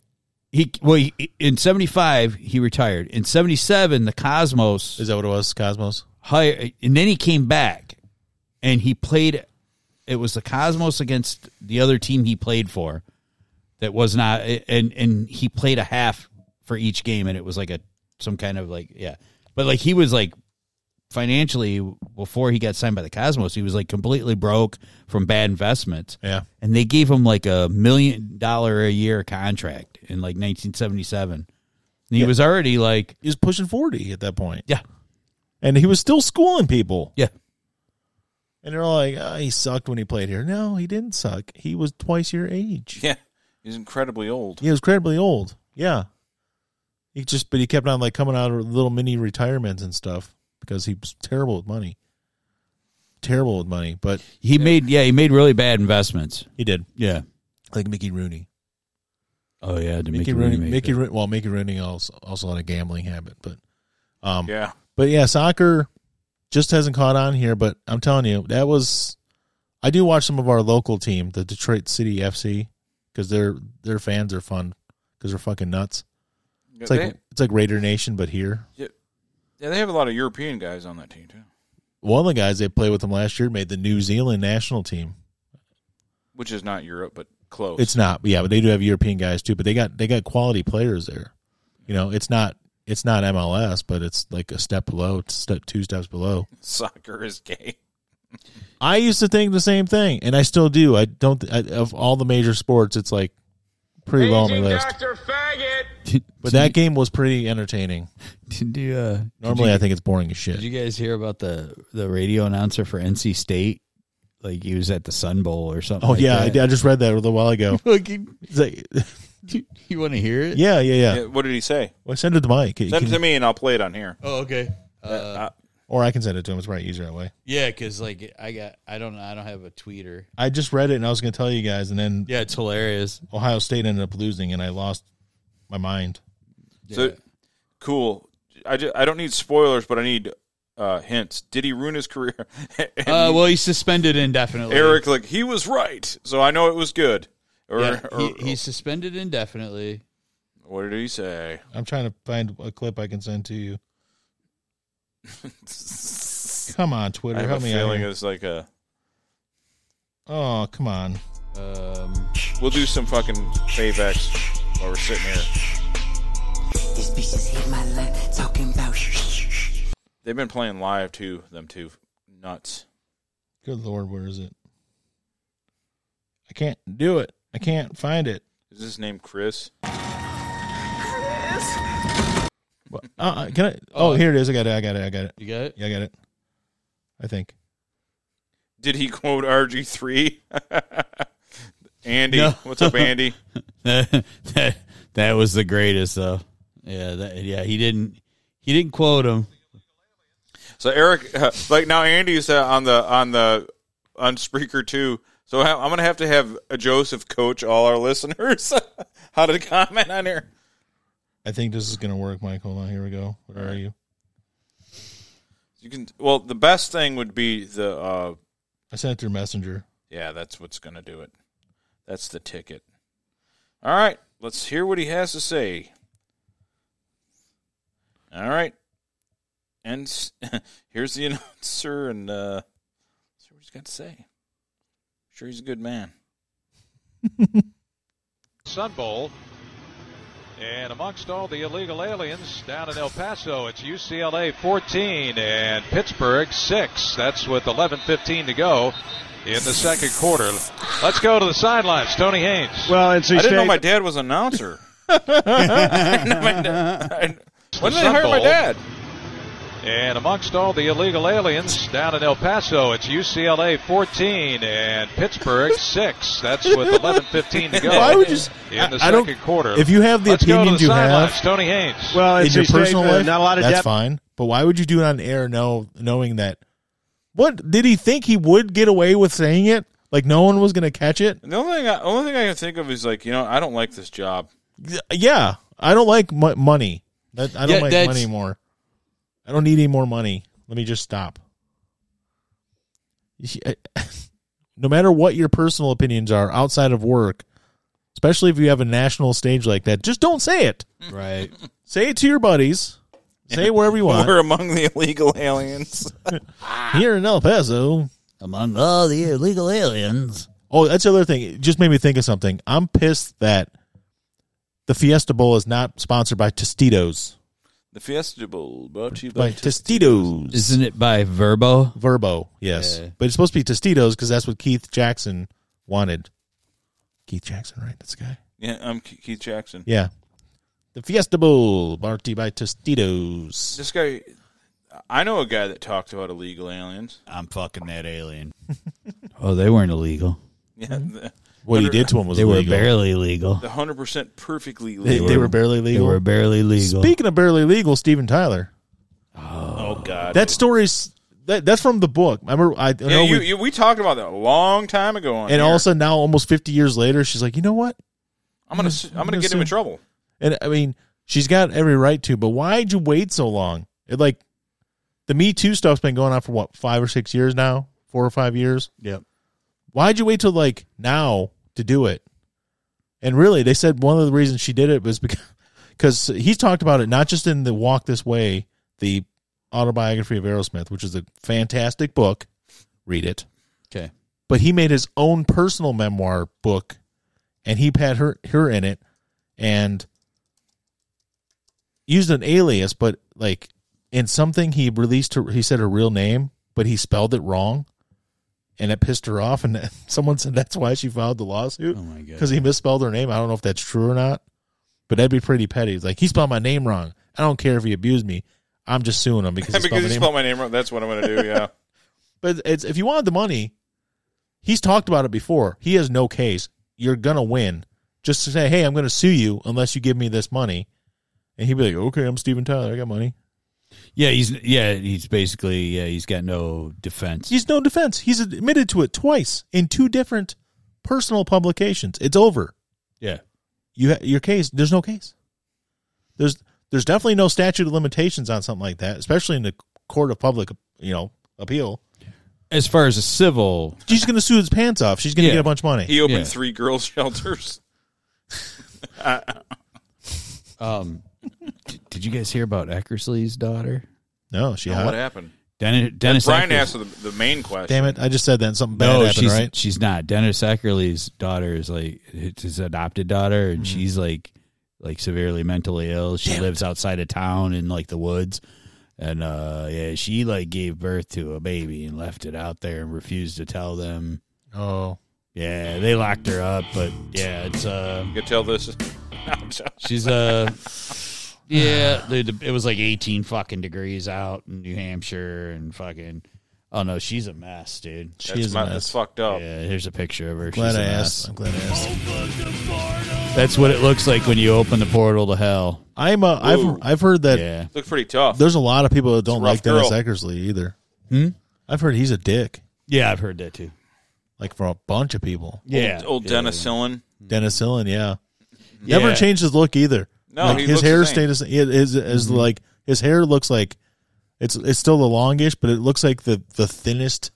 S4: He well he, in '75 he retired. In '77, the Cosmos
S3: Is that what it was? Cosmos.
S4: hire, and then he came back and he played. It was the Cosmos against the other team he played for, that was not and and he played a half for each game and it was like a some kind of like yeah but like he was like financially before he got signed by the cosmos he was like completely broke from bad investments
S3: Yeah.
S4: and they gave him like a million dollar a year contract in like 1977 and he was already like
S3: He was pushing 40 at that point.
S4: yeah
S3: And he was still schooling people.
S4: yeah
S3: And they're all like, oh, he sucked when he played here. No, he didn't suck. He was twice your age.
S2: Yeah, he's incredibly old.
S3: He was incredibly old. Yeah. He just, but he kept on like coming out of little mini retirements and stuff because he was terrible with money. Terrible with money, but
S4: he made yeah he made really bad investments
S3: he did.
S4: yeah
S3: Like Mickey Rooney.
S4: oh yeah did
S3: Mickey, Rooney.
S4: make
S3: Mickey
S4: it.
S3: Rooney. Well, Mickey Rooney also also had a gambling habit, but um,
S2: Yeah,
S3: But yeah, soccer just hasn't caught on here. But I'm telling you, that was. I do watch some of our local team, the Detroit City FC, because their their fans are fun because they're fucking nuts. It's like
S2: they,
S3: it's like Raider Nation, but here.
S2: yeah, they have a lot of European guys on that team too,
S3: One of the guys they played with them last year made the New Zealand national team.
S2: which is not Europe but close.
S3: It's not, yeah, but they do have European guys too. But they got they got quality players there. You know, it's not it's not MLS, but it's like a step below, it's step two steps below.
S2: soccer is gay.
S3: I used to think the same thing, and I still do. I don't I, of all the major sports, it's like pretty low on my list.
S4: Did-
S3: But
S4: did
S3: that game was pretty entertaining.
S4: you- did you uh did
S3: Normally,
S4: you-
S3: I think it's boring as
S4: Did you
S3: shit.
S4: guys hear about the the radio announcer for NC State? Like he was at the Sun Bowl or something.
S3: Oh
S4: like
S3: yeah, I,
S4: that.
S3: did- I just read that a little while ago.
S4: Like, you,
S3: It's like-
S4: want to hear it?
S3: yeah, yeah, yeah.
S2: Yeah, What did he say?
S3: Well, send it to Mike, Can-
S2: Send it to me and I'll play it on here.
S4: Oh okay.
S2: Uh,
S3: or I can send it to him. It's probably easier that way.
S4: Yeah, because like I got I don't I don't have a tweeter.
S3: I just read it, and I was going to tell you guys, and then
S4: Yeah, it's hilarious.
S3: Ohio State ended up losing, and I lost my mind.
S2: So cool. I, ju- I don't need spoilers, but I need uh, hints. Did he ruin his career? And
S4: Uh, well, he's suspended indefinitely.
S2: Eric, like he was right, so I know it was good. Or,
S4: yeah, he,
S2: or-
S4: he's suspended indefinitely.
S2: what did he say?
S3: I'm trying to find a clip I can send to you. Come on, Twitter,
S2: I have
S3: help
S2: a
S3: me out.
S2: feeling
S3: here.
S2: it's like a.
S3: Oh, come on.
S4: Um,
S2: We'll do some fucking paybacks while we're sitting here.
S10: These bitches hate my life, talking about
S2: They've been playing live too. Them two nuts.
S3: Good lord, where is it? I can't do it. I can't find it.
S2: Is his name Chris?
S3: Well, Uh, uh, can I? Oh, here it is. I got it. I got it. I got it.
S4: you got it?
S3: Yeah, I got it. I think.
S2: Did he quote RG three? Andy,
S4: No.
S2: what's up, Andy?
S4: that, that that was the greatest though. Yeah, that, yeah. He didn't he didn't quote him.
S2: So Eric, uh, like now Andy's uh, on the on the on Spreaker too. So I- I'm gonna have to have a Joseph coach all our listeners how to comment on here.
S3: I think this is gonna work, Mike. Hold on. Here we go. Where are you?
S2: You can well the best thing would be the uh
S3: I sent it through Messenger.
S2: yeah that's what's gonna do it. That's the ticket. All right, let's hear what he has to say. All right, and s- here's the announcer, and uh, let's see what he's got to say. Sure, he's a good man.
S11: Sun Bowl. And amongst all the illegal aliens down in El Paso, it's UCLA 14 and Pittsburgh 6. That's with 11:15 to go in the second quarter. Let's go to the sidelines, Tony Haynes.
S7: Well, it's
S2: I didn't know my dad was an announcer. I didn't know my dad- I- when did they hire my dad?
S11: And amongst all the illegal aliens down in El Paso, it's UCLA 14 and Pittsburgh 6. That's with 11:15 to go.
S3: Why would you s-
S11: in the
S3: I- I don't-
S11: second quarter?
S3: if you have the
S11: Let's go to
S3: opinions
S11: the
S3: you
S11: sidelines,
S3: have-
S11: Tony Haynes.
S7: well,
S3: In your personal life,
S7: not a lot of
S3: that's
S7: depth.
S3: fine. But why would you do it on air? No, knowing that. What did he think he would get away with saying it? Like no one was gonna catch it.
S2: The only thing, I, only thing I can think of is like, you know, I don't like this job.
S3: Yeah, I don't like mo- money. That, I don't
S4: Yeah,
S3: like
S4: that's-
S3: money anymore. I don't need any more money. Let me just stop. You see, I- No matter what your personal opinions are outside of work, especially if you have a national stage like that, just don't say it.
S4: Right.
S3: Say it to your buddies. Say it wherever you want.
S2: We're among the illegal aliens.
S3: Here in El Paso,
S4: Among all the illegal aliens.
S3: Oh, that's the other thing. It just made me think of something. I'm pissed that the Fiesta Bowl is not sponsored by Tostitos.
S2: The Fiesta Bowl brought to you by,
S3: By Tostitos.
S4: Isn't it by Verbo?
S3: Verbo, yes.
S4: Yeah.
S3: But it's supposed to be Tostitos because that's what Keith Jackson wanted. Keith Jackson, right? That's the guy.
S2: Yeah, I'm Ke- Keith Jackson.
S3: Yeah. The Fiesta Bowl brought to you by Tostitos.
S2: This guy, I know a guy that talked about illegal aliens.
S4: I'm fucking that alien. oh, they weren't illegal.
S2: Yeah,
S3: Mm-hmm.
S2: the,
S3: What he did to him was
S4: they
S3: illegal.
S4: were barely legal.
S2: the hundred percent perfectly
S3: They,
S2: legal.
S3: they were barely
S4: They
S3: legal.
S4: were barely legal.
S3: Speaking of barely legal, Steven Tyler.
S2: oh God,
S3: That story's that, that's from the book. Remember, I I
S2: Yeah,
S3: know
S2: you,
S3: we,
S2: you, we talked about that a long time ago. On
S3: and
S2: here.
S3: all of a sudden now, almost fifty years later, she's like, you know what?
S2: I'm gonna s- I'm gonna,
S3: gonna
S2: get him in
S3: sue-
S2: trouble.
S3: And I mean, she's got every right to, but why'd you wait so long? It like the Me Too stuff's been going on for what five or six years now, four or five years.
S4: Yep.
S3: Why'd you wait till like now to do it? And really, they said one of the reasons she did it was because because he's talked about it not just in the Walk This Way, the autobiography of Aerosmith, which is a fantastic book. Read it.
S4: Okay.
S3: but he made his own personal memoir book and he had her her in it and used an alias but like in something he released her he said her real name but he spelled it wrong and it pissed her off and then someone said that's why she filed the lawsuit
S4: Oh my god.
S3: because he misspelled her name i don't know if that's true or not but that'd be pretty petty It's like he spelled my name wrong i don't care if he abused me i'm just suing him because he spelled
S2: because
S3: my
S2: he
S3: name
S2: spelled my name wrong. That's what I'm gonna do. Yeah,
S3: but it's if you wanted the money, he's talked about it before. He has no case. You're gonna win. Just to say, hey, I'm gonna sue you unless you give me this money. And he'd be like, okay, I'm Steven Tyler. I got money.
S4: Yeah, he's yeah, he's basically yeah, he's got no defense.
S3: He's no defense. He's admitted to it twice in two different personal publications. It's over.
S4: Yeah.
S3: You ha- your case. There's no case. There's there's definitely no statute of limitations on something like that, especially in the court of public, you know, appeal.
S4: As far as a civil,
S3: She's gonna sue his pants off. She's gonna
S4: Yeah.
S3: get a bunch of money.
S2: he opened
S4: Yeah.
S2: three girls shelters.
S4: um, d- did you guys hear about Eckersley's daughter?
S3: no, she.
S2: What
S3: hot.
S2: happened?
S4: Dennis, Dennis
S2: Brian
S4: Eckersley-
S2: asked the, the main question.
S3: Damn it! I just said that and something bad
S4: No,
S3: happened,
S4: she's
S3: right?
S4: she's not. Dennis Eckersley's daughter is like it's his adopted daughter,
S3: Mm-hmm.
S4: and she's like like severely mentally ill. She lives outside of town in like the woods, and uh yeah, she like gave birth to a baby and left it out there and refused to tell them.
S3: Oh,
S4: Yeah, they locked her up, but yeah, it's uh
S2: You could tell this.
S4: she's uh yeah, dude, it was like eighteen fucking degrees out in New Hampshire and fucking. Oh no, she's a mess, dude.
S3: she
S2: That's,
S3: is
S2: my,
S3: a
S2: that's
S3: mess.
S2: fucked up.
S4: Yeah, here's a picture of her.
S3: Oh. Glad
S4: She's a
S3: I
S4: mess.
S3: asked. I'm glad I asked.
S4: That's what it looks like when you open the portal to hell.
S3: I'm. Uh,
S2: Ooh.
S3: I've. I've heard that
S4: Yeah.
S2: Looked pretty tough.
S3: there's a lot of people that don't
S2: rough
S3: like Dennis
S2: girl.
S3: Eckersley either.
S4: Hmm?
S3: I've heard he's a dick,
S4: Yeah, I've heard that too.
S3: like from a bunch of people.
S4: Yeah.
S2: old, old Dennis Hillen.
S3: Dennis Hillen, yeah.
S4: Yeah.
S3: Never changed his look either.
S2: No,
S3: Like,
S2: he
S3: his
S2: looks
S3: hair
S2: the same.
S3: stayed as is is like his hair looks like it's it's still the longish, but it looks like the the thinnest,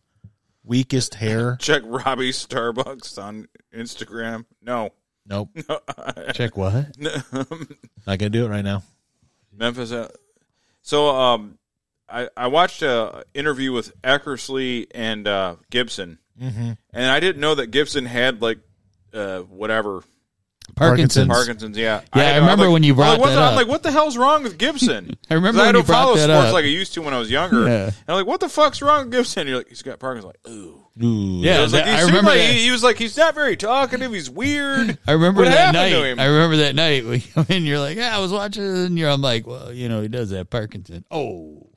S3: weakest hair.
S2: Check Robbie Starbucks on Instagram. No,
S3: Nope,
S4: Check what?
S3: not gonna do it right now.
S2: Memphis. uh, so um, I I watched a interview with Eckersley and uh, Gibson,
S4: Mm-hmm.
S2: and I didn't know that Gibson had like uh, whatever
S3: Parkinson's.
S2: Parkinson's. Yeah,
S4: Yeah, I
S2: had-
S4: remember
S2: was like-
S4: when you
S2: I was like,
S4: brought
S2: what
S4: that
S2: the, I'm
S4: up.
S2: like, what the hell's wrong with Gibson?
S4: I remember
S2: 'Cause
S4: when
S2: I don't
S4: you brought
S2: follow
S4: that
S2: sports
S4: up.
S2: like I used to when I was younger.
S4: Yeah.
S2: And I'm like, what the fuck's wrong with Gibson? And you're like, he's got Parkinson's. Like, ooh.
S3: Ooh.
S4: Yeah,
S2: I was like,
S4: that-
S2: he
S4: I
S2: seemed
S4: remember
S2: like
S4: that.
S2: he, he was like, he's not very talkative. He's weird.
S4: I remember
S2: What
S4: that
S2: happened
S4: night.
S2: to him?
S4: I remember that night when you come in, you're like, yeah, I was watching, and you're, I'm like, well, you know, he does have Parkinson. Oh,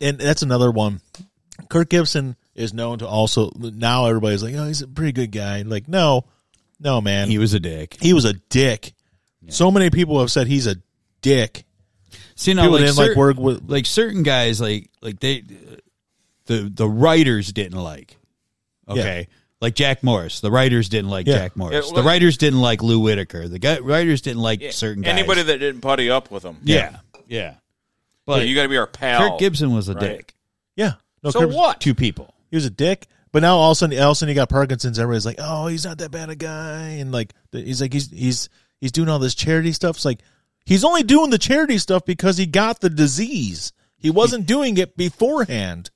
S3: and that's another one. Kirk Gibson is known to also now everybody's like, oh, he's a pretty good guy. Like, no, no, man, he,
S4: was a dick.
S3: was a dick. So many people have said he's a dick.
S4: See, now,
S3: People
S4: like,
S3: didn't like
S4: cer-
S3: work with-
S4: like certain guys, like like they, the the writers didn't like. Okay, like Jack Morris, the writers didn't like
S3: Yeah.
S4: Jack Morris. the
S2: Yeah, well-
S4: writers didn't like Lou Whitaker. The guy, writers didn't like certain guys.
S2: Anybody that didn't putty up with him.
S4: yeah, yeah. But
S2: Yeah, you got to be our pal.
S4: Kirk Gibson was a
S2: right?
S4: dick.
S3: Yeah, no,
S2: So
S3: Kirk-
S2: what?
S4: Two people.
S3: He was a dick. But now all of a sudden, all of a sudden, he got Parkinson's. Everybody's like, oh, he's not that bad a guy, and like he's like he's he's he's doing all this charity stuff. It's like he's only doing the charity stuff because he got the disease. He wasn't doing it beforehand.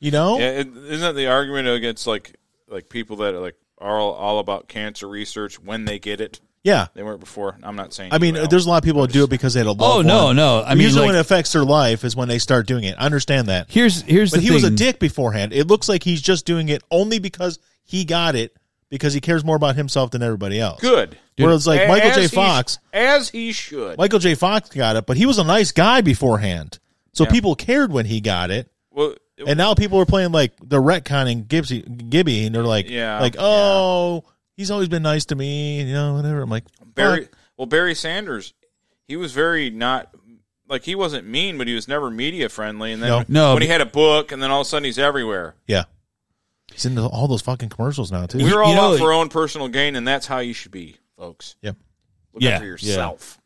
S3: You know, Oh.
S2: Yeah, it- isn't that the argument against like like people that are like are all, all about cancer research when they get it.
S3: Yeah.
S2: They weren't before. I'm not saying.
S3: I mean,
S2: you know.
S3: there's a lot of people that do it because they had a loved
S4: Oh, no,
S3: one.
S4: no. I mean,
S3: usually
S4: like-
S3: when it affects their life is when they start doing it. I understand that.
S4: Here's here's
S3: but
S4: the
S3: he
S4: thing.
S3: was a dick beforehand. It looks like he's just doing it only because he got it because he cares more about himself than everybody else.
S2: good.
S3: Whereas like Michael
S2: As
S3: J.
S2: he-
S3: Fox,
S2: as he should.
S3: Michael J. Fox got it, but he was a nice guy beforehand, so people cared when he got it.
S2: well,
S3: And now people are playing like the retconning Gibby, Gibby, and they're like,
S2: Yeah,
S3: like oh, he's always been nice to me, you know, whatever. I'm like,
S2: Barry.
S3: fuck.
S2: Well, Barry Sanders, he was very not like he wasn't mean, but he was never media friendly. And then
S3: No.
S2: when,
S4: No,
S2: when he
S4: but-
S2: had a book, and then all of a sudden he's everywhere.
S3: yeah, he's into all those fucking commercials now too.
S2: We're all
S4: you know,
S2: out for our own personal gain, and that's how you should be, folks.
S3: Yep.
S2: Look
S4: Yeah,
S2: out for
S4: yeah.
S2: yourself.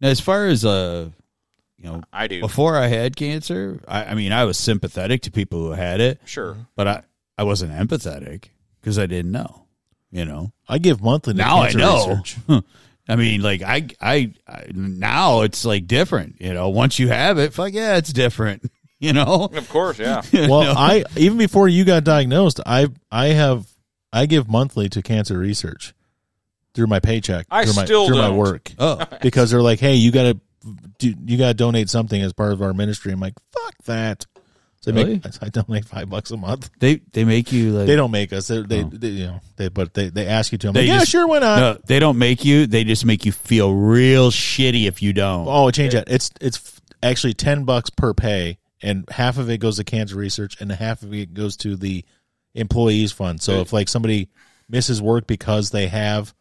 S4: Now, as far as uh, you know,
S2: I do.
S4: Before I had cancer, I, I mean, I was sympathetic to people who had it,
S2: Sure.
S3: Mm-hmm.
S4: but I I wasn't empathetic because I didn't know. You know,
S3: I give monthly to
S4: now I
S3: cancer
S4: know.
S3: research.
S4: I mean, like I, I, I now it's like different. You know, once you have it, fuck yeah, it's different. You know,
S2: Of course, yeah.
S3: Well, I even before you got diagnosed, I I have I give monthly to cancer research through my paycheck.
S2: I
S3: through my,
S2: still
S3: through my
S2: don't.
S3: work
S4: oh,
S3: because they're like, hey, you got to do you got to donate something as part of our ministry. I'm like, fuck that. So they
S4: Really?
S3: make, I donate five bucks a month.
S4: they they make you like
S3: They don't make us. They, they,
S4: Oh.
S3: they you know they but they, they ask you to. I'm
S4: They
S3: like, yeah,
S4: just-
S3: sure, why not?
S4: No, they don't make you. They just make you feel real shitty if you don't.
S3: Oh, change that. It's it's actually ten bucks per pay, and half of it goes to cancer research, and half of it goes to the employees fund. So if like somebody misses work because they have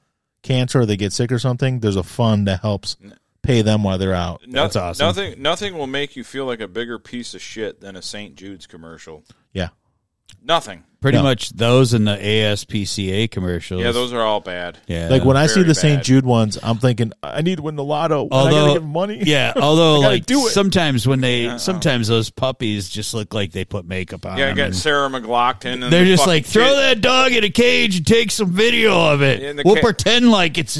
S3: cancer, or they get sick or something, there's a fund that helps pay them while they're out.
S2: No-
S4: That's awesome.
S2: Nothing, nothing will make you feel like a bigger piece of shit than a St. Jude's commercial.
S3: Yeah,
S2: Nothing.
S4: Pretty
S3: No.
S4: much those in the ASPCA commercials.
S2: Yeah, those are all bad.
S4: Yeah.
S3: like when I see
S2: very
S3: the St.
S2: bad.
S3: Jude ones, I'm thinking I need to win the lotto. and I
S4: although
S3: gotta give them money.
S4: yeah, although
S3: I gotta
S4: like
S3: do it.
S4: sometimes when they sometimes those puppies just look like they put makeup on.
S2: Yeah, I
S4: them
S2: got
S4: and
S2: Sarah McLaughlin. And
S4: they're
S2: the
S4: just
S2: fucking
S4: like throw
S2: kid.
S4: that dog in a cage and take some video of
S2: In
S4: it.
S2: the
S4: We'll
S2: ca-
S4: pretend like it's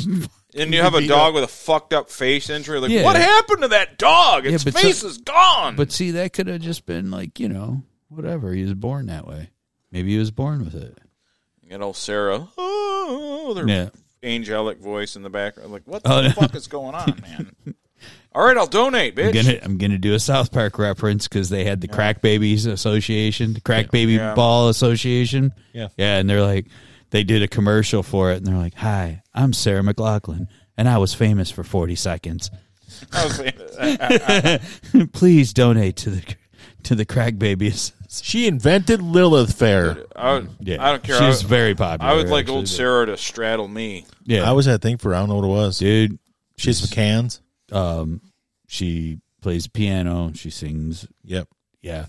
S2: And you have a dog with a fucked up face injury. Like,
S4: Yeah.
S2: what happened to that dog?
S4: Yeah,
S2: Its
S4: but
S2: face
S4: so-
S2: is gone.
S4: But see, that could have just been like you know whatever. He was born that way. Maybe he was born with it.
S2: you know, Sarah, oh, their
S4: Yeah.
S2: angelic voice in the background. Like, what the
S4: Oh, no.
S2: fuck is going on, man? all right, I'll donate, bitch.
S4: I'm gonna I'm gonna do a South Park reference because they had the Crack Babies Association, the Crack Baby
S2: Yeah.
S4: Ball Association.
S3: Yeah.
S4: yeah, and they're like, they did a commercial for it, and they're like, "Hi, I'm Sarah McLaughlin, and I was famous for 40 seconds.
S2: I was like,
S4: Please donate to the to the Crack Babies."
S3: she invented Lilith Fair.
S2: I, would-
S4: Yeah,
S2: I don't care. I
S4: She's
S2: would-
S4: very popular.
S2: I would like
S4: actually,
S2: old
S4: but-
S2: Sarah to straddle me.
S4: Yeah,
S3: I was at thing for I don't know what it was.
S4: dude.
S3: She's from cans.
S4: Um, she plays piano. She sings.
S3: Yep,
S4: Yeah.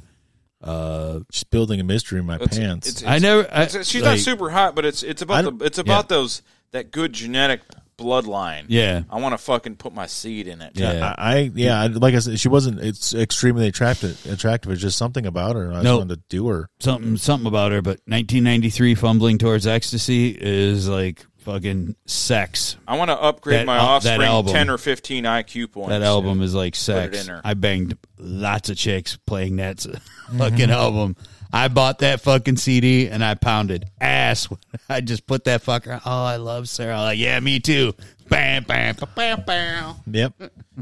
S4: Uh,
S3: she's building a mystery in my
S2: It's-
S3: pants.
S2: it's-
S4: I never. I,
S2: it's- she's not
S4: like,
S2: super hot, but it's it's
S3: I
S2: about
S3: don't-
S2: the it's about
S4: yeah.
S2: those that good genetic bloodline.
S4: Yeah.
S2: I want to fucking put my seed in it.
S4: Yeah.
S3: I, I yeah, I, like I said, she wasn't. It's extremely attractive. Attractive. It's just something about her. I just
S4: No.
S3: wanted to do her.
S4: something something about her, but 1993 fumbling towards ecstasy is like fucking sex.
S2: I want to upgrade
S4: That
S2: my
S4: al- that
S2: offspring
S4: album.
S2: ten or fifteen IQ points.
S4: That album is like
S2: it
S4: sex.
S2: in her.
S4: I banged lots of chicks playing that s- fucking album. I bought that fucking CD and I pounded ass. I just put that fucker. Oh, I love Sarah. Like, yeah, me too. Bam, bam, bam, bam, bam.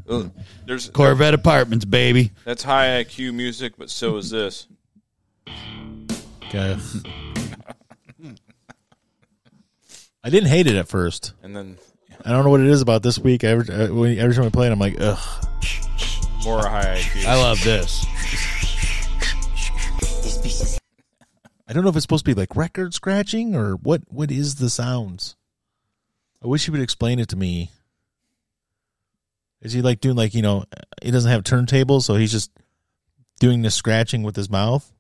S3: Yep.
S2: There's
S4: Corvette Apartments, baby.
S2: that's high IQ music, but so is this.
S3: Okay. I didn't hate it at first.
S2: And then
S3: I don't know what it is about this week. Every uh, when- every time we play it, I'm like, ugh.
S2: more high IQ.
S4: I love this.
S10: This piece is
S3: I don't know if it's supposed to be like record scratching or what. What is the sounds? I wish you would explain it to me. Is he like doing like you know? He doesn't have turntables, so he's just doing the scratching with his mouth.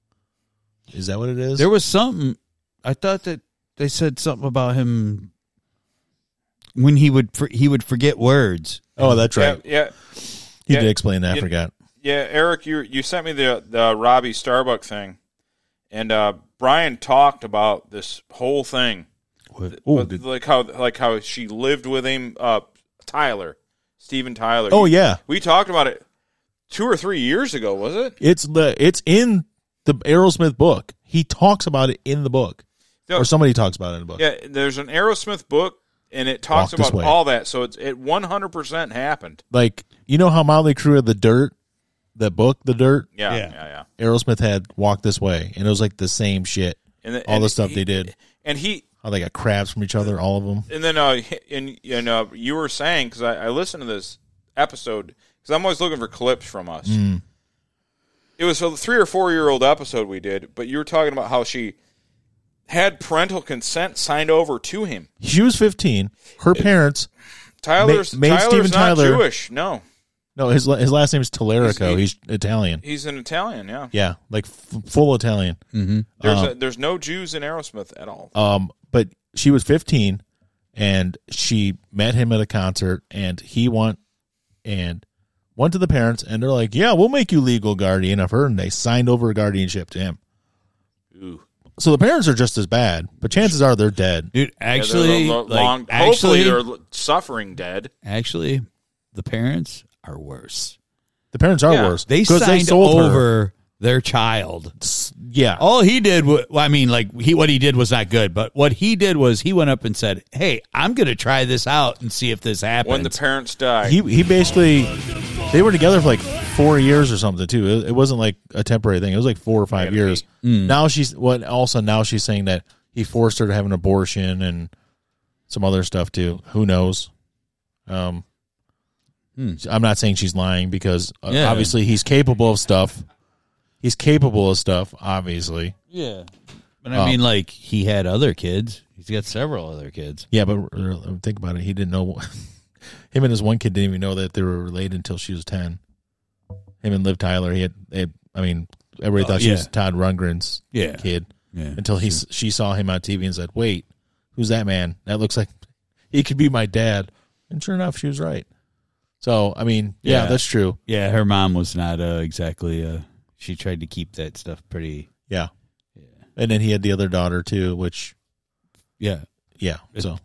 S3: Is that what it is?
S4: There was something. I thought that they said something about him when he would for, he would forget words.
S3: oh, that's
S2: yeah,
S3: right.
S2: yeah,
S3: He
S2: yeah.
S3: did explain that. I
S2: Yeah.
S3: forgot.
S2: yeah. Eric, you you sent me the the Robbie Starbuck thing, and uh, Brian talked about this whole thing.
S3: Oh,
S2: But like how like how she lived with him uh Tyler Steven Tyler
S3: Oh, yeah.
S2: we talked about it two or three years ago was it
S3: It's the it's in the Aerosmith book. He talks about it in the book. or somebody talks about it in a book.
S2: Yeah, there's an Aerosmith book, and it talks
S3: Walk this
S2: about
S3: way.
S2: all that. So it's it 100 percent happened.
S3: Like you know how Motley Crue had the Dirt, that book, the Dirt.
S2: Yeah, yeah, yeah.
S3: Aerosmith had Walk This Way, and it was like the same shit.
S2: And the-
S3: all
S2: and
S3: the stuff
S2: he-
S3: they did,
S2: And he
S3: how they got crabs from each other, all of them.
S2: and then uh and you know you were saying because I, I listened to this episode because I'm always looking for clips from us.
S3: Mm.
S2: It was a three or four year old episode we did, but you were talking about how she had parental consent signed over to him.
S3: She was fifteen. Her parents,
S2: Tyler's
S3: made
S2: Tyler's
S3: Steven
S2: not
S3: Tyler-
S2: Jewish. No,
S3: no, his la- his last name is Tallarico. He's, Italian.
S2: he's an Italian. Yeah,
S3: Yeah, like f- full Italian. Mm-hmm.
S2: there's a, there's no Jews in Aerosmith at all.
S3: Um, but she was 15, and she met him at a concert, and he went and went to the parents, and they're like, "Yeah, we'll make you legal guardian of her," and they signed over guardianship to him.
S2: Ooh.
S3: So the parents are just as bad, but chances are they're dead.
S4: Dude, actually,
S2: Yeah, they're lo-
S4: like,
S2: long- hopefully
S4: actually,
S2: they're lo- suffering dead.
S4: actually, the parents are worse.
S3: The parents are
S2: Yeah,
S3: worse.
S4: They
S3: 'Cause
S4: signed
S3: sold her.
S4: over their child.
S3: S- Yeah,
S4: All he did was, well, I mean, like he what he did was not good, but what he did was he went up and said, "Hey, I'm going to try this out and see if this happens."
S2: When the parents die,
S3: he he basically they were together for like four years or something too. It, it wasn't like a temporary thing. It was like four or five years. Now she's what? also now she's saying that he forced her to have an abortion and some other stuff too. Who knows? Um, I'm not saying she's lying because uh,
S4: Yeah.
S3: obviously he's capable of stuff. He's capable of stuff, obviously.
S4: yeah, but I mean, like he had other kids. He's got several other kids.
S3: Yeah, but uh, think about it. He didn't know. him and his one kid didn't even know that they were related until she was ten. Him and Liv Tyler. He had. They, I mean, everybody
S4: Oh,
S3: thought she
S4: yeah.
S3: was Todd Rundgren's
S4: Yeah.
S3: kid
S4: Yeah.
S3: until he s she saw him on TV and said, "Wait, who's that man? That looks like he could be my dad." And sure enough, she was right. So I mean, yeah,
S4: Yeah.
S3: that's true.
S4: Yeah, her mom was not uh, exactly. Uh, she tried to keep that stuff pretty.
S3: Yeah. And then he had the other daughter too, which
S4: Yeah,
S3: yeah. So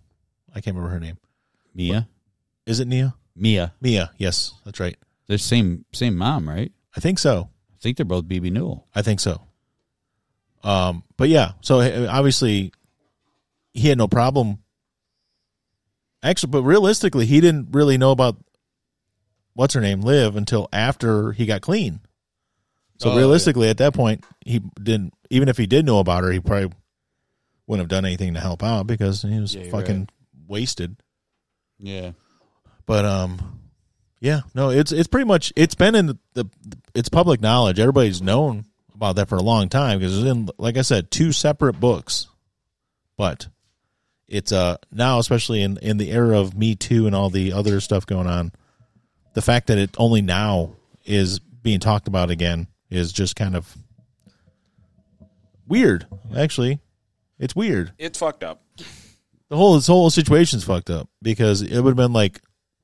S3: I can't remember her name.
S4: Mia.
S3: Is it Nia?
S4: Mia.
S3: Mia. Yes, that's right.
S4: They're same same mom, right?
S3: I think so.
S4: I think they're both BB Newell.
S3: I think so. Um, but yeah, so uh, obviously he had no problem. Actually, but realistically, he didn't really know about what's her name live until after he got clean. So
S4: Oh,
S3: realistically, at that point, he didn't. Even if he did know about her, he probably wouldn't have done anything to help out because he was
S4: Yeah, you're
S3: fucking
S4: right.
S3: wasted.
S4: Yeah.
S3: But um, yeah, no, it's it's pretty much it's been in the, the it's public knowledge. Everybody's known about that for a long time because it's in like I said, two separate books. But it's uh now especially in in the era of Me Too and all the other stuff going on, the fact that it only now is being talked about again is just kind of weird. Actually, it's weird
S2: it's fucked up.
S3: the whole this whole situation's fucked up because it would have been like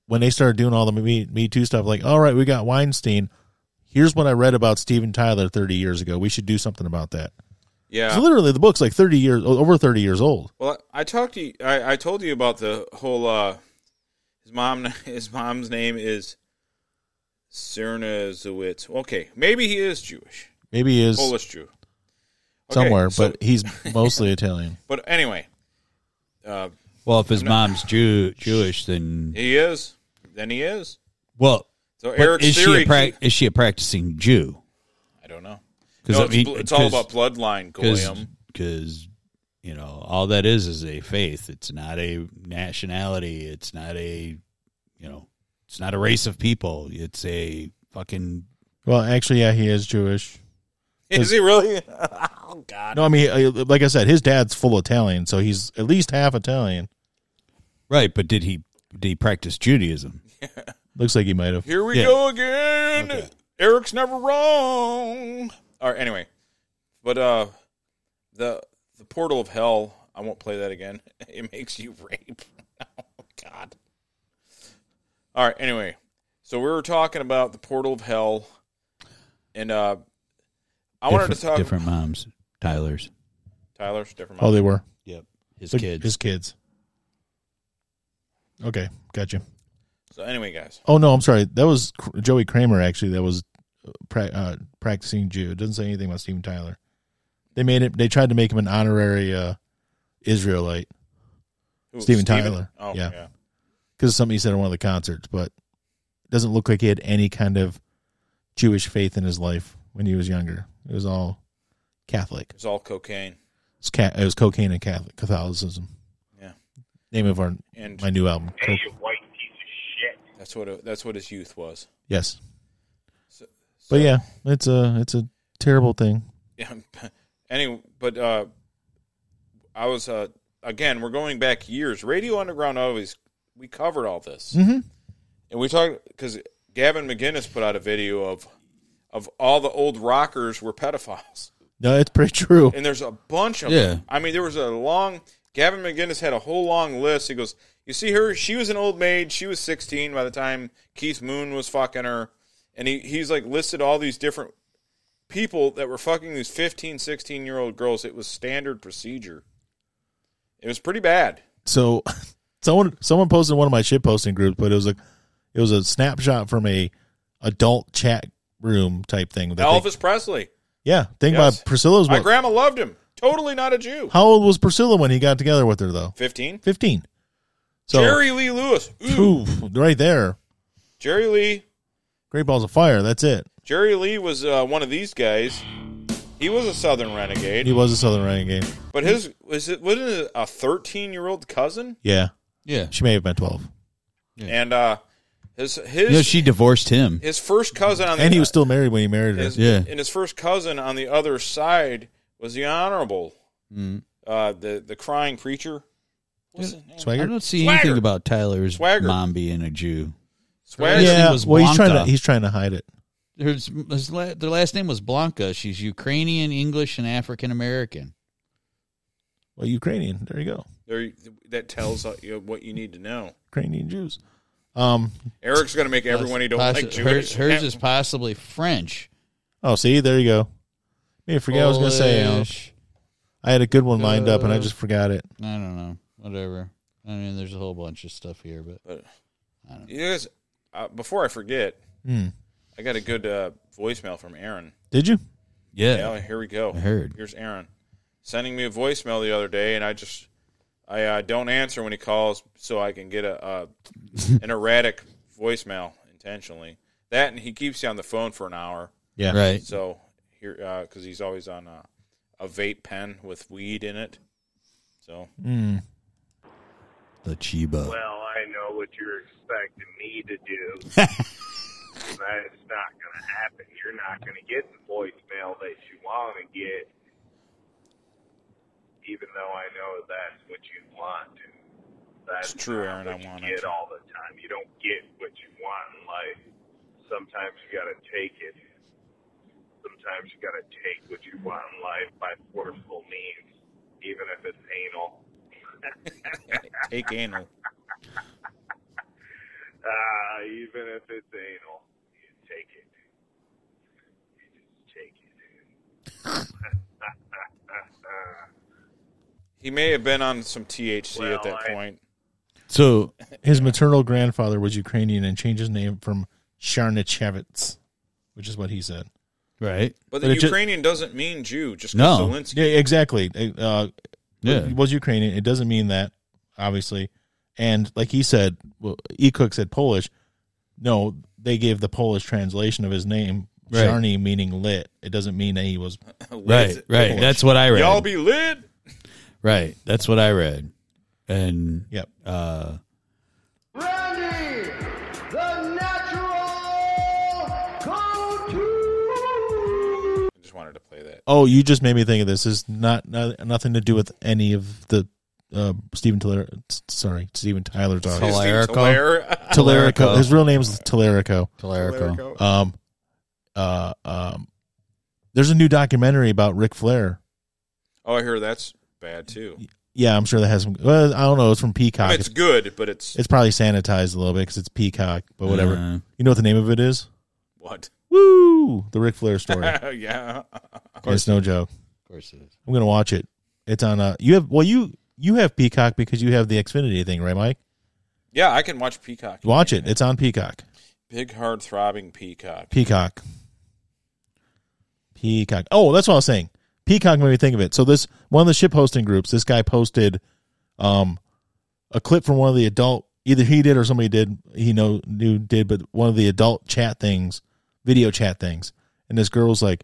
S3: when they started doing all the me, me too stuff like all right we got weinstein here's what i read about steven tyler 30 years ago we should do something about that
S2: Yeah.
S3: so literally the book's like 30 years over 30 years old
S2: Well, I talked to you. I, I told you about the whole. uh His mom. His mom's name is Serna Zewitz. Okay, maybe he is Jewish,
S3: maybe he is
S2: Polish Jew, Okay,
S3: somewhere
S2: so-
S3: but he's mostly italian
S2: but anyway, uh,
S4: Well, if his mom's Jew Jewish, then
S2: he is. Then he is.
S4: well,
S2: So
S4: but
S2: Eric's
S4: is she
S2: theory.
S4: a prac- is she a practicing Jew?
S2: I don't know.
S4: 'Cause
S2: no,
S4: I
S2: it's,
S4: mean,
S2: bl- it's all
S4: 'cause-
S2: about bloodline, Goyim.
S4: because you know all that is is a faith it's not a nationality it's not a you know it's not a race of people it's a fucking
S3: well actually yeah he is jewish
S2: Is he really? oh God.
S3: no i mean I- like i said his dad's full italian so he's at least half italian
S4: right but did he did he practice judaism
S3: looks like he might have
S2: Here we
S4: Yeah.
S2: go again.
S4: Okay.
S2: Eric's never wrong. All right, anyway, but uh, the the portal of hell. I won't play that again. It makes you rape. oh God. All right. Anyway, so we were talking about the portal of hell, and uh, I wanted
S4: Different-
S2: to talk
S4: different moms tyler's
S2: Tyler's different.
S3: oh they were
S4: yep his
S3: Look,
S4: kids
S3: his kids okay gotcha
S2: so anyway, guys.
S3: Oh no, I'm sorry. That was Cr- Joey Kramer actually. That was pra- uh, practicing Jew. It doesn't say anything about Steven Tyler. They made it. They tried to make him an honorary uh, Israelite,
S2: Who,
S3: Steven
S2: Steven?
S3: Tyler.
S2: Oh,
S3: yeah.
S2: yeah.
S3: Because of something he said at one of the concerts, but it doesn't look like he had any kind of Jewish faith in his life when he was younger. It was all Catholic.
S2: It's all cocaine.
S3: It's ca- it was cocaine and Catholic Catholicism.
S2: Yeah.
S3: Name of our
S2: And-
S3: my new album. Co-
S2: That's what it, that's what his youth was.
S3: yes. but yeah, it's a it's a terrible thing.
S2: Yeah. anyway, but uh, I was uh, again. We're going back years. Radio Underground always we covered all this,
S3: Mhm.
S2: and we talked because Gavin McGinnis put out a video of of all the old rockers were pedophiles,
S3: No, it's pretty true.
S2: and there's a bunch of
S4: Yeah.
S2: them. I mean, there was a long. Gavin McGinnis had a whole long list. He goes, "You see her? She was an old maid. She was 16 by the time Keith Moon was fucking her." And he, he's like listed all these different people that were fucking these 15, 16 year old girls, it was standard procedure. It was pretty bad.
S3: so someone someone posted in one of my shit posting groups, but it was a it was a snapshot from a adult chat room type thing. that they-
S2: Elvis Presley.
S3: yeah, think
S2: Yes.
S3: about Priscilla's.
S2: My
S3: What,
S2: grandma loved him. Totally not a Jew.
S3: how old was Priscilla when he got together with her though?
S2: 15.
S3: Fifteen. So
S2: Jerry Lee Lewis. Ooh.
S3: poof, right there,
S2: Jerry Lee.
S3: great balls of fire. That's it.
S2: Jerry Lee was uh, one of these guys. He was a Southern renegade,
S3: He was a Southern renegade.
S2: but his was it wasn't it a thirteen year old cousin,
S3: Yeah,
S4: Yeah.
S3: she may have been twelve,
S2: and uh, his his
S4: You know, she divorced him.
S2: his first cousin on the
S3: and he was still married when he married her.
S2: his,
S4: Yeah.
S2: and his first cousin on the other side was the honorable
S4: Mm.
S2: uh, the the crying preacher. What's his name?
S4: I
S3: Swagger.
S4: don't see
S2: Swagger.
S4: anything about Tyler's
S2: Swagger.
S4: mom being a Jew.
S2: Swagger.
S4: Yeah.
S3: Yeah,
S4: was
S3: well, he's trying
S4: Blanca.
S3: to he's trying to hide it.
S4: Her, his la- their last name was Blanca. She's Ukrainian, English, and African American.
S3: Well, Ukrainian. There you go,
S2: There, that tells uh, you what you need to know.
S3: Ukrainian Jews. Um.
S2: Eric's going to make everyone he don't
S4: Possi-
S2: like
S4: hers,
S2: Jewish.
S4: hers is possibly French.
S3: Oh, see, there you go. Maybe I forgot I was going to say. Alan.
S4: Polish.
S3: I had a good one lined up and I just forgot it.
S4: I don't know. Whatever. I mean, there's a whole bunch of stuff here, but
S2: You guys, uh, before I forget,
S3: Hmm.
S2: I got a good uh, voicemail from Aaron.
S3: Did you?
S2: Yeah, here we go.
S4: I heard.
S2: Here's Aaron sending me a voicemail the other day, and I just I uh, don't answer when he calls, so I can get a uh, an erratic voicemail intentionally. That and he keeps you on the phone for an hour.
S3: Yeah.
S4: right.
S2: So here, because he's always on a, a vape pen with weed in it. So
S3: Mm.
S4: The Chiba.
S12: Well, I know what you're expecting me to do. That's not going to happen. You're not going to get the voicemail that you want to get, even though I know that's what you want to. That's
S2: It's true,
S12: not
S2: Aaron, I
S12: what
S2: want
S12: you
S2: it.
S12: get all the time. You don't get what you want in life. Sometimes you got to take it. Sometimes you got to take what you want in life by forceful means, even if it's anal.
S2: take anal.
S12: Uh, even if it's anal, you take it. You just take it.
S2: He may have been on some THC at that
S12: Well, I-
S2: point.
S4: So
S3: His maternal grandfather was Ukrainian and changed his name from Sharnichevitz, which is what he said.
S4: right.
S2: But,
S3: but
S2: the
S3: it ju-
S2: Ukrainian doesn't mean Jew. Just 'cause
S4: No.
S2: Zelensky.
S3: Yeah, exactly. Uh,
S4: Yeah.
S3: it was Ukrainian. It doesn't mean that, obviously. And like he said, well, E. Cook said Polish. No, they gave the Polish translation of his name,
S4: Right.
S3: Sharni, meaning lit. It doesn't mean that he was.
S4: Right. Right. That's what I read.
S2: Y'all be lit.
S4: right. That's what I read. And
S3: Yep.
S4: uh
S12: Randy, the natural go-to.
S2: I just wanted to play that.
S3: Oh, you just made me think of this. It's not, not nothing to do with any of the uh, Stephen Tyler. Sorry, Stephen Tyler's
S4: Tyler.
S3: art.
S4: Talarico?
S2: Talar-
S3: Telerico. His real name is Telerico.
S4: Talarico.
S3: Um, uh, um, there's a new documentary about Ric Flair.
S2: oh, I hear that's bad too.
S3: Yeah, I'm sure that has some. Well, I don't know. It's from
S2: I
S3: Peacock.
S2: mean,
S3: it's,
S2: it's good, but it's
S3: it's probably sanitized a little bit because it's Peacock, but whatever.
S4: Uh,
S3: you know what the name of it is?
S2: what?
S3: Woo! The Ric Flair story.
S2: yeah.
S3: it's no joke.
S4: of course it is.
S3: I'm gonna watch it. It's on. Uh, you have well, you you have Peacock because you have the Xfinity thing, right, Mike?
S2: Yeah, I can watch Peacock.
S3: Watch it. It's on Peacock.
S2: Big hard throbbing Peacock.
S3: Peacock. Peacock. Oh, that's what I was saying. Peacock made me think of it. So this one of the ship hosting groups, this guy posted um a clip from one of the adult either he did or somebody did he know knew did, but one of the adult chat things, video chat things, and this girl was like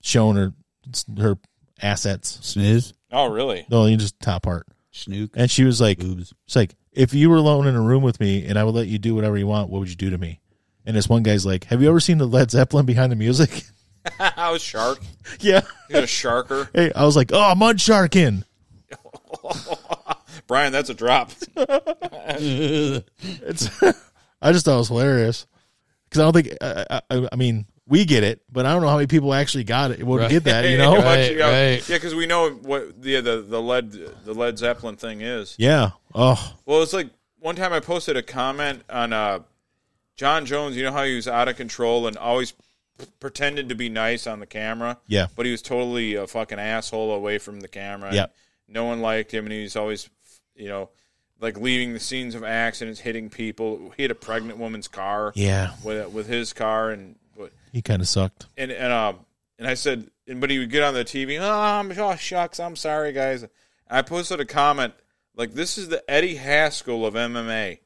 S3: showing her her assets.
S4: Sniz.
S2: Oh, really?
S3: No, you just top part.
S4: Snook.
S3: And she was like, she's like, if you were alone in a room with me and I would let you do whatever you want, what would you do to me? And this one guy's like, have you ever seen the Led Zeppelin behind the music?
S2: I was Oh, shark.
S3: yeah.
S2: You're a sharker.
S3: Hey, I was like, oh, mud sharking.
S2: Brian, that's a drop.
S3: it's, I just thought it was hilarious because I don't think I, I, I mean we get it, but I don't know how many people actually got it. Would
S2: Right.
S3: get that, you know?
S2: How much you got- Yeah, because we know what the the the lead the Led Zeppelin thing is.
S3: Yeah. Oh,
S2: Well, it's like one time I posted a comment on uh, John Jones. You know how he was out of control and always p- pretended to be nice on the camera.
S3: Yeah.
S2: but he was totally a fucking asshole away from the camera. and
S3: Yeah.
S2: no one liked him, and he's always, you know, like leaving the scenes of accidents, hitting people. He hit a pregnant woman's car.
S3: Yeah.
S2: with with his car, and but
S3: he kind of sucked.
S2: and and um and I said, and but he would get on the TV. Oh, I'm, oh shucks, I'm sorry, guys. I posted a comment like, "This is the Eddie Haskell of MMA,"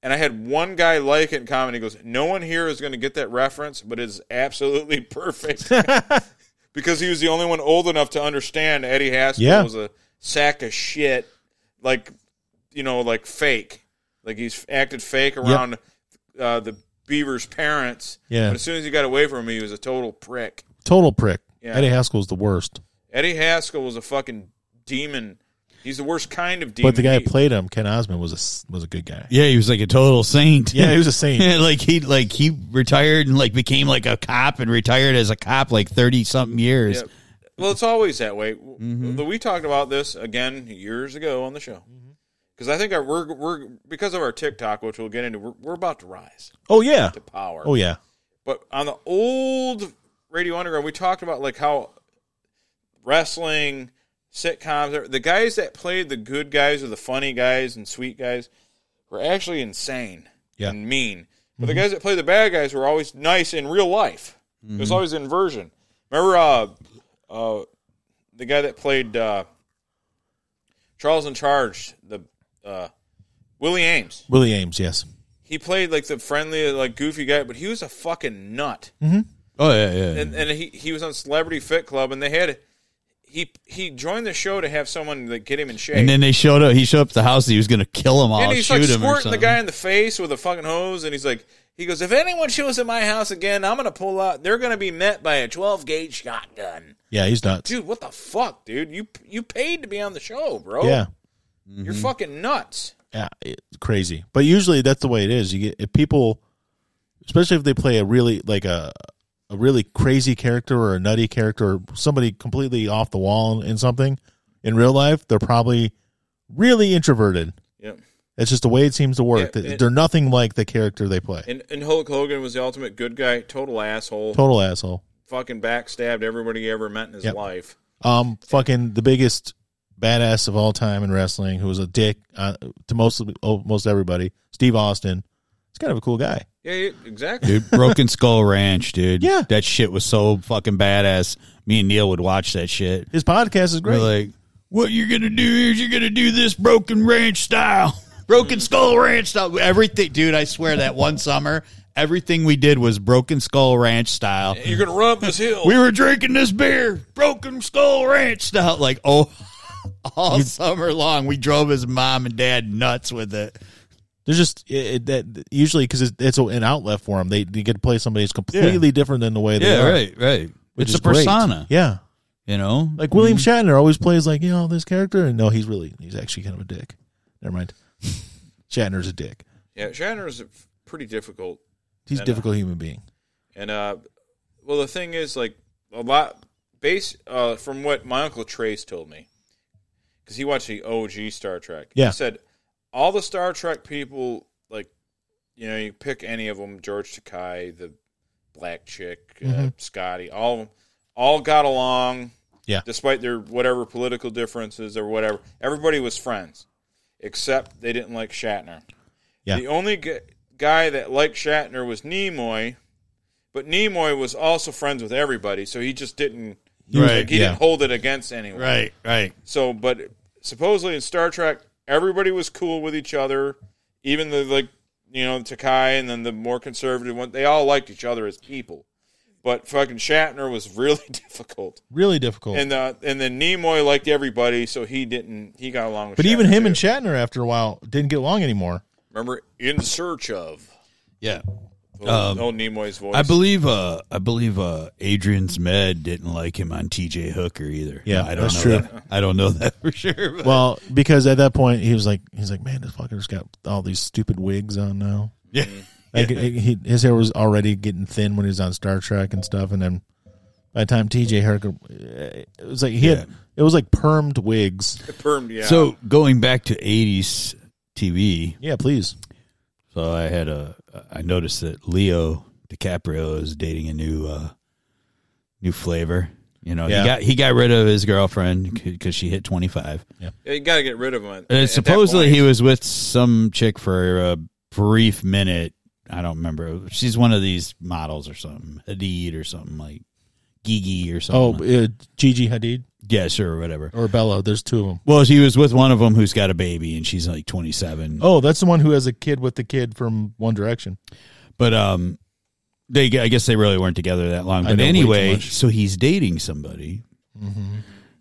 S2: and I had one guy like it and comment. He goes, "No one here is going to get that reference, but it's absolutely perfect because he was the only one old enough to understand Eddie Haskell
S3: Yeah.
S2: was a sack of shit, like you know, like fake, like he's acted fake around uh, the Beaver's parents.
S3: Yeah.
S2: But as soon as he got away from me, he was a total prick.
S3: Total prick.
S2: Yeah.
S3: Eddie Haskell's the worst,
S2: Eddie Haskell was a fucking demon. He's the worst kind of demon.
S3: but the guy
S2: He-
S3: who played him, Ken Osmond, was a s- was a good guy.
S4: Yeah, he was like a total saint.
S3: Yeah, he was a saint.
S4: Yeah, like he like he retired and like became like a cop and retired as a cop like thirty something years.
S2: Yeah. Well, it's always that way.
S3: Mm-hmm.
S2: But We talked about this again years ago on the show because I think our, we're we're because of our TikTok, which we'll get into. We're, we're about to rise
S3: Oh yeah.
S2: to power.
S3: Oh yeah.
S2: But on the old Radio Underground, we talked about like how wrestling, sitcoms, the guys that played the good guys or the funny guys and sweet guys were actually insane
S3: Yeah.
S2: and mean. But the guys that played the bad guys were always nice in real life. It was always inversion. Remember uh, uh, the guy that played uh, Charles in Charge, the uh, Willie Ames
S3: Willie Ames. Yes.
S2: he played like the friendly, like goofy guy, but he was a fucking nut.
S4: Oh yeah, yeah. yeah.
S2: And and he, he was on Celebrity Fit Club, and they had he he joined the show to have someone like get him in shape.
S4: And then they showed up. He showed up at the house. He was going to kill him all,
S2: and he's
S4: shoot
S2: like
S4: him or
S2: squirting
S4: something.
S2: the guy in the face with a fucking hose, and he's like, he goes, if anyone shows at my house again, I'm gonna pull out. They're gonna be met by a 12 gauge shotgun,
S3: Yeah, he's nuts.
S2: dude. What the fuck, dude? You you paid to be on the show, bro.
S3: Yeah.
S2: you're
S4: Mm-hmm.
S2: fucking nuts.
S3: Yeah, it's crazy. But usually that's the way it is. You get if people, especially if they play a really like a a really crazy character or a nutty character or somebody completely off the wall in, in something in real life, they're probably really introverted.
S2: Yep.
S3: It's just the way it seems to work.
S2: Yeah,
S3: They-
S2: it-
S3: they're nothing like the character they play.
S2: And and Hulk Hogan was the ultimate good guy, total asshole.
S3: Total asshole.
S2: fucking backstabbed everybody he ever met in his
S3: Yep.
S2: life.
S3: Um, fucking the biggest badass of all time in wrestling, who was a dick uh, to most of, oh, most everybody. Steve Austin. He's kind of a cool guy.
S2: Yeah, yeah, exactly.
S4: dude, Broken Skull Ranch, dude.
S3: Yeah.
S4: that shit was so fucking badass. Me and Neil would watch that shit.
S3: His podcast is
S4: We're
S3: great.
S4: like, what you're gonna do is you're gonna do this Broken Ranch style, Broken Skull Ranch style. Everything, dude. I swear that one summer, everything we did was Broken Skull Ranch style.
S2: You're gonna run up this hill.
S4: We were drinking this beer, Broken Skull Ranch style. Like, oh, all summer long, we drove his mom and dad nuts with it.
S3: There's just it, it, that usually because it's, it's an outlet for them. They, they get to play somebody who's completely different than the way they are.
S4: right.
S3: which
S4: it's
S3: is
S4: a
S3: great.
S4: persona, Mm-hmm.
S3: Yeah,
S4: you know.
S3: like William Shatner always plays like you know this character, and no, he's really he's actually kind of a dick. Never mind, Shatner's a dick.
S2: yeah, Shatner is pretty difficult,
S3: He's
S2: I
S3: a
S2: know.
S3: difficult human being.
S2: and uh, well, the thing is, like a lot base uh, from what my uncle Trace told me, because he watched the OG Star Trek.
S3: Yeah.
S2: he said all the Star Trek people, like you know, you pick any of them, George Takei, the black chick, uh, Scotty, all of them, all got along.
S3: Yeah.
S2: despite their whatever political differences or whatever, everybody was friends, except they didn't like Shatner.
S3: Yeah.
S2: The only gu guy that liked Shatner was Nimoy, but Nimoy was also friends with everybody, so he just didn't He was-
S4: Right,
S2: like, he
S4: yeah.
S2: didn't hold it against anyone.
S4: Right, right.
S2: So, but supposedly in Star Trek, everybody was cool with each other. Even the like, you know, Takai and then the more conservative one, they all liked each other as people. But fucking Shatner was really difficult.
S3: Really difficult.
S2: And uh, and then Nimoy liked everybody, so he didn't. He got along with.
S3: but
S2: Shatner.
S3: even him and Shatner, after a while, didn't get along anymore.
S2: remember, in search of
S4: Yeah.
S2: old,
S3: Um,
S2: old Nimoy's voice.
S4: I believe uh I believe uh Adrian's med didn't like him on TJ Hooker either.
S3: Yeah,
S4: I don't
S3: that's
S4: know
S3: true.
S4: that. I don't know that for sure. but-
S3: Well, because at that point he was like, he's like, man, this fucker's got all these stupid wigs on now.
S4: Yeah.
S3: Like, he, his hair was already getting thin when he was on Star Trek and stuff, and then by the time TJ Hooker, uh, it was like he had, it was like permed wigs.
S2: Permed, yeah.
S4: So going back to '80s TV,
S3: yeah, please.
S4: So I had a I noticed that Leo DiCaprio is dating a new uh new flavor. You know,
S2: Yeah.
S4: he got he got rid of his girlfriend because she hit 25. Yeah.
S2: Yeah, you got to get rid of him.
S3: Uh,
S2: at-
S4: And
S2: at that
S4: Uh, supposedly
S2: point.
S4: he was with some chick for a brief minute. I don't remember. She's one of these models or something, Hadid or something like Gigi or something.
S3: Oh, uh, Gigi Hadid
S4: yeah, sure, whatever.
S3: or Bella. There's two of them.
S4: Well, he was with one of them who's got a baby, and she's like 27.
S3: Oh, that's the one who has a kid with the kid from One Direction.
S4: But um, they I guess they really weren't together that long.
S3: I
S4: But
S3: know way too
S4: anyway,
S3: much. Mm-hmm.
S4: so he's dating somebody.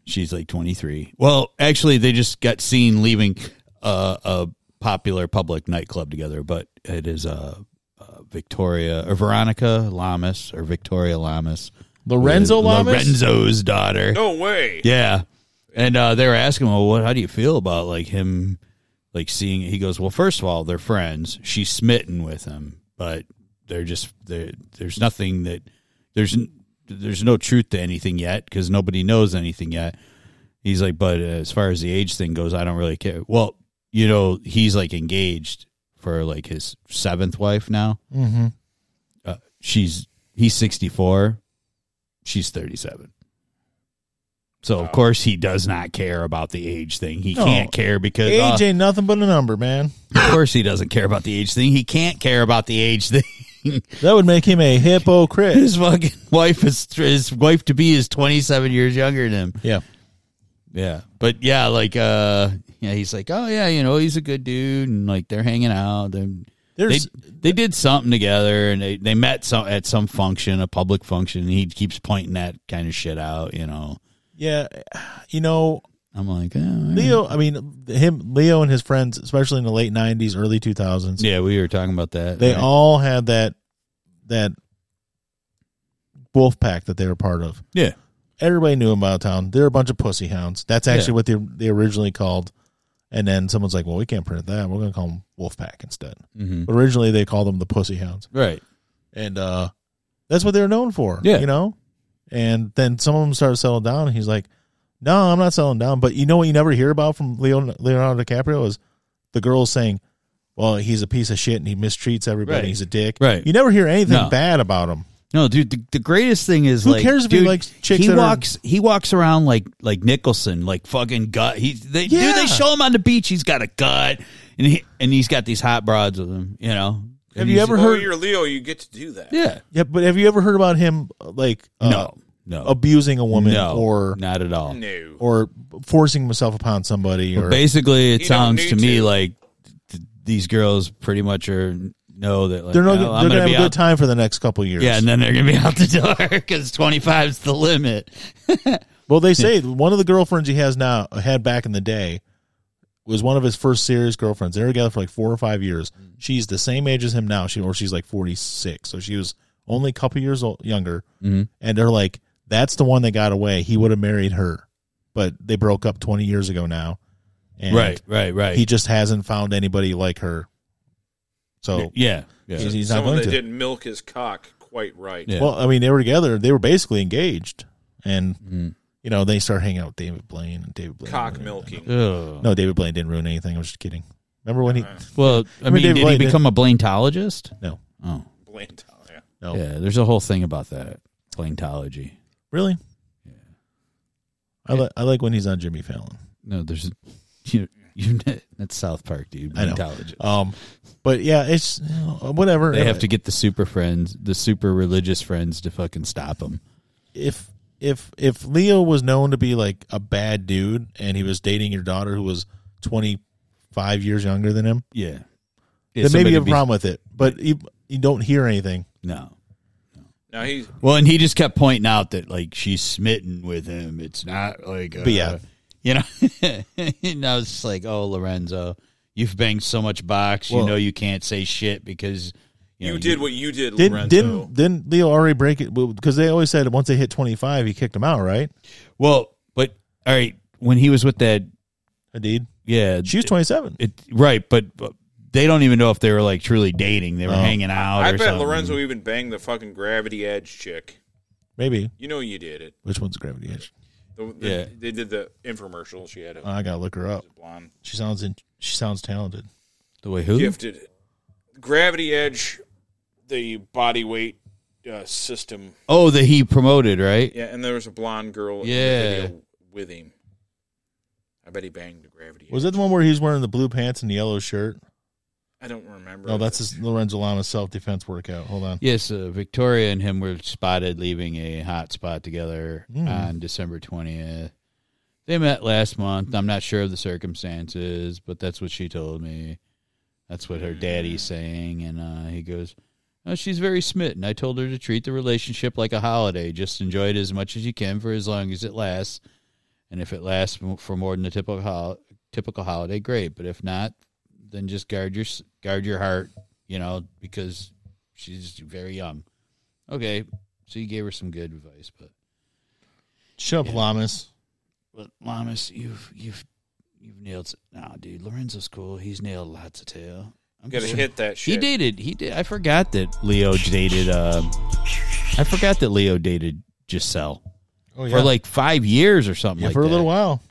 S4: She's like 23. Well, actually, they just got seen leaving uh, a popular public nightclub together, but it is uh, uh, Victoria or Veronica Lamas or Victoria Lamas.
S3: Lorenzo
S4: with
S3: Lamas?
S4: Lorenzo's daughter.
S2: No way.
S4: Yeah. And uh, they were asking, well, what, how do you feel about like him, like seeing it? He goes, well, first of all, they're friends. She's smitten with him, but they're just they there's nothing that there's n- there's no truth to anything yet because nobody knows anything yet. He's like, but as far as the age thing goes, I don't really care. Well, you know, he's like engaged for like his seventh wife now.
S3: Mm-hmm.
S4: Uh, she's he's 64, she's 37. So of course he does not care about the age thing. He
S3: No.
S4: can't care because
S3: Age
S4: uh,
S3: ain't nothing but a number, man.
S4: of course he doesn't care about the age thing. He can't care about the age thing.
S3: That would make him a hypocrite.
S4: his fucking wife is his wife to be is 27 years younger than him.
S3: Yeah.
S4: Yeah. But yeah, like uh yeah, he's like, "Oh yeah, you know, he's a good dude and like they're hanging out. They they,
S3: There's-
S4: they did something together and they, they met some at some function, a public function, and he keeps pointing that kind of shit out, you know.
S3: Yeah, you know,
S4: I'm like, "Oh,
S3: Leo. I mean, him, Leo, and his friends, especially in the late '90s, early 2000s,
S4: Yeah, we were talking about that.
S3: they
S4: right?
S3: all had that that wolf pack that they were part of.
S4: Yeah.
S3: Everybody knew about town. They're a bunch of pussy hounds. That's actually
S4: Yeah.
S3: what they they originally called. And then someone's like, "Well, we can't print that. We're going to call them wolf pack instead."
S4: Mhm.
S3: Originally, they called them the pussy hounds,
S4: Right.
S3: and uh, that's what they were known for.
S4: Yeah.
S3: you know. And then some of them started selling down, and he's like, "No, I'm not selling down." But you know what you never hear about from Leo- Leonardo DiCaprio is the girls saying, "Well, he's a piece of shit and he mistreats everybody.
S4: Right.
S3: He's a dick."
S4: Right.
S3: You never hear anything
S4: No.
S3: bad about him.
S4: No, dude, the, the greatest thing is
S3: Who
S4: like
S3: cares if he
S4: dude,
S3: likes chicks
S4: He
S3: that are-
S4: walks he walks around like like Nicholson, like fucking gut. He they
S3: Yeah.
S4: dude, they show him on the beach, he's got a gut and he and he's got these hot broads with him, you know.
S3: Have
S4: And
S3: you
S4: he's-
S3: ever
S2: Oh,
S3: heard?
S2: you're Leo. You get to do that.
S4: Yeah.
S3: yeah, but have you ever heard about him like uh,
S4: no. No.
S3: abusing a woman
S4: no.
S3: or
S4: not at all.
S2: No.
S3: or forcing himself upon somebody
S4: But
S3: or
S4: basically, it
S2: You don't
S4: sounds
S2: need
S4: to me
S2: to.
S4: like th- these girls pretty much are know that like,
S3: they're not,
S4: oh, I'm
S3: they're gonna,
S4: gonna be
S3: have a good
S4: out.
S3: time for the next couple years.
S4: Yeah, and then they're gonna be out the door because twenty five is the limit.
S3: Well, they say one of the girlfriends he has now had back in the day was one of his first serious girlfriends. They were together for like four or five years.
S4: Mm.
S3: She's the same age as him now. She or she's like forty six, so she was only a couple years old, younger.
S4: Mhm.
S3: And they're like, that's the one that got away. He would have married her, but they broke up twenty years ago now. And
S4: Right, right, right.
S3: He just hasn't found anybody like her. So
S4: yeah, yeah.
S3: he's, he's not
S2: Someone
S3: going
S2: that
S3: to.
S2: didn't milk his cock quite right.
S4: Yeah.
S3: Well, I mean, they were together. They were basically engaged, and
S4: Mhm.
S3: you know they start hanging out with David Blaine and David Blaine.
S2: Cock milking.
S4: Ugh.
S3: No, David Blaine didn't ruin anything. I was just kidding. Remember when he?
S4: Well, I,
S3: mean,
S4: mean,
S3: David
S4: did
S3: Blaine
S4: he
S3: did-
S4: become a blaintologist?
S3: No,
S4: Oh,
S2: Bland- yeah.
S3: no,
S4: yeah. There's a whole thing about that blaintology.
S3: really. I like I like when he's on Jimmy Fallon.
S4: No, there's you. you that's South Park, dude.
S3: I know.
S4: Blaintologist.
S3: Um, but yeah, it's you know, whatever.
S4: They have to get the super friends, the super religious friends, to fucking stop him.
S3: if if if Leo was known to be like a bad dude and he was dating your daughter who was twenty five years younger than him,
S4: yeah,
S3: then maybe you have a problem with it. But you, you don't hear anything.
S4: No.
S2: Now he's
S4: Well, and he just kept pointing out that like she's smitten with him. It's not like, uh,
S3: But yeah.
S4: you know. and I was just like, oh, Lorenzo, you've banged so much box.
S3: Well-
S4: you know you can't say shit because you, know,
S2: you did what you did,
S3: Didn't
S2: Lorenzo.
S3: didn't, didn't Leo already break it? Because they always said once they hit twenty five, he kicked him out, right?
S4: Well, but all right, when he was with that,
S3: Hadid,
S4: yeah,
S3: she was twenty seven.
S4: it, right, but, but they don't even know if they were like truly dating. They were
S3: No.
S4: hanging out.
S2: I
S4: or
S2: bet
S4: something.
S2: Lorenzo even banged the fucking Gravity Edge chick.
S3: Maybe
S2: You know you did it.
S3: which one's Gravity Edge?
S2: The- the-
S4: Yeah.
S2: They did the infomercial. She had a
S3: I gotta look her up.
S2: blonde,
S3: She sounds in, she sounds talented.
S4: the way who
S2: gifted. Gravity Edge, the body weight uh, system.
S4: Oh, that he promoted, right?
S2: Yeah, and there was a blonde girl in
S4: Yeah.
S2: the video with him. I bet he banged the Gravity
S3: Was
S2: Edge.
S3: that the one where he's wearing the blue pants and the yellow shirt?
S2: I don't remember.
S3: No, that's his Lorenzo Lama self defense workout. Hold on.
S4: Yes, uh, Victoria and him were spotted leaving a hot spot together
S3: Mm.
S4: on December 20th. They met last month. I'm not sure of the circumstances, but that's what she told me. That's what her daddy's saying. And uh, he goes, oh, She's very smitten. I told her to treat the relationship like a holiday. Just enjoy it as much as you can for as long as it lasts. And if it lasts mo- for more than a typical, hol- typical holiday, great. But if not, then just guard your s- guard your heart, you know, because she's very young. Okay, so you gave her some good advice, but
S3: Shut up, Lamas.
S4: but Lamas, you've you've you've nailed. s- Nah, dude, Lorenzo's cool. He's nailed lots of tail. I'm
S2: Gotta
S4: just-
S2: hit that shit.
S4: He dated. He did. I forgot that Leo dated. Um, I forgot that Leo dated Giselle
S3: Oh
S4: for like five years or something.
S3: yeah,
S4: like
S3: for a
S4: that.
S3: little while.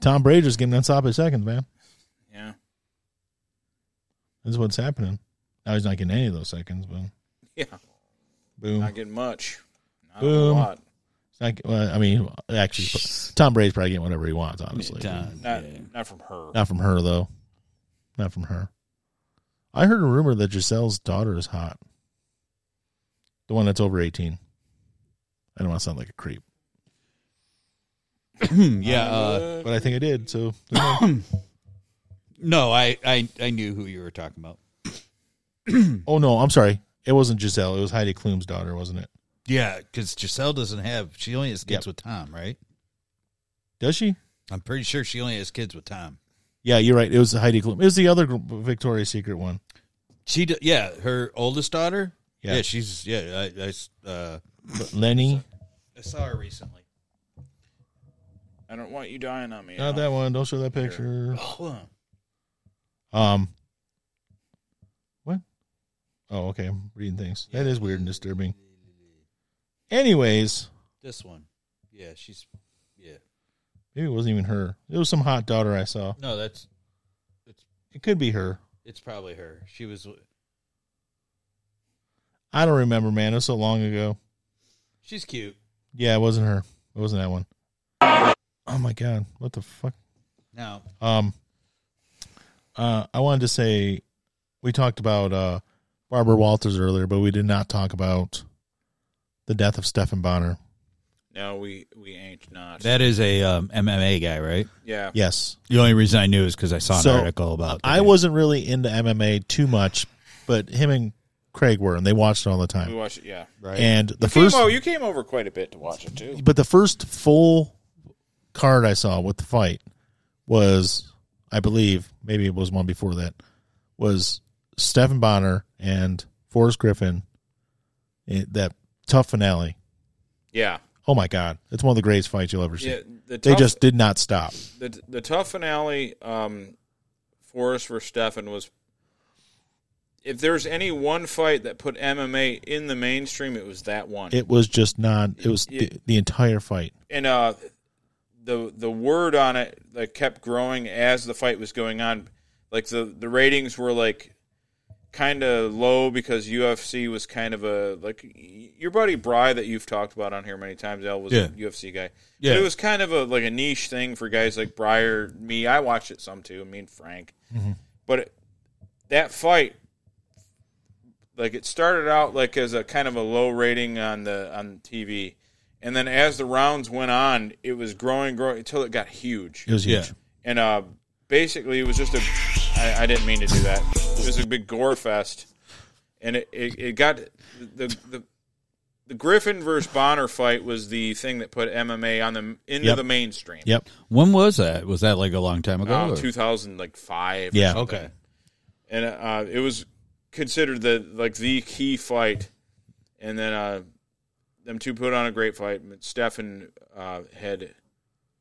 S3: Tom Brady's getting on top of seconds, man.
S2: Yeah.
S3: That's what's happening. Now he's not getting any of those seconds, but
S2: Yeah.
S3: boom.
S2: Not getting much. Not
S3: Boom.
S2: a lot.
S3: It's not- well, I mean, actually, Tom Brady's probably getting whatever he wants, honestly.
S4: Yeah,
S2: Not,
S4: yeah.
S2: not from her.
S3: Not from her though. Not from her. I heard a rumor that Giselle's daughter is hot. The one that's over eighteen. I don't want to sound like a creep,
S4: Yeah, uh,
S3: but I think I did. So
S4: no, I, I I knew who you were talking about.
S3: oh no, I'm sorry. It wasn't Giselle. It was Heidi Klum's daughter, wasn't it?
S4: Yeah, because Giselle doesn't have. She only has
S3: Yep.
S4: kids with Tom, right?
S3: Does she?
S4: I'm pretty sure she only has kids with Tom.
S3: Yeah, you're right. It was Heidi Klum. It was the other gr- Victoria's Secret one.
S4: She, d- yeah, her oldest daughter.
S3: Yeah.
S4: Yeah, she's yeah. I, I s- uh,
S3: But Lenny.
S4: I saw her recently.
S2: I don't want you dying on me.
S3: Not that one. Don't show that picture.
S4: Hold on.
S3: Um. What? Oh, okay. I'm reading things. That is weird and disturbing. Anyways,
S4: This one. Yeah, she's. Yeah.
S3: Maybe it wasn't even her. It was some hot daughter I saw.
S4: No, that's
S3: It could be her.
S4: it's probably her. She was.
S3: I don't remember, man. It was so long ago.
S4: She's cute.
S3: Yeah, it wasn't her. It wasn't that one. Oh my god, what the fuck?
S4: Now,
S3: Um, uh, I wanted to say we talked about uh, Barbara Walters earlier, but we did not talk about the death of Stefan Bonner.
S2: No, we, we ain't not.
S4: that is a um, MMA guy, right?
S2: yeah.
S3: Yes,
S4: The only reason I knew is because I saw an
S3: So,
S4: article about.
S3: I
S4: the-
S3: wasn't really into MMA too much, but him and Craig were, and they watched it all the
S2: We
S3: time.
S2: watched it, yeah.
S4: Right.
S3: And the
S2: you,
S3: first
S2: came over, you came over quite a bit to watch it, too.
S3: but the first full card I saw with the fight was, I believe, maybe it was one before that, was Stephen Bonner and Forrest Griffin. It, that tough finale.
S2: Yeah.
S3: Oh my God, it's one of the greatest fights you'll ever see.
S2: yeah the
S3: they
S2: tough-
S3: just did not stop.
S2: the the tough finale, um, Forrest versus Stefan was. If there's any one fight that put MMA in the mainstream, it was that one.
S3: It was just not. It was
S2: Yeah.
S3: the, the entire fight.
S2: and uh, the the word on it like kept growing as the fight was going on. Like the the ratings were like kind of low because UFC was kind of a like y- your buddy Bry that you've talked about on here many times. Al was
S4: Yeah.
S2: a UFC guy.
S4: Yeah.
S2: But it was kind of a like a niche thing for guys like Bry or me. I watched it some too. Me and Frank,
S4: Mm-hmm.
S2: but it, that fight. Like it started out like as a kind of a low rating on the on TV, And then as the rounds went on, it was growing, growing until it got huge.
S3: It was huge. Yeah.
S2: And uh, basically, it was just a. I, I didn't mean to do that. It was a big gore fest, and it, it, it got the the the Griffin versus Bonner fight was the thing that put MMA on the into
S4: Yep.
S2: the mainstream.
S3: Yep.
S4: When was that? Was that like a long time ago?
S2: Uh,
S4: or-
S2: 2000 like five. or
S4: Yeah.
S2: something.
S4: Okay.
S2: And uh, it was considered the like the key fight, and then uh, them two put on a great fight. Stefan uh, had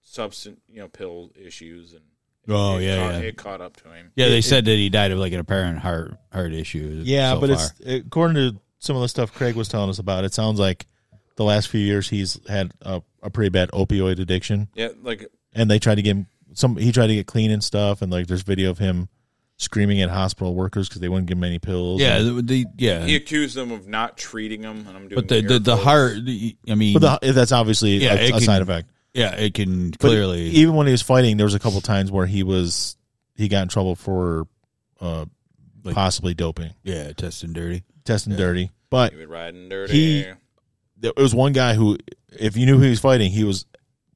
S2: substance, you know, pill issues, and
S4: Oh
S2: it
S4: yeah,
S2: caught,
S4: yeah.
S2: it caught up to him.
S4: Yeah, they said that he died of like an apparent heart heart issue. uh,
S3: Yeah,
S4: so
S3: but
S4: far.
S3: it's according to some of the stuff Craig was telling us about. It sounds like the last few years he's had a, a pretty bad opioid addiction.
S2: Yeah, like-
S3: and they tried to get him some. He tried to get clean and stuff, and like there's video of him screaming at hospital workers because they wouldn't give him any pills.
S4: yeah,
S3: And-
S4: the, the, yeah.
S2: He accused them of not treating him, and I'm doing.
S4: but the the, the heart. the- I mean,
S3: But the, that's obviously
S4: Yeah,
S3: a,
S4: it
S3: a
S4: can-
S3: side effect.
S4: yeah, it can
S3: But
S4: clearly.
S3: even when he was fighting, there was a couple times where he was he got in trouble for uh,
S4: Like-
S3: possibly doping,
S4: yeah, testing dirty.
S3: testing
S4: Yeah.
S3: dirty. But
S2: He was riding dirty.
S3: He, there was one guy who, if you knew who he was fighting, he was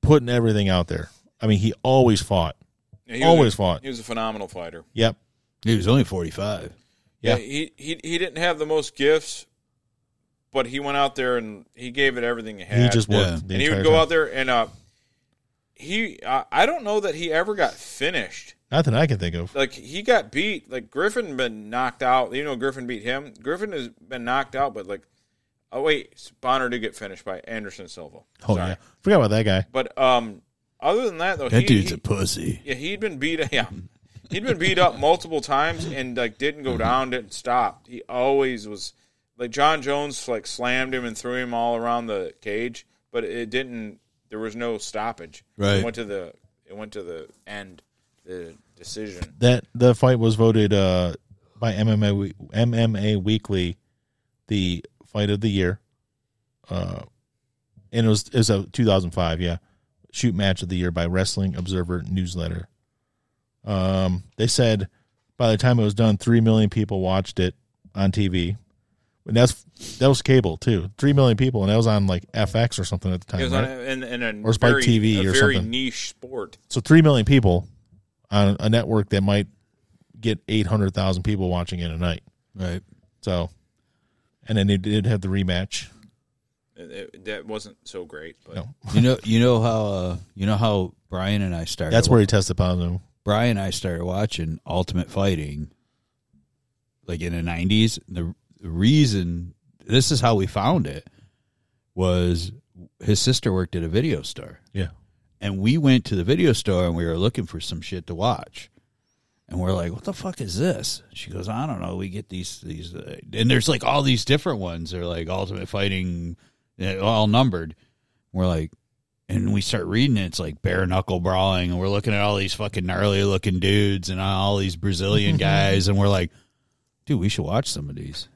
S3: putting everything out there. I mean, he always fought.
S2: Yeah, he was
S3: always
S2: a-
S3: fought.
S2: He was a phenomenal fighter.
S3: Yep.
S4: He was only forty five.
S3: Yeah.
S2: he, he he didn't have the most gifts, but he went out there and he gave it everything he had.
S3: He just worked.
S4: Yeah.
S3: the
S2: and he
S3: entire
S2: would go
S3: time.
S2: out there and uh, he I I don't know that he ever got finished.
S3: Nothing I can think of.
S2: Like he got beat. Like Griffin been knocked out. You know Griffin beat him. Griffin has been knocked out, but like oh wait, Bonner did get finished by Anderson Silva.
S3: Oh yeah, forgot about that guy.
S2: But um, other than that though,
S4: That
S2: he,
S4: dude's
S2: he-
S4: a pussy.
S2: yeah, he'd been beat. Yeah, he'd been beat up multiple times and like didn't
S3: Mm-hmm.
S2: go down, didn't stop. He always was like John Jones like slammed him and threw him all around the cage, but it didn't. There was no stoppage.
S4: Right.
S2: It went to the. It went to the end. The decision.
S3: That the fight was voted uh, by MMA We- MMA Weekly the fight of the year. Uh, and it was it was a 2005, yeah, shoot match of the year by Wrestling Observer newsletter. Um, they said by the time it was done, three million people watched it on TV. And that's that was cable too, three million people, and that was on like FX or something at the time.
S2: It was
S3: right?
S2: on a, in, in a
S3: Or Spike
S2: very,
S3: TV
S2: a
S3: or
S2: very
S3: something.
S2: niche sport.
S3: So three million people on a network that might get eight hundred thousand people watching it a night.
S4: Right.
S3: So, and then they did have the rematch.
S2: It- it- that wasn't so great, but
S3: No.
S4: You know. You know how. Uh, you know how Brian and I started.
S3: That's where he tested positive.
S4: Brian and I started watching Ultimate Fighting, like in the nineties. The the reason this is how we found it was his sister worked at a video store.
S3: Yeah.
S4: and we went to the video store and we were looking for some shit to watch. And we're like, "What the fuck is this?" She goes, "I don't know. We get these these, uh, and there's like all these different ones. They're like Ultimate Fighting, uh, all numbered." We're like, and we start reading it. It's like bare knuckle brawling, and we're looking at all these fucking gnarly looking dudes and all these Brazilian guys, and we're like, "Dude, we should watch some of these."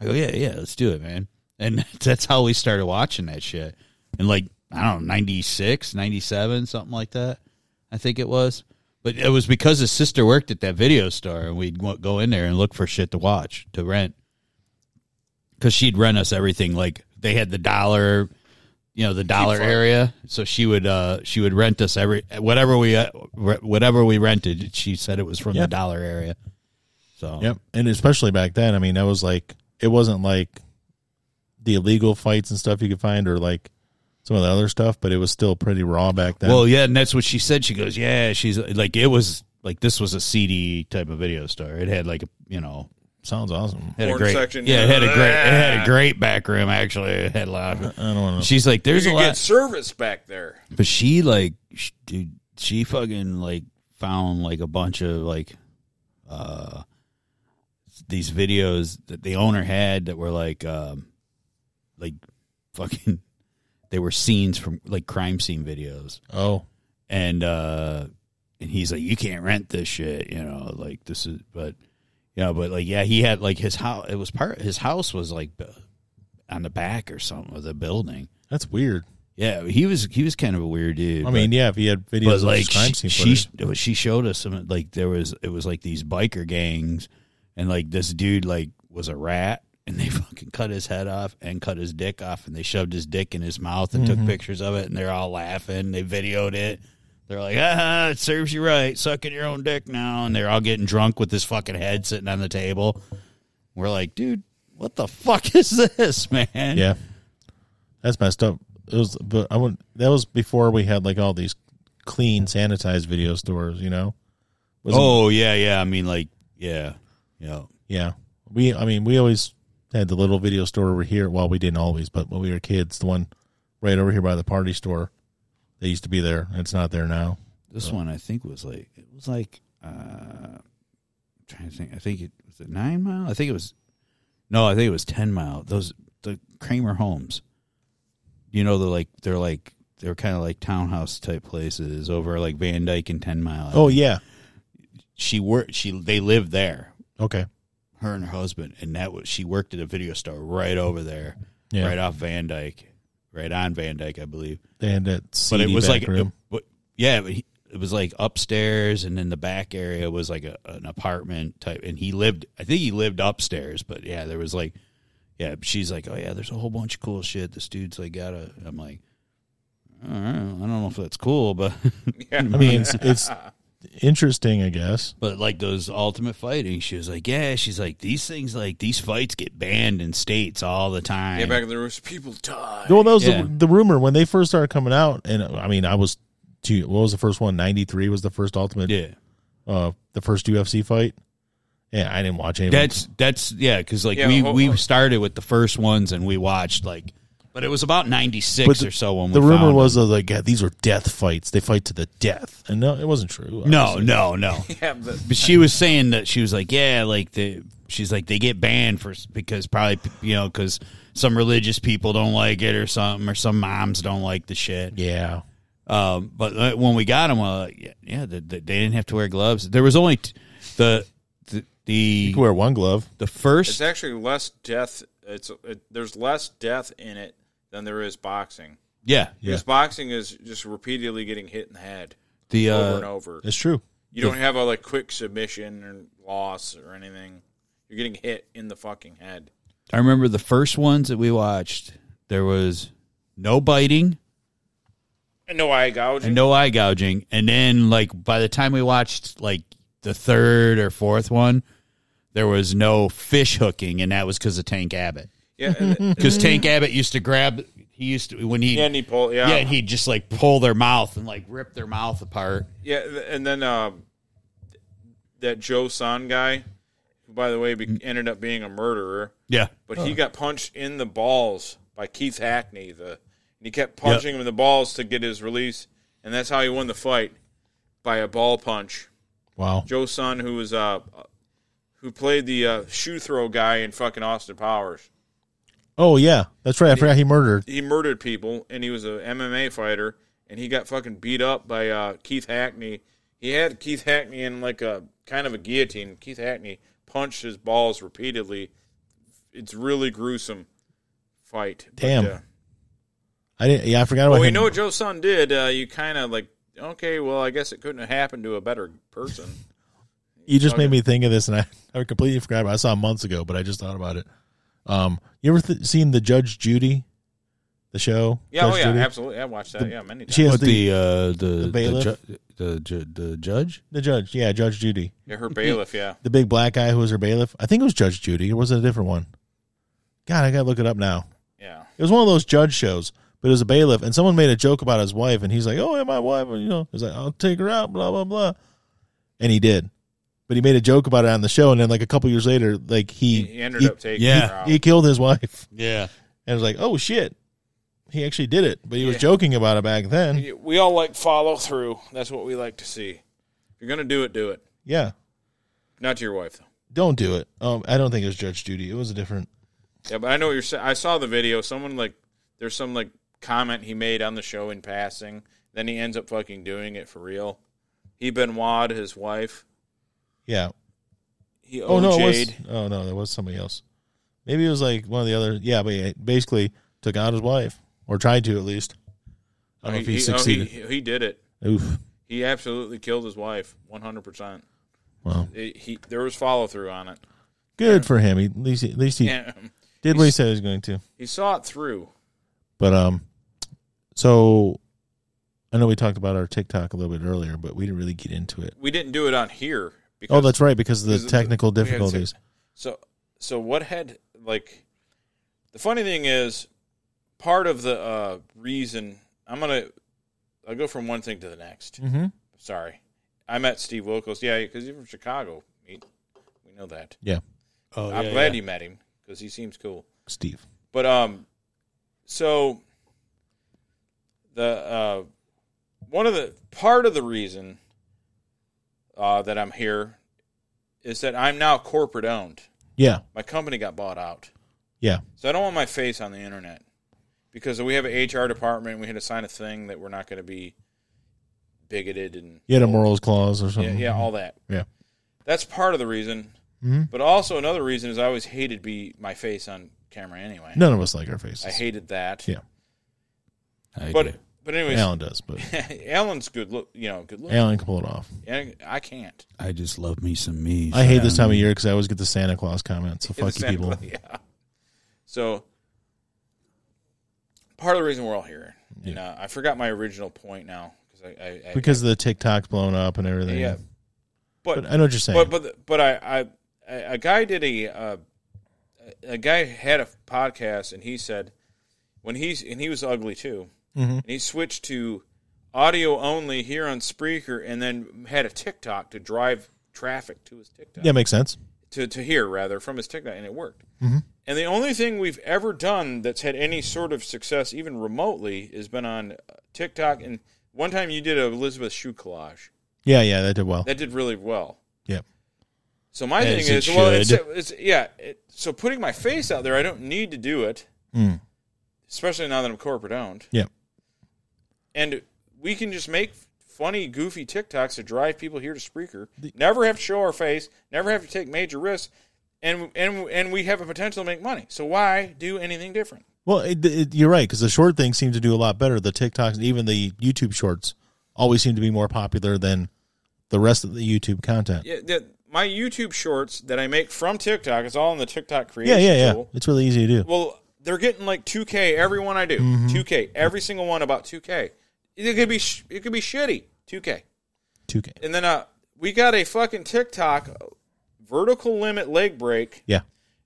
S4: I go, "Yeah, yeah, let's do it, man." And that's how we started watching that shit. And like I don't know, 96, 97, something like that. I think it was. But it was because his sister worked at that video store, and we'd go- go in there and look for shit to watch, to rent. Because she'd rent us everything. Like they had the dollar, you know, the dollar area. So she would, uh, she would rent us every whatever we, uh, re- whatever we rented. She said it was from the
S3: Yep.
S4: dollar area. So
S3: Yep. Um, And especially back then, I mean, that was like it wasn't like the illegal fights and stuff you could find, or like some of the other stuff, but it was still pretty raw back then.
S4: Well, yeah, and that's what she said. She goes, "Yeah, she's like it was like this was a CD type of video store. It had like a you know
S3: sounds awesome.
S4: had a
S2: Porn
S4: great
S2: section,
S4: yeah, it
S2: yeah.
S4: had a great it had a great back room actually. It had a lot.
S3: I
S4: Of,
S3: don't want to.
S4: she's like,
S2: you
S4: there's a
S2: could
S4: lot,
S2: get service back there.
S4: but she like, sh- dude, she fucking like found like a bunch of like uh these videos that the owner had that were like um like fucking they were scenes from like crime scene videos
S3: Oh,
S4: and uh and he's like you can't rent this shit you know like this is but you know but like yeah he had like his house it was part his house was like bu- on the back or something of the building
S3: that's weird.
S4: yeah he was he was kind of a weird dude
S3: I mean,
S4: but,
S3: yeah, if you had videos
S4: but
S3: of
S4: like
S3: like, crime scene
S4: she
S3: footage,
S4: she, she showed us some like there was it was like these biker gangs and like this dude like was a rat and they fucking cut his head off and cut his dick off and they shoved his dick in his mouth and took
S13: Mhm.
S4: pictures of it and they're all laughing. They videoed it. They're like, ah, it serves you right, sucking your own dick now. And they're all getting drunk with this fucking head sitting on the table. We're like, dude, what the fuck is this, man?
S3: Yeah, that's messed up. It was, but I would. That was before we had like all these clean, sanitized video stores. You know. Wasn't-
S4: oh yeah, yeah. I mean, like, yeah, yeah.
S3: yeah. We, I mean, we always had the little video store over here. Well, we didn't always, but when we were kids, the one right over here by the party store, they used to be there. It's not there now.
S4: This
S3: Oh.
S4: one I think was like it was like uh, I'm trying to think. I think it was it nine mile. I think it was no. I think it was ten mile. Those the Kramer homes. You know they're like they're like they're kind of like townhouse type places over like Van Dyke and Ten Mile.
S3: Oh, yeah.
S4: she worked. She they lived there.
S3: Okay.
S4: her and her husband, and that was she worked at a video store right over there,
S3: Yeah.
S4: right off Van Dyke, right on Van Dyke, I believe.
S3: They had that
S4: but it
S3: seedy
S4: was
S3: back
S4: like,
S3: room.
S4: it- but- yeah, but he, it was like upstairs, and then the back area was like a, an apartment type, and he lived. I think he lived upstairs, but yeah, there was like, yeah, she's like, oh yeah, there's a whole bunch of cool shit. This dude's like got a. I'm like, all right, I don't know if that's cool, but
S3: I mean, it's, it's interesting, I guess.
S4: But like those ultimate fighting, she was like, yeah, she's like these things, like these fights get banned in states all the time.
S2: Yeah, back in the roost, people die.
S3: Well, that was
S4: Yeah.
S3: the, the rumor when they first started coming out, and I mean, I was two. What was the first one? Ninety three was the first Ultimate.
S4: Yeah.
S3: Uh, the first UFC fight. Yeah, I didn't watch any.
S4: That's that's yeah, because like
S3: Yeah,
S4: we
S3: the whole-
S4: we started with the first ones and we watched like, but it was about ninety six or so when
S3: the
S4: we
S3: rumor
S4: found
S3: was uh, like yeah, these were death fights. They fight to the death, and no, it wasn't true.
S4: No,
S3: obviously.
S4: no, no. but she was saying that she was like, yeah, like the she's like they get banned for because probably you know because some religious people don't like it or something or some moms don't like the shit.
S3: Yeah.
S4: Um, but uh, when we got them, uh, yeah, yeah the, the, they didn't have to wear gloves. There was only t- the the, the you
S3: could wear one glove.
S4: The first
S2: It's actually less death. It's it, there's less death in it than there is boxing.
S4: Yeah.
S2: because boxing is just repeatedly getting hit in the head.
S4: The,
S2: over
S4: uh,
S2: and over.
S3: it's true.
S2: You
S4: The-
S2: don't have a like quick submission or loss or anything. You're getting hit in the fucking head.
S4: I remember the first ones that we watched. There was no biting
S2: And no eye gouging.
S4: and no eye gouging, and then like by the time we watched like the third or fourth one, there was no fish hooking, and that was because of Tank Abbott.
S2: Yeah, and-
S4: because
S3: Mm.
S4: Tank Abbott used to grab. He used to when he
S2: Yeah, and he pull- yeah.
S4: and he'd just like pull their mouth and like rip their mouth apart.
S2: Yeah, th- and then uh, that Joe San guy, who by the way be- ended up being a murderer.
S4: Yeah.
S2: but
S4: Oh.
S2: he got punched in the balls by Keith Hackney. The and he kept punching him in the balls to get his release, and that's how he won the fight by a ball punch.
S3: Wow.
S2: Joe Sun, who was uh, who played the uh, shoe throw guy in fucking Austin Powers.
S3: Oh yeah, that's right. I forgot he murdered.
S2: He murdered people, and he was a MMA fighter, and he got fucking beat up by uh, Keith Hackney. He had Keith Hackney in like a kind of a guillotine. Keith Hackney punched his balls repeatedly. It's really gruesome fight. But,
S3: Damn.
S2: uh,
S3: I didn't. Yeah, I forgot about
S2: well, we
S3: him.
S2: know what Joe Sun did. Uh, you kind of like, okay, well, I guess it couldn't have happened to a better person.
S3: you just
S2: Okay.
S3: made me think of this, and I, I completely forgot. About it. I saw it months ago, but I just thought about it. Um, you ever th- seen the Judge Judy, the show?
S2: Yeah, oh
S3: Judge
S2: yeah,
S3: Judy?
S2: absolutely. I watched that.
S3: The-
S2: yeah, many times.
S3: She has
S4: What,
S3: the,
S4: the, uh, the-
S3: the bailiff,
S4: the ju- the ju- the judge,
S3: the judge. Yeah, Judge Judy.
S2: Yeah, her bailiff, yeah.
S3: the big black guy who was her bailiff. I think it was Judge Judy. It wasn't a different one. God, I gotta look it up now.
S2: Yeah,
S3: it was one of those judge shows, but it was a bailiff, and someone made a joke about his wife, and he's like, "Oh, yeah, my wife," you know, he's like, "I'll take her out," blah blah blah, and he did. But he made a joke about it on the show, and then like a couple years later, like he
S2: He ended up taking
S3: yeah,
S2: her out.
S3: he killed his wife.
S4: Yeah,
S3: and it was like, "Oh shit." He actually did it, but he was joking about it back then.
S2: We all like follow through. That's what we like to see. If you're gonna do it, do it.
S3: Yeah,
S2: Not to your wife though.
S3: don't do it. Um, I don't think it was Judge Judy. It was a different.
S2: Yeah, but I know what you're saying. I saw the video. Someone like there's some like comment he made on the show in passing. Then he ends up fucking doing it for real. He Benoit, his wife.
S3: Yeah.
S2: He
S3: oh no, it was-
S2: OJ'd.
S3: oh no, that was somebody else. Maybe it was like one of the other. Yeah, but he basically took out his wife or tried to at least. I don't know if he,
S2: oh,
S3: succeeded.
S2: he, he did it.
S3: Oof.
S2: He absolutely killed his wife, one hundred percent.
S3: Wow.
S2: It- he there was follow through on it.
S3: Good for him. He, at least, at least he
S2: Yeah.
S3: did what he said he was going to.
S2: He saw it through.
S3: But um, so I know we talked about our TikTok a little bit earlier, but we didn't really get into it.
S2: We didn't do it on here.
S3: oh, that's right, because of the technical
S2: we had to-
S3: difficulties.
S2: So, so what had like the funny thing is part of the uh, reason I'm gonna I'll go from one thing to the next.
S4: Mm-hmm.
S3: Mhm.
S2: Sorry, I met Steve Wilkos. Yeah, because he's from Chicago. He, we know that.
S3: Yeah.
S4: Oh,
S2: I'm
S4: yeah,
S2: glad
S4: yeah.
S2: you met him because he seems cool.
S3: Steve.
S2: But um, so the uh, one of the part of the reason uh, that I'm here is that I'm now corporate owned.
S3: Yeah.
S2: My company got bought out,
S3: Yeah.
S2: so I don't want my face on the internet because we have an HR department. We had to sign a thing that we're not going to be bigoted and
S3: You had a morals clause or something.
S2: yeah, yeah, all that.
S3: Mm-hmm. Yeah.
S2: That's part of the reason.
S3: Mhm.
S2: But also another reason is I always hated be my face on camera anyway.
S3: None of us like our faces.
S2: I hated that.
S3: Yeah.
S2: but but anyways,
S3: Alan does, but-
S2: Alan's good look. You know, good look.
S3: Alan can pull it off.
S2: I, I can't.
S4: I just love me some me.
S3: I hate this time of year because I always get the Santa Claus comment. So fuck you,
S2: um, Exactly,
S3: people.
S2: Yeah. So part of the reason we're all here, and uh, I forgot my original point now because I, I, I
S3: Because the TikTok's blown up and everything.
S2: Yeah, but,
S3: But I know what you're saying.
S2: But but but I, I a guy did a uh, a guy had a podcast and he said when he's and he was ugly too,
S3: Mhm.
S2: and he switched to audio only here on Spreaker and then had a TikTok to drive traffic to his TikTok.
S3: Yeah, makes sense.
S2: To to hear rather from his TikTok and it worked.
S3: Mhm.
S2: And the only thing we've ever done that's had any sort of success, even remotely, has been on uh, TikTok. And one time you did a Elizabeth shoe collage.
S3: Yeah, yeah, that did well.
S2: That did really well.
S3: Yep.
S2: So my
S3: As
S2: thing is,
S3: it
S2: well, it's,
S3: should.
S2: it's yeah. It, so putting my face out there, I don't need to do it,
S3: Mm.
S2: especially now that I'm corporate owned.
S3: Yep.
S2: And we can just make funny, goofy TikToks to drive people here to Spreaker. never have to show our face. Never have to take major risks. And and and we have a potential to make money. So why do anything different?
S3: Well, it, it, you're right because the short things seem to do a lot better. The TikToks and even the YouTube shorts always seem to be more popular than the rest of the YouTube content.
S2: Yeah, that my YouTube shorts that I make from TikTok is all in the TikTok
S3: Yeah,
S2: creation
S3: yeah, yeah.
S2: tool.
S3: It's really easy to do.
S2: Well, they're getting like 2K every one I do.
S3: Mhm.
S2: 2K every single one about 2K. It could be sh- it could be shitty. 2K.
S3: 2K.
S2: And then uh, we got a fucking TikTok uh, vertical limit leg break,
S3: Yeah,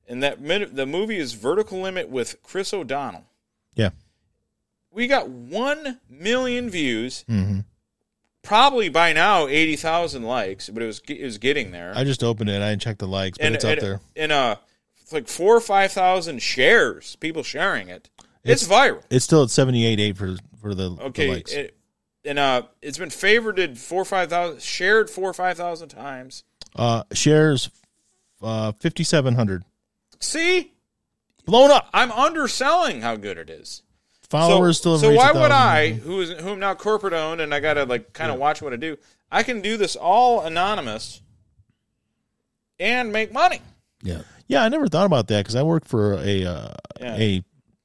S2: and that min- the movie is vertical limit with Chris O'Donnell.
S3: yeah.
S2: We got one million views,
S3: hmm
S2: probably by now eighty thousand likes, but it was it was getting there.
S3: I just opened it. I didn't check the likes, but it's up
S2: and,
S3: there.
S2: And uh, it's like four or five thousand shares, people sharing it. it's viral.
S3: It's still at seventy eight eight for for the,
S2: okay
S3: the likes.
S2: it- and uh it's been favorited four or five thousand shared four or five thousand times
S3: uh, shares uh, fifty seven hundred.
S2: see
S3: blown up
S2: i'm underselling how good it is
S3: Followers
S2: so,
S3: Oh, still haven't
S2: so
S3: reached
S2: why
S3: 1,000.
S2: would i who is who am now corporate owned and i gotta like kind of watch what i do i can do this all anonymous and make money
S4: Yeah.
S3: Yeah, I never thought about that because I work for a uh,
S2: Yeah.
S3: a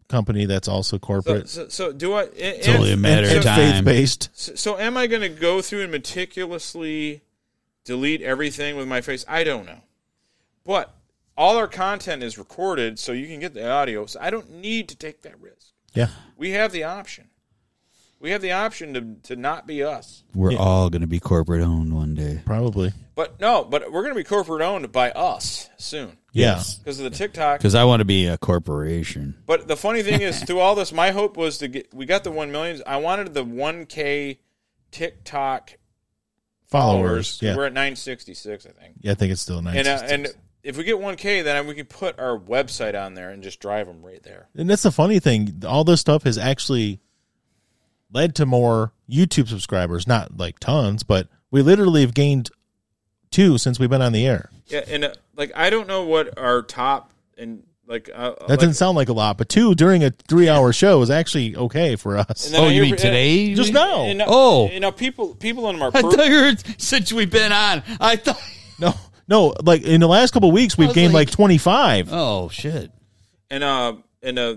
S3: company that's also
S2: so,
S3: corporate.
S2: so, so do i it's
S4: only a matter of time.
S3: faith-based.
S2: so, so am i gonna go through and meticulously delete everything with my face i don't know but all our content is recorded so you can get the audio so i don't need to take that risk
S3: Yeah.
S2: we have the option we have the option to, to not be us
S4: We're all going to be corporate owned one day.
S3: Probably.
S2: but no but we're going to be corporate owned by us soon
S4: Yeah. Yes.
S2: because of the tiktok
S4: Because I want to be a corporation.
S2: but the funny thing is through all this my hope was to get we got the 1 millions i wanted the 1k tiktok
S3: Followers. Yeah.
S2: we're at 966 i think
S3: yeah, I think it's still nice.
S2: and, uh, and if we get 1k then we can put our website on there and just drive them right there
S3: And that's the funny thing. All this stuff has actually led to more YouTube subscribers. Not like tons, but we literally have gained two since we've been on the air.
S2: Yeah, and uh, like I don't know what our top and like uh,
S3: That
S2: like,
S3: doesn't sound like a lot, but two during a three-hour show is actually okay for us.
S2: and
S4: Oh,
S2: then I hear- and-
S3: Just now.
S2: and, uh,
S3: oh,
S2: you know people people on our
S4: I thought you were, since we've been on, I thought.
S3: no, no. Like in the last couple of weeks,
S4: I
S3: we've
S4: was
S3: gained
S4: like-
S3: like,
S2: Uh,
S3: twenty-five.
S4: Oh, shit.
S2: and uh and uh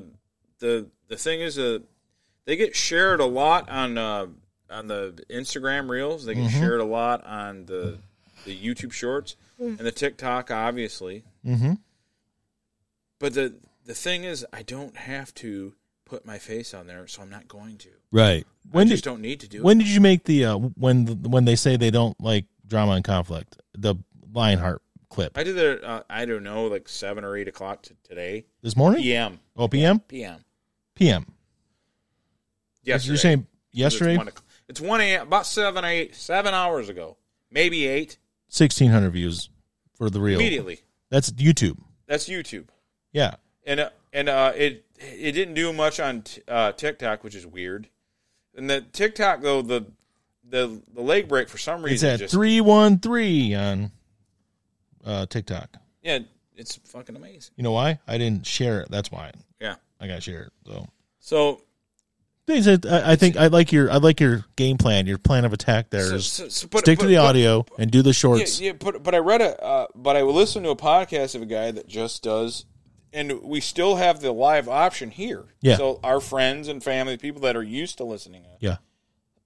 S2: the the thing is uh they get shared a lot on uh on the Instagram reels.
S4: Mm-hmm.
S2: They get
S3: Mhm.
S2: shared a lot on the the YouTube shorts and the TikTok obviously.
S3: Mm-hmm.
S2: But the the thing is, I don't have to put my face on there, so I'm not going to.
S4: Right.
S2: When I just don't need to do
S3: When
S2: it.
S3: did you make the uh, when the, when they say they don't like drama and conflict? The Lionheart clip
S2: I did it. Uh, I don't know, like seven or eight o'clock t- today.
S3: this morning.
S2: PM.
S3: Oh, PM.
S2: PM.
S3: PM.
S2: Yesterday.
S3: You're saying
S2: It's
S3: yesterday,
S2: one, o'clock- it's one a.m. About seven, eight, seven hours ago, maybe eight.
S3: sixteen hundred views for the real.
S2: Immediately.
S3: That's YouTube.
S2: That's YouTube,
S3: Yeah.
S2: and uh, and uh, it it didn't do much on t- uh, TikTok, which is weird. And the TikTok though the the the leg break for some
S3: It's
S2: reason
S3: at
S2: just
S3: three one three on uh, TikTok.
S2: yeah it's fucking amazing
S3: You know why? I didn't share it. That's why
S2: yeah.
S3: I got shared. So
S2: So
S3: They said, I, I think I like your I like your game plan, your plan of attack. There
S2: So-
S3: is
S2: so- so- but-
S3: stick
S2: but-
S3: to the
S2: but-
S3: audio and do the shorts.
S2: Yeah, yeah but but I read a uh, but I listened to a podcast of a guy that just does, and we still have the live option here.
S3: Yeah.
S2: So our friends and family, people that are used to listening,
S3: Yeah.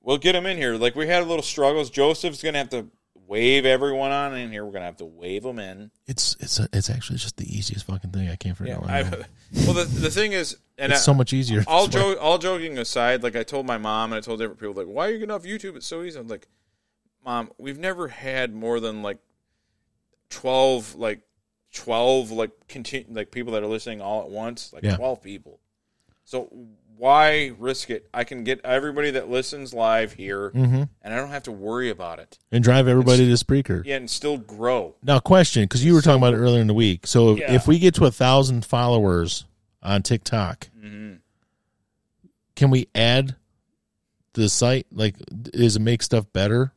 S2: we'll get them in here. Like we had a little struggles. Joseph's gonna have to wave everyone on in here. We're gonna have to wave them in.
S3: It's it's a, it's actually just the easiest fucking thing. I can't figure out.
S2: I,
S3: why.
S2: well, the, the thing is, and
S3: It's
S2: I-
S3: so much easier
S2: All
S3: this way.
S2: jo- all joking aside, like I told my mom and I told different people, like, why are you getting off YouTube? It's so easy. I'm like, mom, we've never had more than like twelve, like twelve, like continue, like people that are listening all at once, like
S3: Yeah.
S2: twelve people. So why risk it? I can get everybody that listens live here,
S3: Mhm.
S2: and I don't have to worry about it.
S3: and drive everybody to Spreaker.
S2: Yeah, and still grow.
S3: Now, question because you were talking about it earlier in the week. So if,
S2: Yeah.
S3: if we get to a thousand followers on TikTok,
S2: Mhm.
S3: can we add the site? Like, does it make stuff better?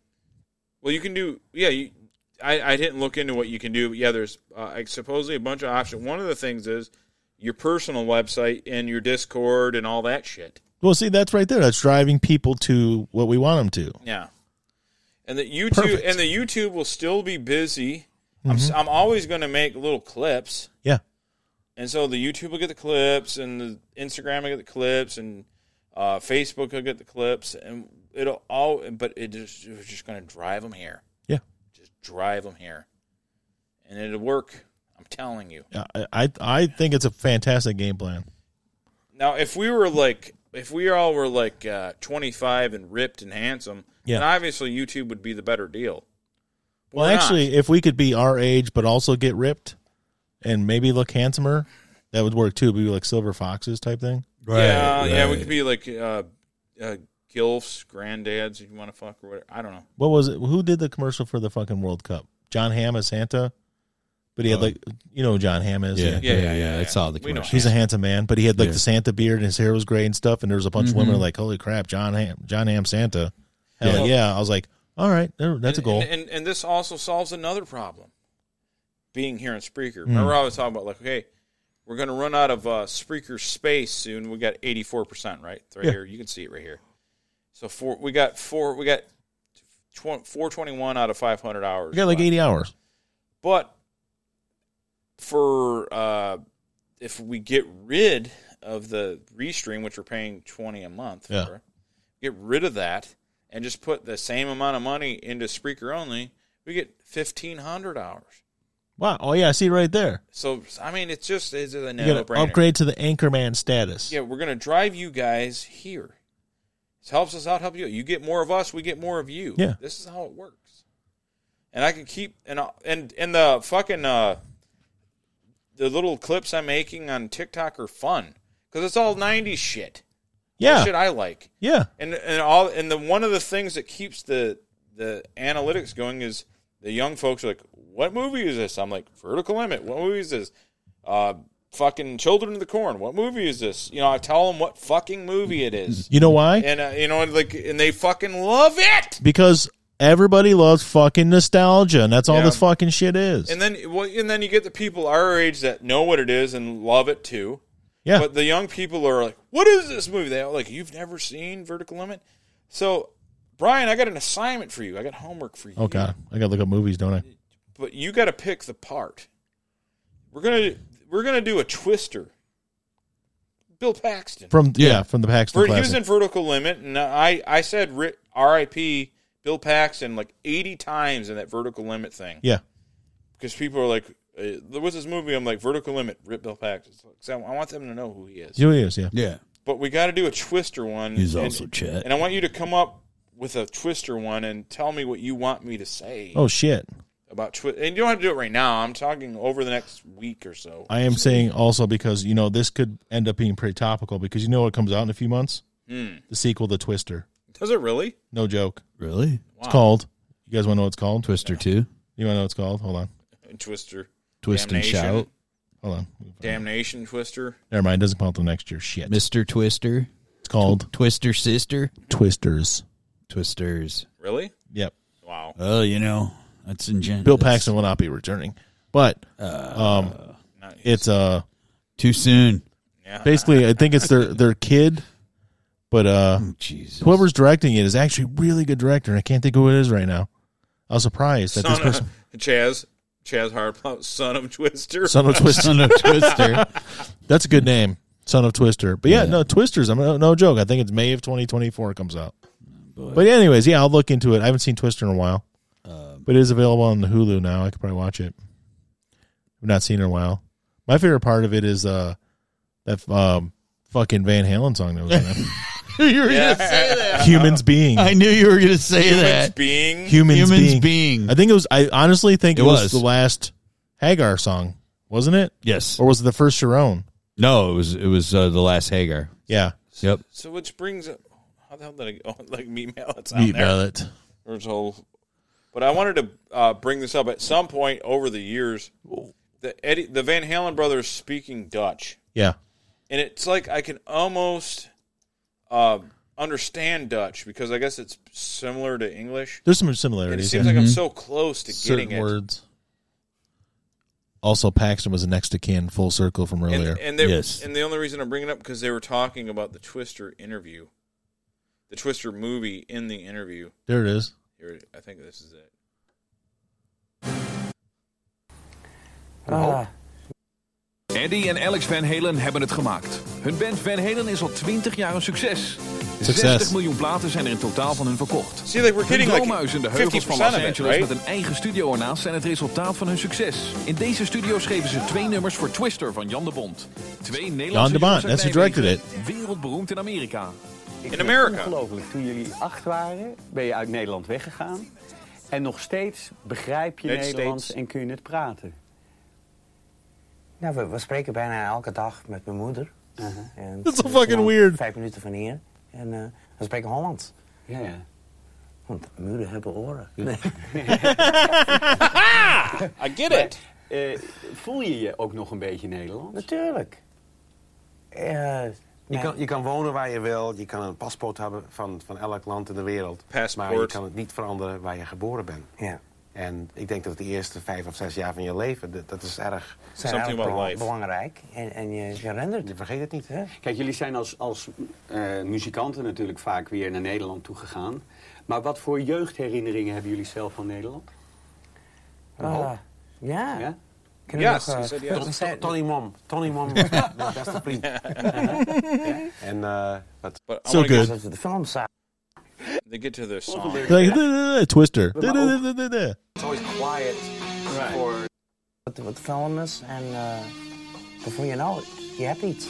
S2: Well, you can do. Yeah, you, I I didn't look into what you can do. But yeah, there's uh, like, supposedly a bunch of options. One of the things is your personal website and your Discord and all that shit.
S3: Well, see, that's right there. That's driving people to what we want them to.
S2: Yeah, and the YouTube
S3: Perfect.
S2: and the YouTube will still be busy. I'm s
S3: Mhm.
S2: am always going to make little clips,
S3: Yeah.
S2: and so the YouTube will get the clips, and the Instagram will get the clips, and uh, Facebook will get the clips, and it'll all. But it just it's just going to drive them here.
S3: Yeah.
S2: just drive them here, and it'll work. I'm telling you.
S3: Yeah, I I, I think it's a fantastic game plan.
S2: Now, if we were like, if we all were like uh, 25 and ripped and handsome,
S3: Yeah.
S2: then obviously YouTube would be the better deal.
S3: Well,
S2: We're not.
S3: actually, if we could be our age but also get ripped and maybe look handsomer, that would work too. We'd be like silver foxes type thing.
S2: yeah, yeah, we could be like uh, uh, gilfs, granddads, if you want to fuck or whatever. I don't know.
S3: What was it? Who did the commercial for the fucking World Cup? John Hamm as Santa, but he had
S4: Oh.
S3: like you know who John Hamm is.
S4: Yeah, yeah, yeah. yeah,
S2: Uh, yeah,
S4: That's
S2: yeah.
S4: all the
S2: We know.
S4: commercial.
S3: He's a handsome man, but he had like
S4: Yeah.
S3: the Santa beard and his hair was gray and stuff. And there was a bunch of women
S4: Mhm.
S3: like, "Holy crap, John Ham, John Ham Santa!" Hell
S2: Yeah.
S3: yeah. I was like, "All right, there- that's a
S2: and,
S3: goal."
S2: And, and, and this also solves another problem being here in Spreaker.
S3: Hmm.
S2: Remember, I was talking about, like, okay, we're going to run out of uh, Spreaker space soon. We got 84%, right? It's right
S3: Yeah.
S2: here. You can see it right here. So four, we got four, we got tw- 421 out of 500 hours.
S3: We got like
S2: left.
S3: eighty hours.
S2: But for uh, if we get rid of the restream, which we're paying twenty a month
S3: Yeah.
S2: for, get rid of that and just put the same amount of money into Spreaker only, we get fifteen hundred hours.
S3: Wow. Oh yeah, I see it right there.
S2: So I mean, it's just it's a
S3: you
S2: no
S3: got to
S2: brainer.
S3: upgrade to the anchorman status.
S2: Yeah, we're gonna drive you guys here. This helps us out. Help you. You get more of us. We get more of you.
S3: Yeah.
S2: This is how it works. And I can keep and I'll- and and the fucking uh, the little clips I'm making on TikTok are fun because it's all '90s shit. All
S3: Yeah.
S2: shit I like.
S3: Yeah.
S2: And and all and the one of the things that keeps the the analytics going is the young folks are like, "What movie is this?" I'm like, "Vertical Limit." What movie is this? Uh, fucking Children of the Corn. What movie is this? You know, I tell them what fucking movie it is,
S3: You know why?
S2: and uh, you know, and like, and they fucking love it.
S3: Because everybody loves fucking nostalgia, and that's all
S2: Yeah.
S3: this fucking shit is.
S2: And then well, and then you get the people our age that know what it is and love it too.
S3: yeah.
S2: But the young people are like, "What is this movie?" They're like, "You've never seen Vertical Limit." So, Brian, I got an assignment for you. I got homework for you.
S3: oh god, I gotta look up movies, don't I?
S2: but you got to pick the part. We're gonna we're gonna do a twister. Bill Paxton.
S3: From yeah,
S4: Yeah.
S3: from the Paxton
S2: Ver- he was
S3: Classic.
S2: in Vertical Limit, and I I said ri- R.I.P. Bill Paxton like eighty times in that Vertical Limit thing
S3: yeah.
S2: because people are like, Uh, there was this movie. I'm like Vertical Limit, Rip Bill Paxton. So I want them to know who he is.
S3: Who he is, yeah.
S4: Yeah.
S2: But we got to do a Twister one.
S4: He's
S2: and-
S4: also Chet.
S2: And I want you to come up with a Twister one and tell me what you want me to say
S3: Oh shit!
S2: about Twister. And you don't have to do it right now. I'm talking over the next week or so.
S3: I am saying also because you know this could end up being pretty topical because you know what comes out in a few months?
S2: Hmm.
S3: The sequel to Twister.
S2: Does it really?
S3: No joke.
S4: Really?
S3: It's called. You guys want to know what it's called?
S4: Twister two.
S3: You want to know what it's called? Hold on.
S2: Twister.
S4: Twist and
S2: Damnation.
S4: shout.
S3: Hold on.
S2: Damnation Twister.
S3: Never mind. It doesn't come out till next year. Shit.
S4: Mr. Twister.
S3: It's called
S4: Twister Sister.
S3: Twisters.
S4: Twisters.
S2: Really?
S3: Yep.
S2: Wow.
S4: Oh, you know, that's ingenious.
S3: Bill Paxton will not be returning, but
S2: Uh,
S3: um, it's uh,
S4: Too soon.
S3: basically I think it's their their kid, but
S4: Hmm.
S3: uh,
S4: Oh, Jesus.
S3: whoever's directing it is actually a really good director. And I can't think who it is right now. I was surprised that this
S2: Son
S3: person,
S2: of Chaz. Chaz Hardplow, son of Twister.
S3: Son of Twister,
S4: Son of Twister.
S3: that's a good name, Son of Twister. But yeah,
S4: Yeah.
S3: no Twisters. I'm no, no joke. I think it's May of 2024 it comes out. But anyways, yeah, I'll look into it. I haven't seen Twister in a while, but it is available on Hulu now. I could probably watch it. I've not seen it in a while. My favorite part of it is uh that um fucking Van Halen song that was in it.
S4: you were
S2: Yeah.
S4: gonna say that.
S3: Humans being
S4: I knew you were going to say
S2: Humans
S4: that.
S2: being.
S3: humans,
S4: Humans
S3: being.
S4: being.
S3: I think it was. I honestly think it,
S4: It
S3: was.
S4: was.
S3: the last Hagar song, wasn't it?
S4: Yes.
S3: Or was it the first Sharon?
S4: No, it was it was uh, the last Hagar.
S3: Yeah,
S4: Yep.
S2: so which brings up. How the hell did I go? Like meat mallets on
S3: Meat
S2: there.
S3: Mallet.
S2: There's a whole. But I wanted to uh, bring this up at some point over the years. The Eddie, the Van Halen brothers speaking Dutch,
S3: Yeah,
S2: and it's like I can almost uh, understand Dutch because I guess it's similar to English.
S3: there's some
S2: And it
S3: similarities.
S2: seems
S3: yeah.
S2: like I'm so close to
S3: Mm-hmm. certain
S2: getting it.
S3: words. Also, Paxton was next to kin, full circle from
S2: And,
S3: earlier.
S2: and, they,
S4: Yes.
S2: and the only reason I'm bringing it up because they were talking about the Twister interview, the Twister movie in the interview.
S3: there it is.
S2: Here, it- I think this is it. Ah.
S13: Eddie en Alex Van Halen hebben het gemaakt. Hun band Van Halen is al 20 jaar een succes.
S3: Succes.
S13: 60 miljoen platen zijn er in totaal van hun verkocht.
S2: See, like we're
S13: Hun
S2: getting like
S13: droomhuis in de
S2: 50%
S13: heuvels van Los
S2: of it,
S13: Angeles
S2: right?
S13: met een eigen studio ernaast zijn het resultaat van hun succes. In deze studio schreven ze twee nummers voor Twister van Jan de Bond. Twee Nederlandse
S3: de Bond,
S13: jongens uit
S3: that's who directed
S13: Nijmegen, Wereldberoemd in Amerika.
S2: In America.
S8: Ongelooflijk, toen jullie acht waren, ben je uit Nederland weggegaan. En nog steeds begrijp je
S2: Nog
S8: Nederlands
S2: steeds.
S8: en kun je het praten.
S10: Nou, we, we spreken bijna elke dag met mijn moeder.
S8: Uh-huh.
S10: En
S3: That's so
S10: is
S3: fucking
S10: maar
S3: weird.
S10: Vijf minuten van hier. En eh, we spreken Hollands.
S8: Ja, ja.
S10: Want muren hebben oren.
S2: I get it.
S8: Eh, voel je je ook nog een beetje Nederlands?
S10: Natuurlijk. Eh,
S14: Je kan, je kan wonen waar je wil, je kan een paspoort hebben van, van elk land in de wereld. Maar je
S2: Passport.
S14: kan het niet veranderen waar je geboren bent.
S10: ja.
S14: En ik denk dat de eerste vijf of zes jaar van je leven, dat, dat is erg.
S10: Ze zijn
S2: Something
S10: erg
S2: about
S10: belang-
S2: life.
S10: belangrijk. En, en je, je
S14: Je
S10: rendert.
S14: vergeet het niet.
S10: Ja.
S8: Kijk, jullie zijn als, als eh, muzikanten natuurlijk vaak weer naar Nederland toegegaan. Maar wat voor jeugdherinneringen hebben jullie zelf van Nederland?
S10: Ah, ja.
S8: Ja?
S10: Kunnen we
S2: Yes,
S10: nog, eh,
S2: he said yes.
S10: nog een
S14: To-
S10: set-
S14: Tony Mom. Tony Mom was mijn mijn beste vriend. En eh, wat,
S2: But I
S3: So
S2: wanna
S3: good.
S10: dat we de film samen.
S2: Get, they get to the song.
S3: Like, "Da-da-da-da," Twister. Da-da-da-da-da-da.
S14: it's always quiet for
S10: Wat, wat de film is. En eh before you know it, je hebt iets.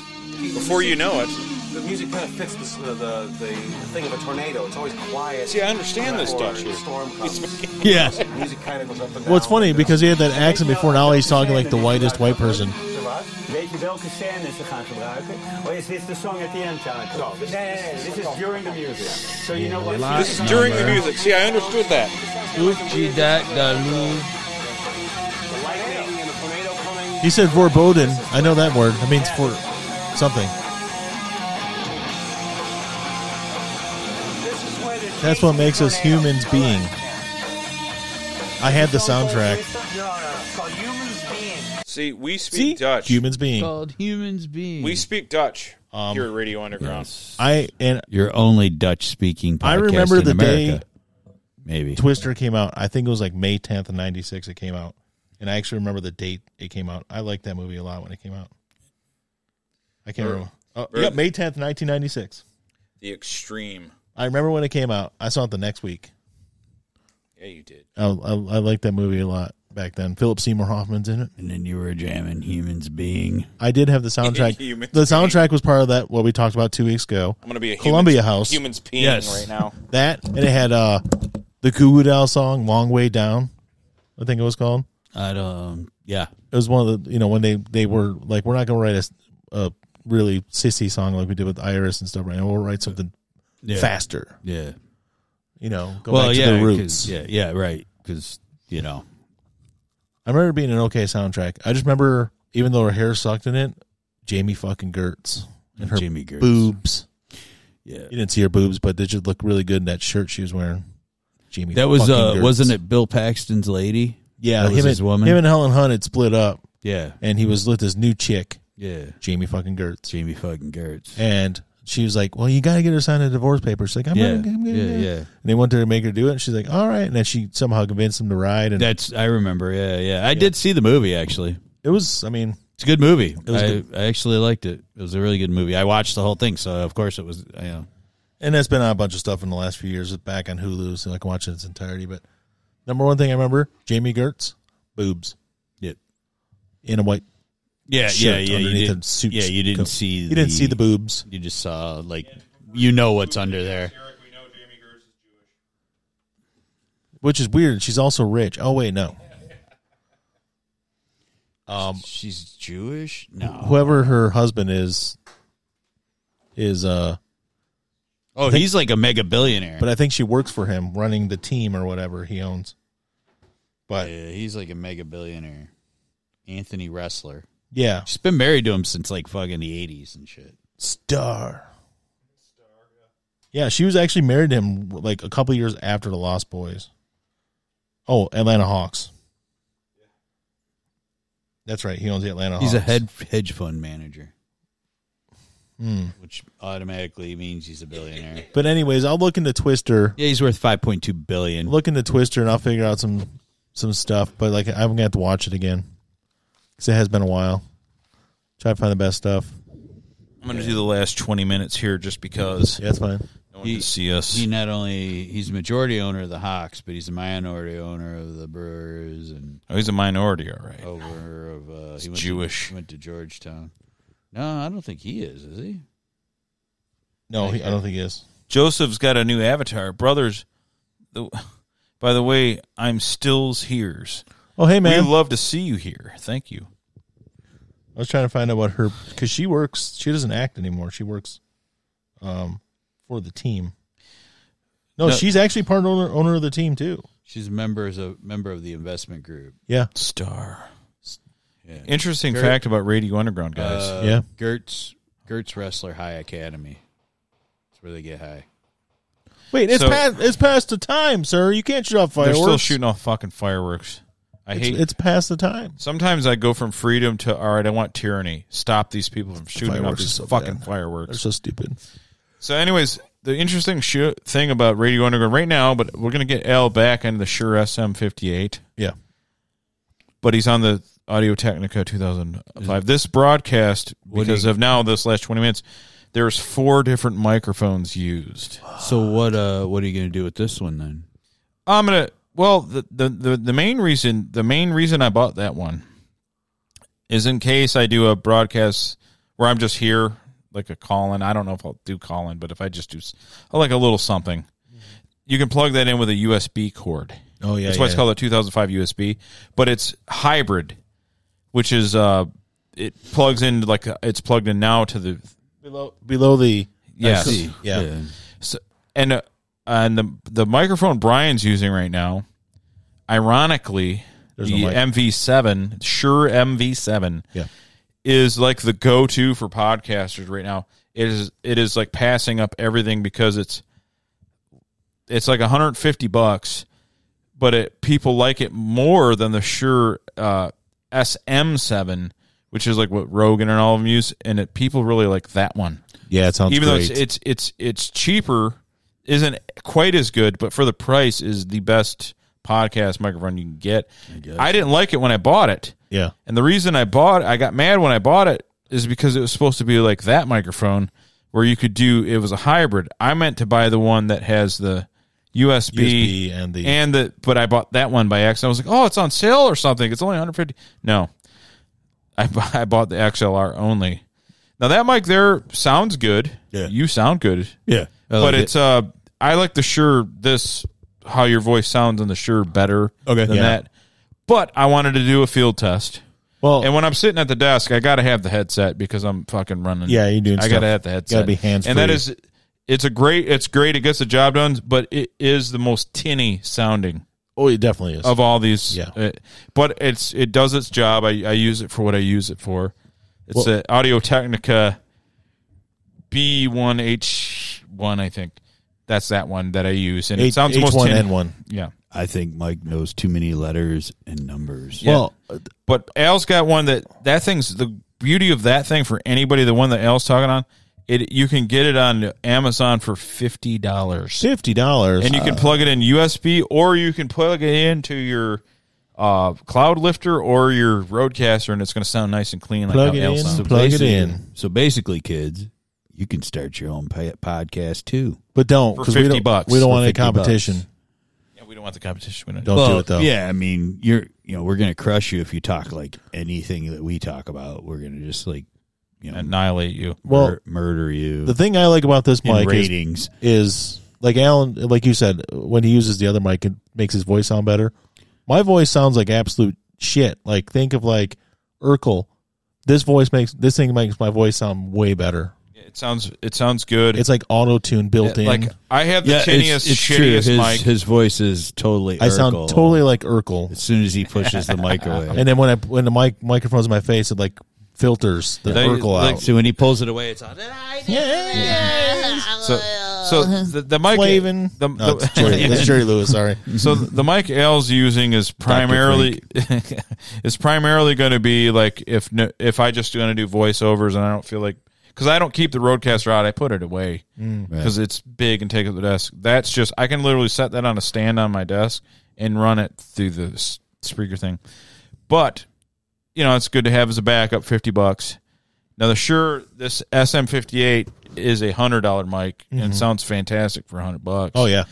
S2: Before you know it.
S14: the music kind of fits this, the, the, the thing of a tornado. It's always quiet.
S2: See, I understand this
S14: before
S2: Dutch
S14: the
S2: here.
S14: storm comes.
S3: Yeah.
S14: music kind of goes up and
S3: Well, it's
S14: down.
S3: funny because he had that accent before. Now he's talking like the whitest white person.
S8: Weet je welke scènes ze gaan gebruiken? Oh, is this the song at the end, Tanaka? No, this, this, this is during the music. So you know what...
S2: This is during the music. See, I understood that.
S3: He said foreboding. I know that word. That means for something. That's what makes us humans being. I had the soundtrack.
S2: See, we speak Dutch.
S3: Humans being.
S4: Called humans being.
S2: We speak Dutch
S3: Um,
S2: here at Radio Underground.
S3: I and
S4: Your only Dutch speaking podcast
S3: I remember
S4: in
S3: the
S4: America.
S3: day-
S4: Maybe.
S3: Twister came out. I think it was like May 10th of 96 it came out. And I actually remember the date it came out. I liked that movie a lot when it came out. I can't
S2: Or-
S3: remember. Oh,
S2: or-
S3: yeah, May 10th, 1996.
S2: The extreme.
S3: I remember when it came out. I saw it the next week.
S2: Yeah, you did.
S3: I, I, I like that movie a lot. back then. Philip Seymour Hoffman's in it.
S4: And then you were jamming Humans Being.
S3: I did have the soundtrack.
S2: Humans
S3: the soundtrack was part of that what we talked about two weeks ago.
S2: I'm gonna be a
S3: Columbia
S2: humans-
S3: House.
S2: humans peeing right now.
S3: That and it had uh the Goo Goo Dolls song "Long Way Down." I think it was called.
S4: I don't. Yeah,
S3: it was one of the you know when they they were like we're not gonna write a, s- a really sissy song like we did with Iris and stuff right now. We'll write something
S4: Yeah.
S3: faster.
S4: Yeah.
S3: You know, go
S4: well,
S3: back
S4: yeah,
S3: to the
S4: 'cause-
S3: roots.
S4: Yeah, yeah, right. Because you know,
S3: I remember it being an okay soundtrack. I just remember, even though her hair sucked in it, Jamie fucking Gertz and her
S4: Jamie Gertz.
S3: boobs.
S4: Yeah,
S3: you didn't see her boobs, but they just looked really good in that shirt she was wearing. Jamie,
S4: that was
S3: fucking
S4: uh,
S3: Gertz.
S4: wasn't it Bill Paxton's lady?
S3: Yeah,
S4: that was
S3: him
S4: his
S3: and,
S4: woman.
S3: Him and Helen Hunt had split up.
S4: Yeah.
S3: and he was with this new chick.
S4: Yeah.
S3: Jamie fucking Gertz.
S4: Jamie fucking Gertz.
S3: And she was like, "Well, you got to get her signed a divorce paper." She's like, "I'm
S4: Yeah,
S3: gonna, I'm gonna
S4: yeah,
S3: do it."
S4: yeah.
S3: And they wanted her to make her do it. And she's like, "All right." And then she somehow convinced him to ride. And
S4: That's I remember. Yeah, yeah. I did see the movie actually.
S3: It was. I mean,
S4: it's a good movie.
S3: was
S4: I,
S3: good.
S4: I actually liked it. It was a really good movie. I watched the whole thing, so of course it was. You know,
S3: and that's been on a bunch of stuff in the last few years. It's back on Hulu, so I can watch it in its entirety. But number one thing I remember: Jamie Gertz, boobs.
S4: Yeah. Uh,
S3: In a white.
S4: yeah, yeah,
S3: shirt
S4: yeah. You
S3: Underneath
S4: did,
S3: a suit.
S4: yeah, you didn't
S3: coat.
S4: see.
S3: You didn't see the boobs.
S4: You just saw like you know what's under there.
S3: which is weird. She's also rich. Oh wait, no. Um,
S4: she's Jewish. No.
S3: Whoever her husband is, is uh.
S4: Oh,
S3: I think-
S4: he's like a mega billionaire.
S3: But I think she works for him, running the team or whatever he owns. But
S4: yeah, he's like a mega billionaire. Anthony Wrestler.
S3: Yeah.
S4: She's been married to him since like fucking the eighties and shit.
S3: Star. Yeah, she was actually married to him like a couple years after the Lost Boys. Oh, Atlanta Hawks. That's right. He owns the Atlanta
S4: Oh, He's a
S3: Hawks.
S4: head hedge fund manager,
S3: Hmm.
S4: which automatically means he's a billionaire.
S3: But anyways, I'll look into Twister.
S4: Yeah, he's worth five point two billion.
S3: Look into Twister, and I'll figure out some some stuff. But like, I'm gonna have to watch it again because it has been a while. Try to find the best stuff.
S2: I'm going to do the last 20 minutes here just because.
S3: Yeah, that's fine.
S2: No one can see us.
S4: He not only he's majority owner of the Hawks, but he's a minority owner of the Brewers and
S2: Oh, he's a minority, all right.
S4: over of uh,
S2: He's
S4: he went
S2: Jewish.
S4: To, he went to Georgetown. No, I don't think he is. Is he?
S3: No, he, I don't think he is.
S2: Joseph's got a new avatar. Brothers, the, by the way, I'm Stills Here's.
S3: Oh, hey, man.
S2: We love to see you here. Thank you.
S3: I was trying to find out what her because she works. She doesn't act anymore. She works, um, for the team. No,
S4: No.
S3: she's actually part owner owner of the team too.
S4: She's a member as a member of the investment group.
S3: Yeah,
S2: Star.
S4: Yeah.
S2: Interesting
S4: Gert-
S2: fact about Radio Underground, guys.
S4: uh,
S3: Yeah.
S4: Gertz Gertz Wrestler High Academy. That's where they get high.
S3: Wait, it's
S2: So-
S3: past it's past the time, sir. You can't shoot off
S2: They're
S3: fireworks.
S2: still shooting off fucking fireworks. I
S3: It's-
S2: hate
S3: It's past the time.
S2: Sometimes I go from freedom to all right. I want tyranny. Stop these people from shooting off
S3: Fireworks
S2: these
S3: is so
S2: fucking
S3: bad.
S2: fireworks.
S3: They're so stupid.
S2: So, anyways, the interesting sh- thing about Radio Underground right now, but we're gonna get Al back on the Shure SM58.
S3: Yeah.
S2: but he's on the Audio Technica 2005. This broadcast
S4: What do
S2: because
S4: you-
S2: of now this last 20 minutes, there's four different microphones used.
S4: So what? Uh, what are you going to do with this one then?
S2: I'm gonna. Well, the, the the the main reason the main reason I bought that one is in case I do a broadcast where I'm just here, like a call in. I don't know if I'll do call in, but if I just do, s- I like a little something. You can plug that in with a USB cord.
S3: Oh, yeah,
S2: that's why it's
S3: yeah.
S2: called a 2005 USB, but it's hybrid, which is uh, it plugs in like uh, it's plugged in now to the
S3: Below below the
S2: Yes.
S3: I see. yeah.
S2: Yeah. So, and uh, and the the microphone Brian's using right now, ironically,
S3: There's no
S2: the
S3: mic.
S2: MV7, Sure MV7,
S3: Yeah.
S2: is like the go to for podcasters right now. It is it is like passing up everything because it's it's like 150 bucks, but it people like it more than the Sure uh, SM7, which is like what Rogan and all of them use, and it people really like that one
S3: Yeah, it sounds
S2: even
S3: great.
S2: though it's, it's it's it's cheaper, isn't quite as good, but for the price is the best podcast microphone you can get. I, didn't like it when I bought it.
S3: Yeah.
S2: And the reason I bought I got mad when I bought it is because it was supposed to be like that microphone where you could do it was a hybrid. I meant to buy the one that has the USB,
S3: USB and the-
S2: and the but I bought that one by accident. I was like, oh, it's on sale or something. It's only 150. No, I bu- I bought the XLR only. Now that mic there sounds good. Yeah, you sound good.
S4: Yeah. I
S2: but
S4: like
S2: it's uh, I like the sure this how your voice sounds on the sure better.
S4: Okay.
S2: than
S4: Yeah.
S2: that. But I wanted to do a field test.
S3: Well,
S2: and when I'm sitting at the desk, I got to have the headset because I'm fucking running.
S3: Yeah, you're doing
S2: I got
S3: stuff.
S2: to have the headset.
S3: Gotta be hands-free.
S2: And that is, it's a great, it's great. It gets the job done, but it is the most tinny sounding.
S3: Oh, it definitely is.
S2: Of all these, yeah. but it's it does its job. I, I use it for what I use it for. It's
S3: Well-
S2: the Audio Technica B1H1, I think. That's that one that I use, and it sounds the most tinny. Yeah.
S4: I think Mike knows too many letters and numbers.
S2: Yeah. but Al's got one that that thing's the beauty of that thing for anybody. The one that Al's talking on, it you can get it on Amazon for fifty dollars,
S3: fifty dollars, uh,
S2: and you can plug it in USB or you can plug it into your uh, cloud lifter or your Roadcaster, and it's going to sound nice and clean. like how Al sounds.
S4: basically- So basically, kids, you can start your own pa- podcast too,
S3: but don't
S2: For 'cause we 50 don't- bucks. we don't
S4: For
S2: want any
S4: 50 bucks.
S3: competition.
S2: Yeah, we don't want the competition. We don't,
S4: Well, Yeah, I mean, you're you know we're gonna crush you if you talk like anything that we talk about. We're gonna just like you know
S2: annihilate you,
S3: Well,
S4: murder you.
S3: The thing I like about this
S4: in
S3: mic
S4: ratings.
S3: is, is like Alan, like you said, when he uses the other mic, it makes his voice sound better. My voice sounds like absolute shit. Like think of like Urkel. This voice makes this thing makes my voice sound way better.
S2: It sounds it sounds good.
S3: It's like auto tune built in.
S2: Like I have the tinniest, shittiest
S4: His,
S2: mic.
S4: his voice is totally.
S3: I sound
S4: Urkel
S3: totally like Urkel
S4: as soon as he pushes the mic away.
S3: And then when I when the mic microphone's in my face, it like filters the
S2: They-
S3: Urkel
S2: like-
S3: out.
S4: so when he pulls it away, it's on.
S2: So, so the, the mic
S3: Flavin.
S2: The,
S3: No, it's Jerry- it's Jerry Lewis, sorry.
S2: So the mic Al's using is primarily is primarily going to be like if no- if I just going to do voiceovers and I don't feel like because I don't keep the roadcaster out, I put it away
S3: Mm. Right.
S2: because it's big and take up the desk. That's just I can literally set that on a stand on my desk and run it through the s- speaker thing. But you know, it's good to have as a backup, fifty bucks. Now the sure this SM58 is a hundred dollar mic
S3: Mhm.
S2: and sounds fantastic for a hundred bucks.
S3: Oh, yeah.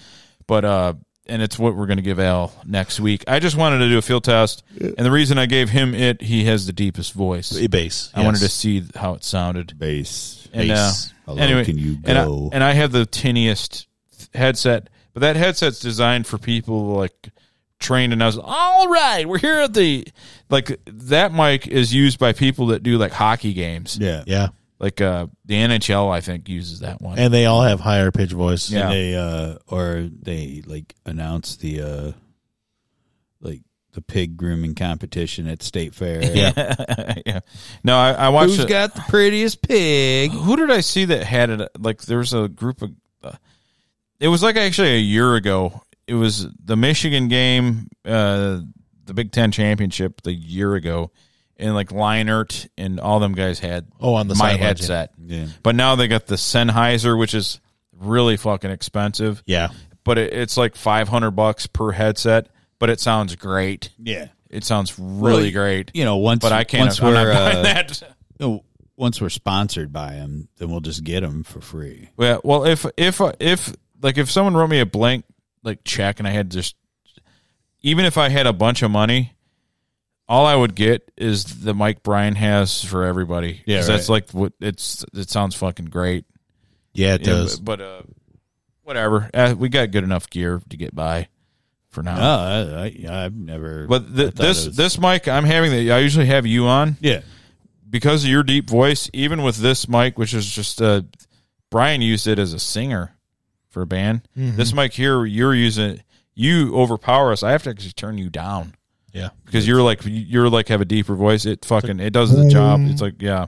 S2: but uh, and it's what we're gonna give Al next week. I just wanted to do a field test, and the reason I gave him it, he has the deepest voice,
S3: A bass,
S2: I wanted to
S3: yes.
S2: see how it sounded.
S4: Bass,
S2: and
S4: Bass.
S2: uh,
S4: How low
S2: anyway,
S4: can you
S2: and I-
S4: go?
S2: And I, have the tinniest headset, but that headset's designed for people like trained and I was all right we're here at the like that mic is used by people that do like hockey games
S4: yeah
S3: Yeah.
S2: like uh the nhl i think uses that one
S3: and they all have higher pitch voice.
S2: Yeah.
S4: And they uh or they like announce the uh like the pig grooming competition at state fair.
S2: Yeah. yeah. No, I, I watched.
S4: Who's
S2: it-
S4: got the prettiest pig?
S2: Who did I see that had it? Like there was a group of. Uh, it was like actually a year ago. It was the Michigan game, uh, the Big Ten championship, the year ago, and like Leinert and all them guys had.
S3: Oh, on the
S2: my
S3: sideline, yeah.
S2: headset.
S3: Yeah.
S2: But now they got the Sennheiser, which is really fucking expensive.
S3: Yeah.
S2: But it, it's like five hundred bucks per headset. But it sounds great.
S4: Yeah.
S2: It sounds really
S4: Well,
S2: great.
S4: You know, once
S2: but I can't.
S4: once
S2: I'm not
S4: we're,
S2: buying
S4: uh,
S2: that.
S4: you know, once we're sponsored by them, then we'll just get them for free.
S2: Yeah. Well, if if uh, if like if someone wrote me a blank like check and I had just even if I had a bunch of money, all I would get is the Mike Bryan has for everybody.
S3: Yeah,
S2: 'Cause that's like what it's. It sounds fucking great.
S3: Yeah, it
S2: You know,
S3: does.
S2: But, but, uh, whatever. Uh, we got good enough gear to get by for now.
S3: Ah,
S4: No, I, I, uh, I've never.
S2: But th-
S4: I thought it
S2: this
S4: was-
S2: this mic I'm having that I usually have you on.
S4: Yeah.
S2: Because of your deep voice, even with this mic, which is just uh, Brian used it as a singer for a band.
S3: Mhm.
S2: This mic here, you're using you overpower us. I have to actually turn you down.
S3: Yeah.
S2: because you're like you're like have a deeper voice. It fucking it does the job. It's like yeah.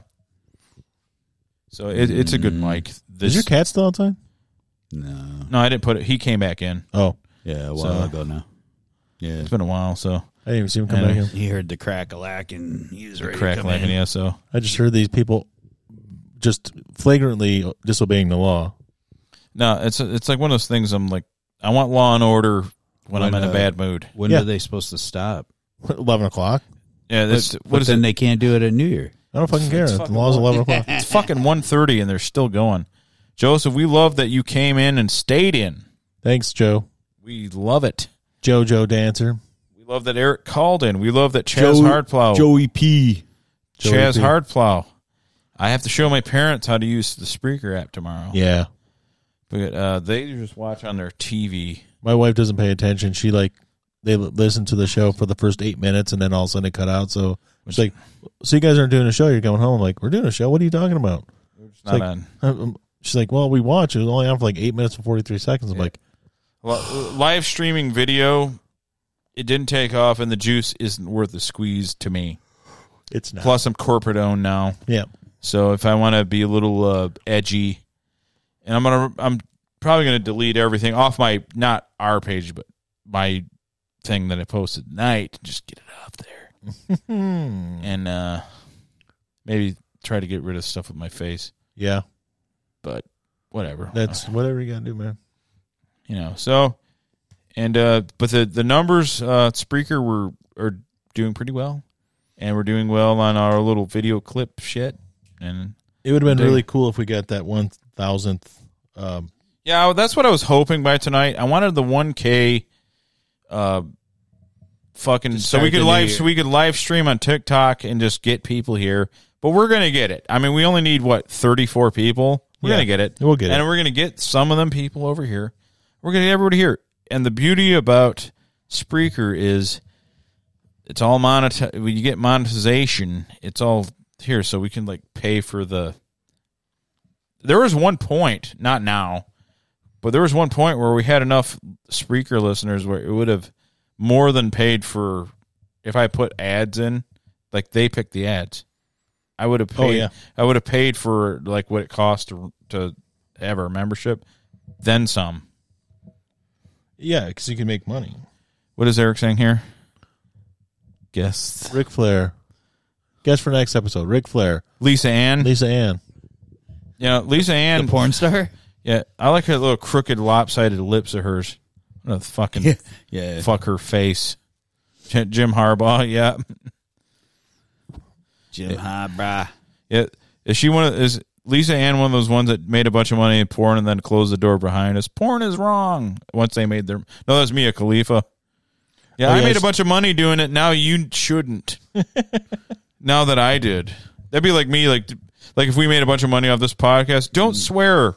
S2: So it, it's a good mic.
S3: Is your cat still outside?
S2: No, I didn't put it. He came back in.
S3: Oh.
S4: Yeah, a while ago now. Yeah,
S2: it's been a while. So
S3: I didn't even see him come back in.
S4: He heard the crack a lack and he was ready
S2: Crack
S4: to come
S2: lacking,
S4: in.
S2: yeah. So
S3: I just heard these people just flagrantly disobeying the law.
S2: no, it's it's like one of those things. I'm like, I want Law and Order when, I'm in
S4: uh,
S2: a bad mood.
S4: When
S2: yeah.
S4: are they supposed to stop?
S3: Eleven o'clock.
S2: Yeah, that's
S4: But-
S2: what
S4: but
S2: is
S4: then
S2: it?
S4: they can't do it at New Year.
S3: I don't fucking care.
S2: It's
S3: The law's
S2: one-
S3: 11 o'clock.
S2: It's fucking 1.30 and they're still going. Joseph, we love that you came in and stayed in.
S3: Thanks, Joe.
S2: We love it.
S3: JoJo Dancer.
S2: We love that Eric called in. We love that Chaz Hardplow.
S3: P.
S2: Chaz Hardplow. I have to show my parents how to use the Spreaker app tomorrow.
S3: Yeah.
S2: But uh, they just watch on their TV.
S3: My wife doesn't pay attention. She like they li- listen to the show for the first eight minutes, and then all of a sudden it cut out. So it's like, so you guys aren't doing a show? You're going home? I'm like, we're doing a show. What are you talking about? It's
S2: not
S3: like,
S2: on.
S3: um, um, She's like, well, we watch. It was only on for like eight minutes and forty three seconds. I'm like,
S2: Li- Live streaming video, it didn't take off, and the juice isn't worth the squeeze to me.
S3: It's not.
S2: Plus, I'm corporate owned now.
S3: Yeah.
S2: So if I want to be a little uh, edgy, and I'm gonna, I'm probably gonna delete everything off my not our page, but my thing that I posted tonight. Just get it off there, and uh, maybe try to get rid of stuff with my face.
S3: Yeah.
S2: But whatever. uh,
S3: that's whatever you gotta do, man.
S2: you know so and uh but the the numbers uh at spreaker were are doing pretty well and we're doing well on our little video clip shit and
S3: It would have been
S2: Dig-
S3: really cool if we got that one thousandth. Um,
S2: yeah well, that's what i was hoping by tonight i wanted the 1k uh fucking
S11: To
S2: so
S11: start
S2: we
S11: the
S2: could
S11: new
S2: live
S11: year.
S2: so we could live stream on tiktok and just get people here but we're gonna get it i mean we only need what 34 people we're
S3: Yeah,
S2: gonna get it
S3: we'll get
S2: and
S3: it.
S2: we're gonna get some of them people over here we're gonna get everybody here and the beauty about spreaker is it's all monetize when you get monetization it's all here so we can like pay for the there was one point not now but there was one point where we had enough spreaker listeners where it would have more than paid for if i put ads in like they picked the ads i would have paid
S3: Oh, yeah.
S2: i would have paid for like what it cost to to have our membership then some
S3: yeah, because you can make money.
S2: what is eric saying here guess
S3: Ric Flair. Guess for next episode, Ric Flair,
S2: Lisa Ann,
S3: Lisa Ann.
S2: Yeah, Lisa Ann,
S4: The porn star?
S2: Yeah, I like her little crooked, lopsided lips of hers. I'm gonna fucking
S4: yeah.
S2: fuck her face. J- Jim Harbaugh, yeah,
S4: Jim Harbaugh.
S2: yeah. Is she one? Of, is Lisa Ann one of those ones that made a bunch of money in porn and then closed the door behind us? Porn is wrong. Once they made their no, that's Mia Khalifa. Yeah,
S11: Oh,
S2: I
S11: yeah,
S2: made a
S11: she-
S2: bunch of money doing it. Now you shouldn't. now that I did, that'd be like me. Like, like if we made a bunch of money off this podcast, don't
S4: Mm.
S2: swear.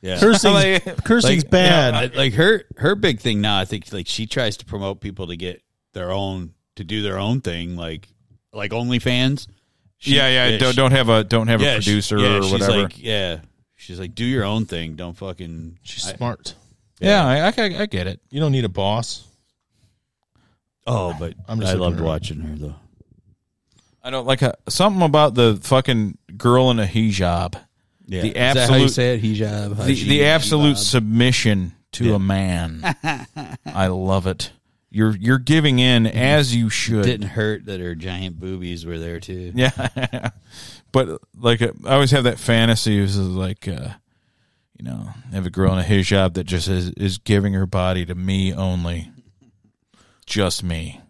S4: Yeah.
S2: Like-
S4: Like, yeah, I- like her her big thing now, I think like she tries to promote people to get their own to do their own thing, like like OnlyFans.
S2: Yeah, yeah, don't- don't have a- don't have a
S4: she-
S2: producer or
S4: she's
S2: whatever.
S4: like, yeah. She's like, do your own thing. Don't fucking She's
S3: smart.
S2: Yeah, I, I, I get it.
S3: You don't need a boss.
S4: Oh, but
S3: I'm just
S4: I
S3: looking
S4: loved
S3: around.
S4: watching her though.
S2: I don't like a, something about the fucking girl in a hijab.
S4: Yeah.
S2: the
S4: Is
S2: absolute
S4: that how you say it? Hijab,
S2: The,
S4: hijab,
S2: the absolute
S4: hijab.
S2: submission to
S4: Yeah.
S2: a man. I love it. You're you're giving in as you should.
S4: Didn't hurt that her giant boobies were there too.
S2: Yeah, but like uh, I always have that fantasy of like, uh, you know, have a girl in a hijab that just is, is giving her body to me only, just me.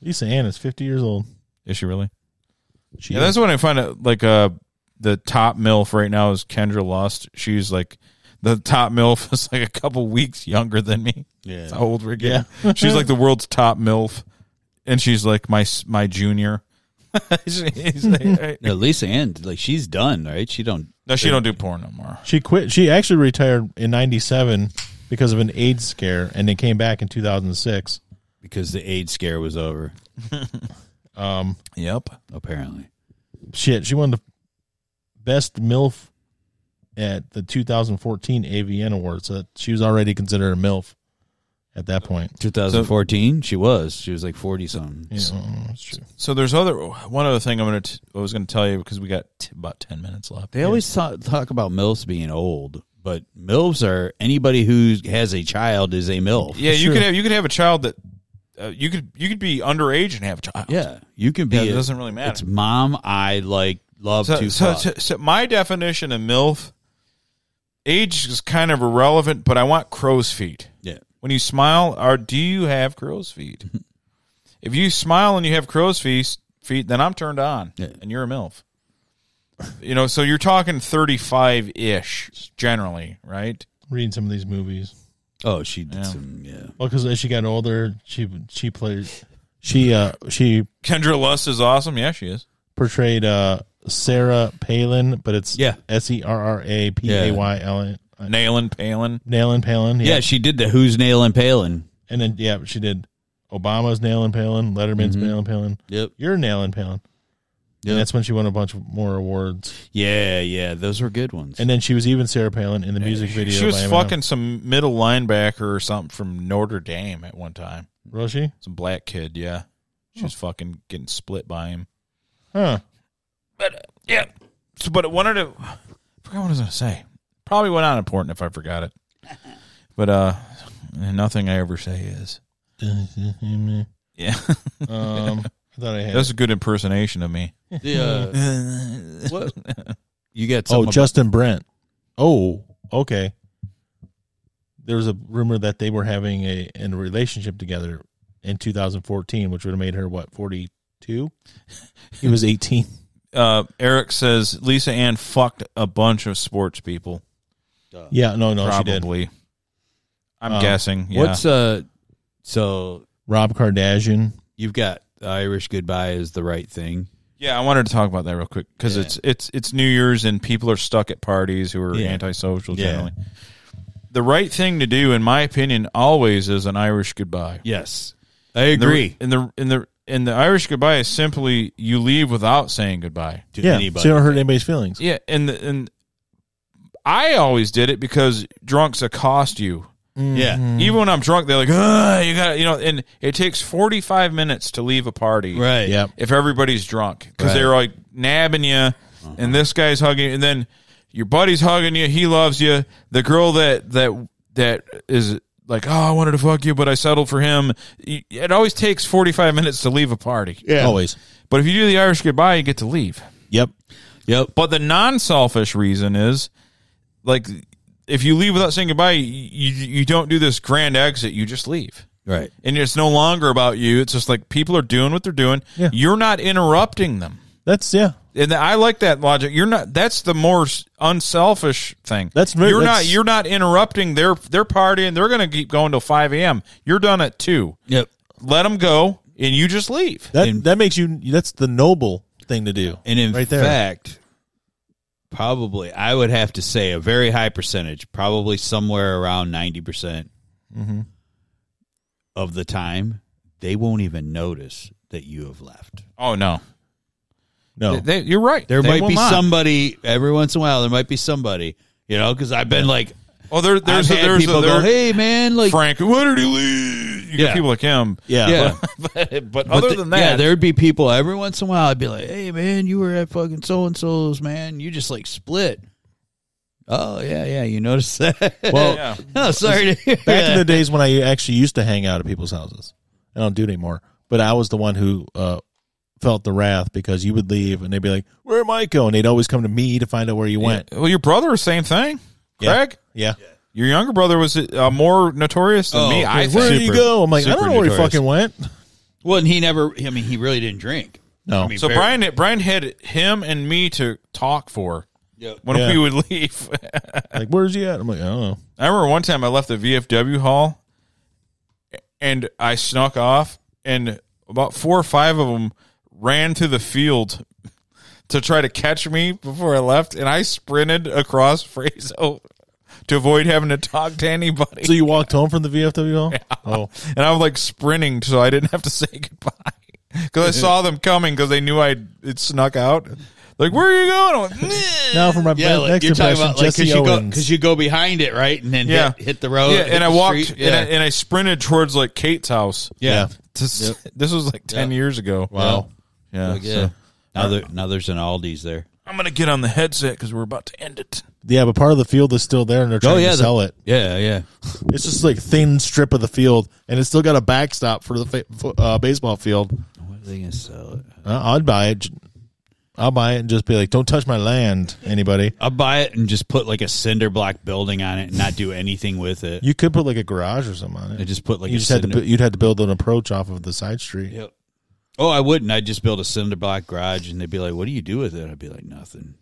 S3: Lisa Ann is fifty years old.
S2: Is she really?
S3: She
S2: yeah, that's when I find out like uh the top milf right now is Kendra Lust. She's like the top milf is like a couple weeks younger than me.
S4: Yeah.
S2: That's how old we're getting.
S4: Yeah.
S2: she's like the world's top milf, and she's like my s- my junior. She's like-
S4: No, Lisa Ann, like she's done, right? She don't.
S2: no, she don't do porn no more.
S3: She quit. She actually retired in '97 because of an AIDS scare, and then came back in 2006.
S4: because the AIDS scare was over.
S3: um.
S2: Yep.
S4: Apparently.
S3: Shit, she won the best MILF at the 2014 AVN Awards. So that- she was already considered a MILF at that point.
S4: 2014, she was. She was like 40 something.
S3: Yeah, that's true.
S2: So there's other one other thing I'm gonna t- I was gonna tell you because we got t- about ten minutes left.
S4: They always talk, talk about MILFs being old, but MILFs are anybody who has a child is a MILF.
S2: Yeah, you could have you could have a child that uh, you could you could be underage and have a child.
S4: Yeah, you can be.
S2: Yeah, it
S4: a-
S2: doesn't really matter.
S4: It's mom, I like, love
S2: So,
S4: to
S2: so,
S4: fuck.
S2: so, so my definition of MILF age is kind of irrelevant, but I want crow's feet.
S4: Yeah.
S2: When you smile, or do you have crow's feet? if you smile and you have crow's feet, feet, then I'm turned on, and you're a MILF. You know, so you're talking 35 ish generally, right?
S3: Reading some of these movies.
S4: Oh, she did
S3: Yeah.
S4: some. Yeah.
S3: Well, because as she got older, she she played she uh she
S2: Kendra Lust is awesome. Yeah, she is.
S3: portrayed uh Sarah Palin, but it's
S4: Yeah.
S3: S E R R A P A Y L N
S2: Nailing Palin.
S3: Nailing Palin.
S4: Yeah, she did the Who's Nailing Palin.
S3: and then yeah, she did Obama's Nailing Palin, Letterman's
S4: Mhm.
S2: Mm-hmm.
S3: Nailing Palin.
S4: Yep.
S3: You're Nailing Palin.
S4: Yep.
S3: And that's when she won a bunch of more awards.
S4: Yeah, yeah, those were good ones.
S3: And then she was even Sarah Palin in the music video.
S2: She was
S3: by Eminem.
S2: fucking some middle linebacker or something from Notre Dame at one time.
S3: Was she?
S2: Some black kid, yeah. She was fucking getting split by him.
S3: Huh.
S2: uh, Yeah. So, but I wanted to. I forgot what I was going to say. Probably went on important if I forgot it. But uh, nothing I ever say is. Yeah.
S3: Um, I thought I had
S2: That's
S3: it.
S2: a good impersonation of me.
S4: The, uh, what? You got
S3: Oh,
S4: something about-
S3: Justin Brent. Oh, okay. There was a rumor that they were having a in a relationship together in 2014, which would have made her what 42. He was 18.
S2: Uh, Eric says Lisa Ann fucked a bunch of sports people.
S3: Yeah, no, no, she did.
S2: Probably. I'm
S3: Um,
S2: guessing. Yeah.
S4: What's uh? So
S3: Rob Kardashian.
S4: you've got Irish goodbye is the right thing.
S2: Yeah, I wanted to talk about that real quick because it's it's it's New Year's and people are stuck at parties who are
S4: Yeah.
S2: antisocial
S4: Yeah.
S2: generally. The right thing to do, in my opinion, always is an Irish goodbye.
S4: Yes, I agree.
S2: And the and the and the, and the Irish goodbye is simply you leave without saying goodbye to
S3: yeah, so you don't hurt anybody's feelings.
S2: Yeah, and the, and I always did it because drunks accost you.
S4: Mm-hmm. Yeah.
S2: Even when I'm drunk, they're like, "Ugh, you got to you know, and it takes 45 minutes to leave a party.
S4: Right.
S3: Yep.
S2: If everybody's drunk, because
S4: Right.
S2: they're like nabbing you, and this guy's hugging you, and then your buddy's hugging you. He loves you. The girl that that that is like, oh, I wanted to fuck you, but I settled for him. You- It always takes 45 minutes to leave a party.
S4: Yeah.
S3: Always.
S2: But if you do the Irish goodbye, you get to leave.
S3: Yep.
S4: Yep.
S2: But the non-selfish reason is, like, if you leave without saying goodbye, you you don't do this grand exit. You just leave,
S4: Right.
S2: and it's no longer about you. It's just like people are doing what they're doing.
S3: Yeah.
S2: You're not interrupting them,
S3: That's yeah.
S2: and I like that logic. You're not. That's the more s- unselfish thing.
S3: That's very-
S2: you're
S3: that's-
S2: not. You're not interrupting their their party, and they're going to keep going till five a.m. You're done at two.
S4: Yep.
S2: Let them go, and you just leave.
S3: That
S4: And-
S3: that makes you that's the noble thing to do.
S4: And in
S3: Right there.
S4: fact, probably I would have to say a very high percentage, probably somewhere around ninety percent
S3: Mm-hmm.
S4: of the time, they won't even notice that you have left.
S2: Oh no,
S3: No.
S2: They- they- you're right.
S4: There
S2: They
S4: might
S2: will
S4: be
S2: not.
S4: somebody every once in a while. There might be somebody, you know, because I've been like,
S2: Oh, there, there's
S4: there's,
S2: a, there's
S4: people
S2: a,
S4: go,
S2: there-
S4: hey man, like,
S2: Frank, why did he leave? You get
S4: Yeah.
S2: people like him.
S3: yeah.
S4: yeah.
S2: But, but
S4: But
S2: other
S4: the-
S2: than that,
S4: yeah, there'd be people every once in a while. I'd be like, "Hey, man, you were at fucking so and so's, man. You just like split." Oh yeah, yeah. You noticed that?
S3: Well-
S2: Yeah.
S4: oh, sorry. To hear
S3: Back in
S4: that.
S3: the days when I actually used to hang out at people's houses, I don't do it anymore. But I was the one who uh, felt the wrath because you would leave and they'd be like, "Where am I going?" They'd always come to me to find out where you went.
S2: well, your brother was same thing.
S3: Yeah.
S2: Craig,
S3: Yeah,
S2: your younger brother was uh, more notorious than
S4: Oh,
S2: me. I
S4: okay.
S2: think.
S3: where do you
S4: super-
S3: go? I'm like, I
S4: super
S3: don't know where you
S4: notorious.
S3: fucking went.
S4: well, and he never. I mean, he really didn't drink.
S3: No,
S4: I mean,
S2: So
S4: very-
S2: Brian, Brian had him and me to talk for
S4: Yep.
S2: when
S3: Yeah.
S2: we would leave.
S3: like where's he at? I'm like, I don't know.
S2: I remember one time I left the VFW hall, and I snuck off, and about four or five of them ran through the field to try to catch me before I left, and I sprinted across Frazo to avoid having to talk to anybody.
S3: So you walked home from the VFW hall? Oh,
S2: and I was like sprinting, so I didn't have to say goodbye because I saw them coming because they knew I it snuck out. Like, where are you going? I'm like, "Meh."
S3: now for my
S4: Yeah,
S3: best-
S4: like
S3: next
S4: you're talking
S3: impression,
S4: about, like,
S3: Jesse
S4: because you go
S3: Owens.
S4: because you go behind it, right, and then
S2: Yeah.
S4: hit, hit the road.
S2: yeah,
S4: Oh, hit
S2: and I
S4: the
S2: walked
S4: street.
S2: and, I,
S4: Yeah.
S2: and I sprinted towards like Kate's house.
S4: yeah.
S2: To s- This was like 10 years ago.
S3: wow.
S2: Yeah.
S4: Like, yeah.
S2: so-
S4: Now there, now there's an Aldi's there.
S2: I'm going to get on the headset because we're about to end it.
S3: Yeah, but part of the field is still there, and they're trying to
S4: the-
S3: sell it.
S4: Oh, Yeah, yeah.
S3: It's just like thin strip of the field, and it's still got a backstop for the fa- fo- uh, baseball field.
S4: What are they gonna sell it?
S3: Uh, I'd buy it. I'll buy it and just be like, "Don't touch my land, anybody."
S4: I'll buy it and just put like a cinder block building on it and not do anything with it.
S3: You could put like a garage or something on it.
S4: I just put like
S3: you
S4: a
S3: just had to
S4: cinder-
S3: bu- you'd had to build an approach off of the side street.
S4: Yep. Oh, I wouldn't. I'd just build a cinder block garage and they'd be like, What do you do with it? I'd be like, Nothing.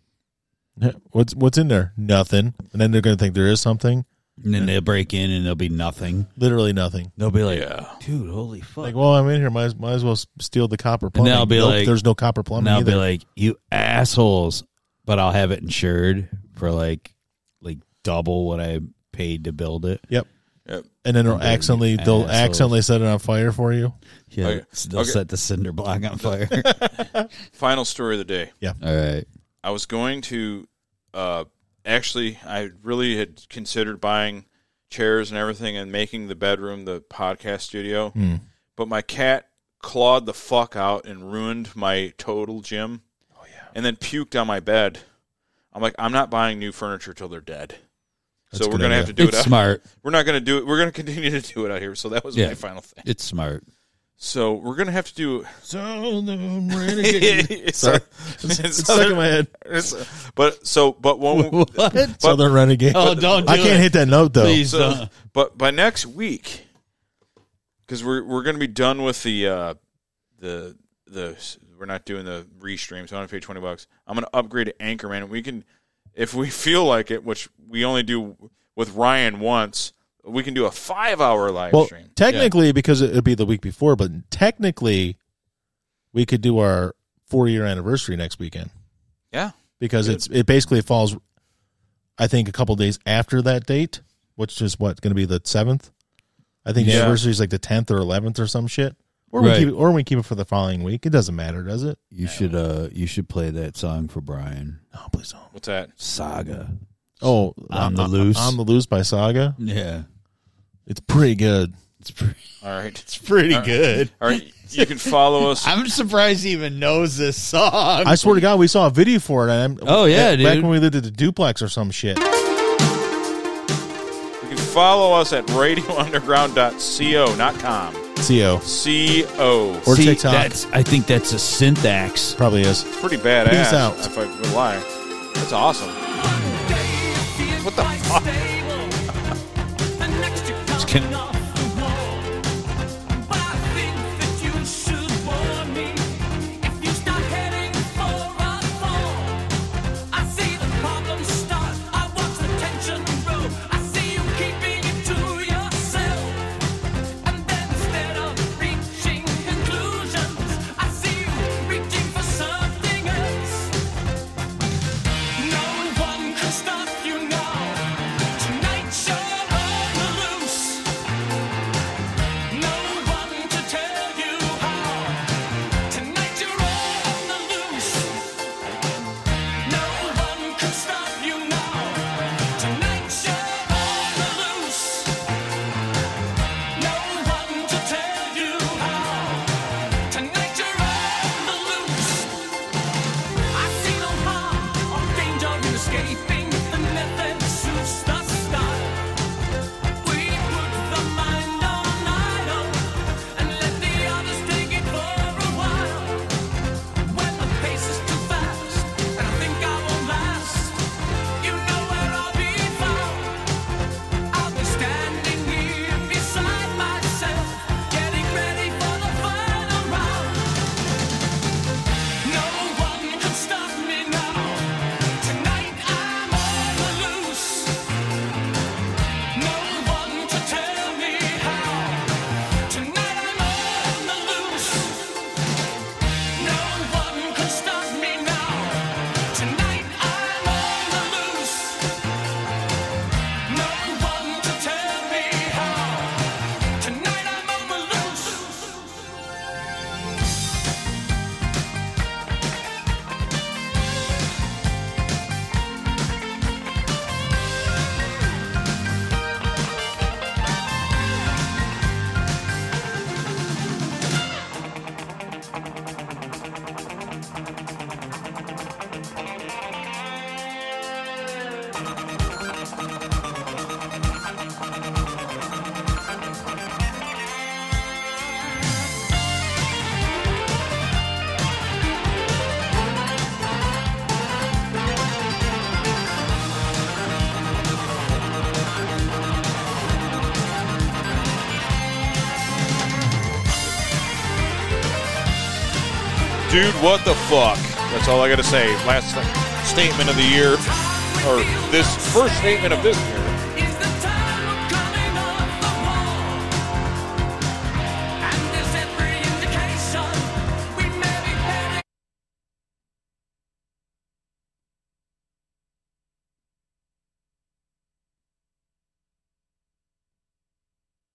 S3: What's what's in there? Nothing. And then they're going to think there is something.
S4: And then they'll break in and there'll be nothing.
S3: Literally nothing.
S4: They'll be like,
S3: dude, holy fuck! Like, well, I'm in here. Might as, might as well s- steal the copper
S4: and
S3: plumbing.
S4: they'll be
S3: Nope,
S4: like,
S3: there's no copper plumbing.
S4: They'll
S3: either.
S4: be like, you assholes, but I'll have it insured for like, like double what I paid to build it.
S3: Yep. And then they'll accidentally they'll
S4: Assholes.
S3: accidentally set it on fire for you.
S4: Yeah,
S2: Okay.
S4: they'll
S2: Okay.
S4: set the cinder block on fire.
S2: Final story of the day.
S3: Yeah.
S4: All right.
S2: I was going to uh, actually, I really had considered buying chairs and everything and making the bedroom the podcast studio,
S3: Hmm.
S2: but my cat clawed the fuck out and ruined my total gym. Oh yeah, and then puked on my bed. I'm like, I'm not buying new furniture till they're dead.
S4: That's a
S2: so we're
S4: good
S2: gonna
S4: idea.
S2: have to do
S4: It's
S2: it. out-
S4: smart.
S2: We're not gonna do it. We're gonna continue to do it out here. So that was my final thing.
S4: It's smart.
S2: So we're gonna have to do.
S3: So
S2: It's- it's-
S3: Sorry, it's,
S2: it's-
S3: it's stuck in my head.
S2: it's- but so, but when
S3: What? Southern Renegade. Oh, don't do I can't it. hit that note, though. Please
S2: So-
S3: don't.
S2: But by next week, because we're we're going to be done with the uh, the the we're not doing the restream, so I'm going to pay twenty bucks. I'm going to upgrade to Anchorman. We can, if we feel like it, which we only do with Ryan once, we can do a five hour live
S3: well,
S2: stream.
S3: technically, because it would be the week before, but technically, we could do our four year anniversary next weekend.
S2: Yeah.
S3: because it's it basically falls, I think, a couple days after that date, which is what going to be the seventh. I think
S4: Yeah.
S3: the anniversary is like the tenth or eleventh or some shit. Or
S4: Right.
S3: we keep it, or we keep it for the following week. It doesn't matter, does it?
S4: You should uh you should play that song for Brian.
S3: Oh, please don't.
S2: What's that?
S4: Saga.
S3: Oh,
S4: On the Loose.
S3: On the loose by Saga.
S4: Yeah.
S3: it's pretty good. It's pretty.
S2: All right, it's
S4: pretty
S3: good.
S2: All right, you can follow us.
S4: Uh, I'm surprised he even knows this song.
S3: I swear to God, we saw a video for it. And I'm,
S4: Oh, yeah,
S3: back, back
S4: dude.
S3: when we lived at the duplex or some shit.
S2: You can follow us at radiounderground.co.com.
S3: Co
S2: C-O.
S3: or TikTok.
S4: That's, I think that's a syntax.
S3: Probably is.
S2: Pretty badass.
S4: Peace out.
S2: If I would lie. That's awesome. What the fuck?
S4: Just kidding.
S15: Stop you now. Tonight you're on the loose. No one to tell you how. Tonight you're all on the loose. No one can stop you now. Tonight you're on the loose. No one to tell you how. Tonight you're on the loose. I see no harm or danger in escaping the method suits the style. We put the mind on idle and let the others take it for a while. When the pace is too fast and I think I won't last, you know where I'll be found. I'll be standing here beside myself, getting ready for the final round. No one can stop me now. Tonight I'm on the loose. No one to tell me how. Tonight I'm on the loose. No one can stop me now. Tonight I'm on the loose. No one to tell me how. Tonight I'm on the loose.
S2: Dude, what the fuck? That's all I got to say. Last statement of the year, or this first statement of this year.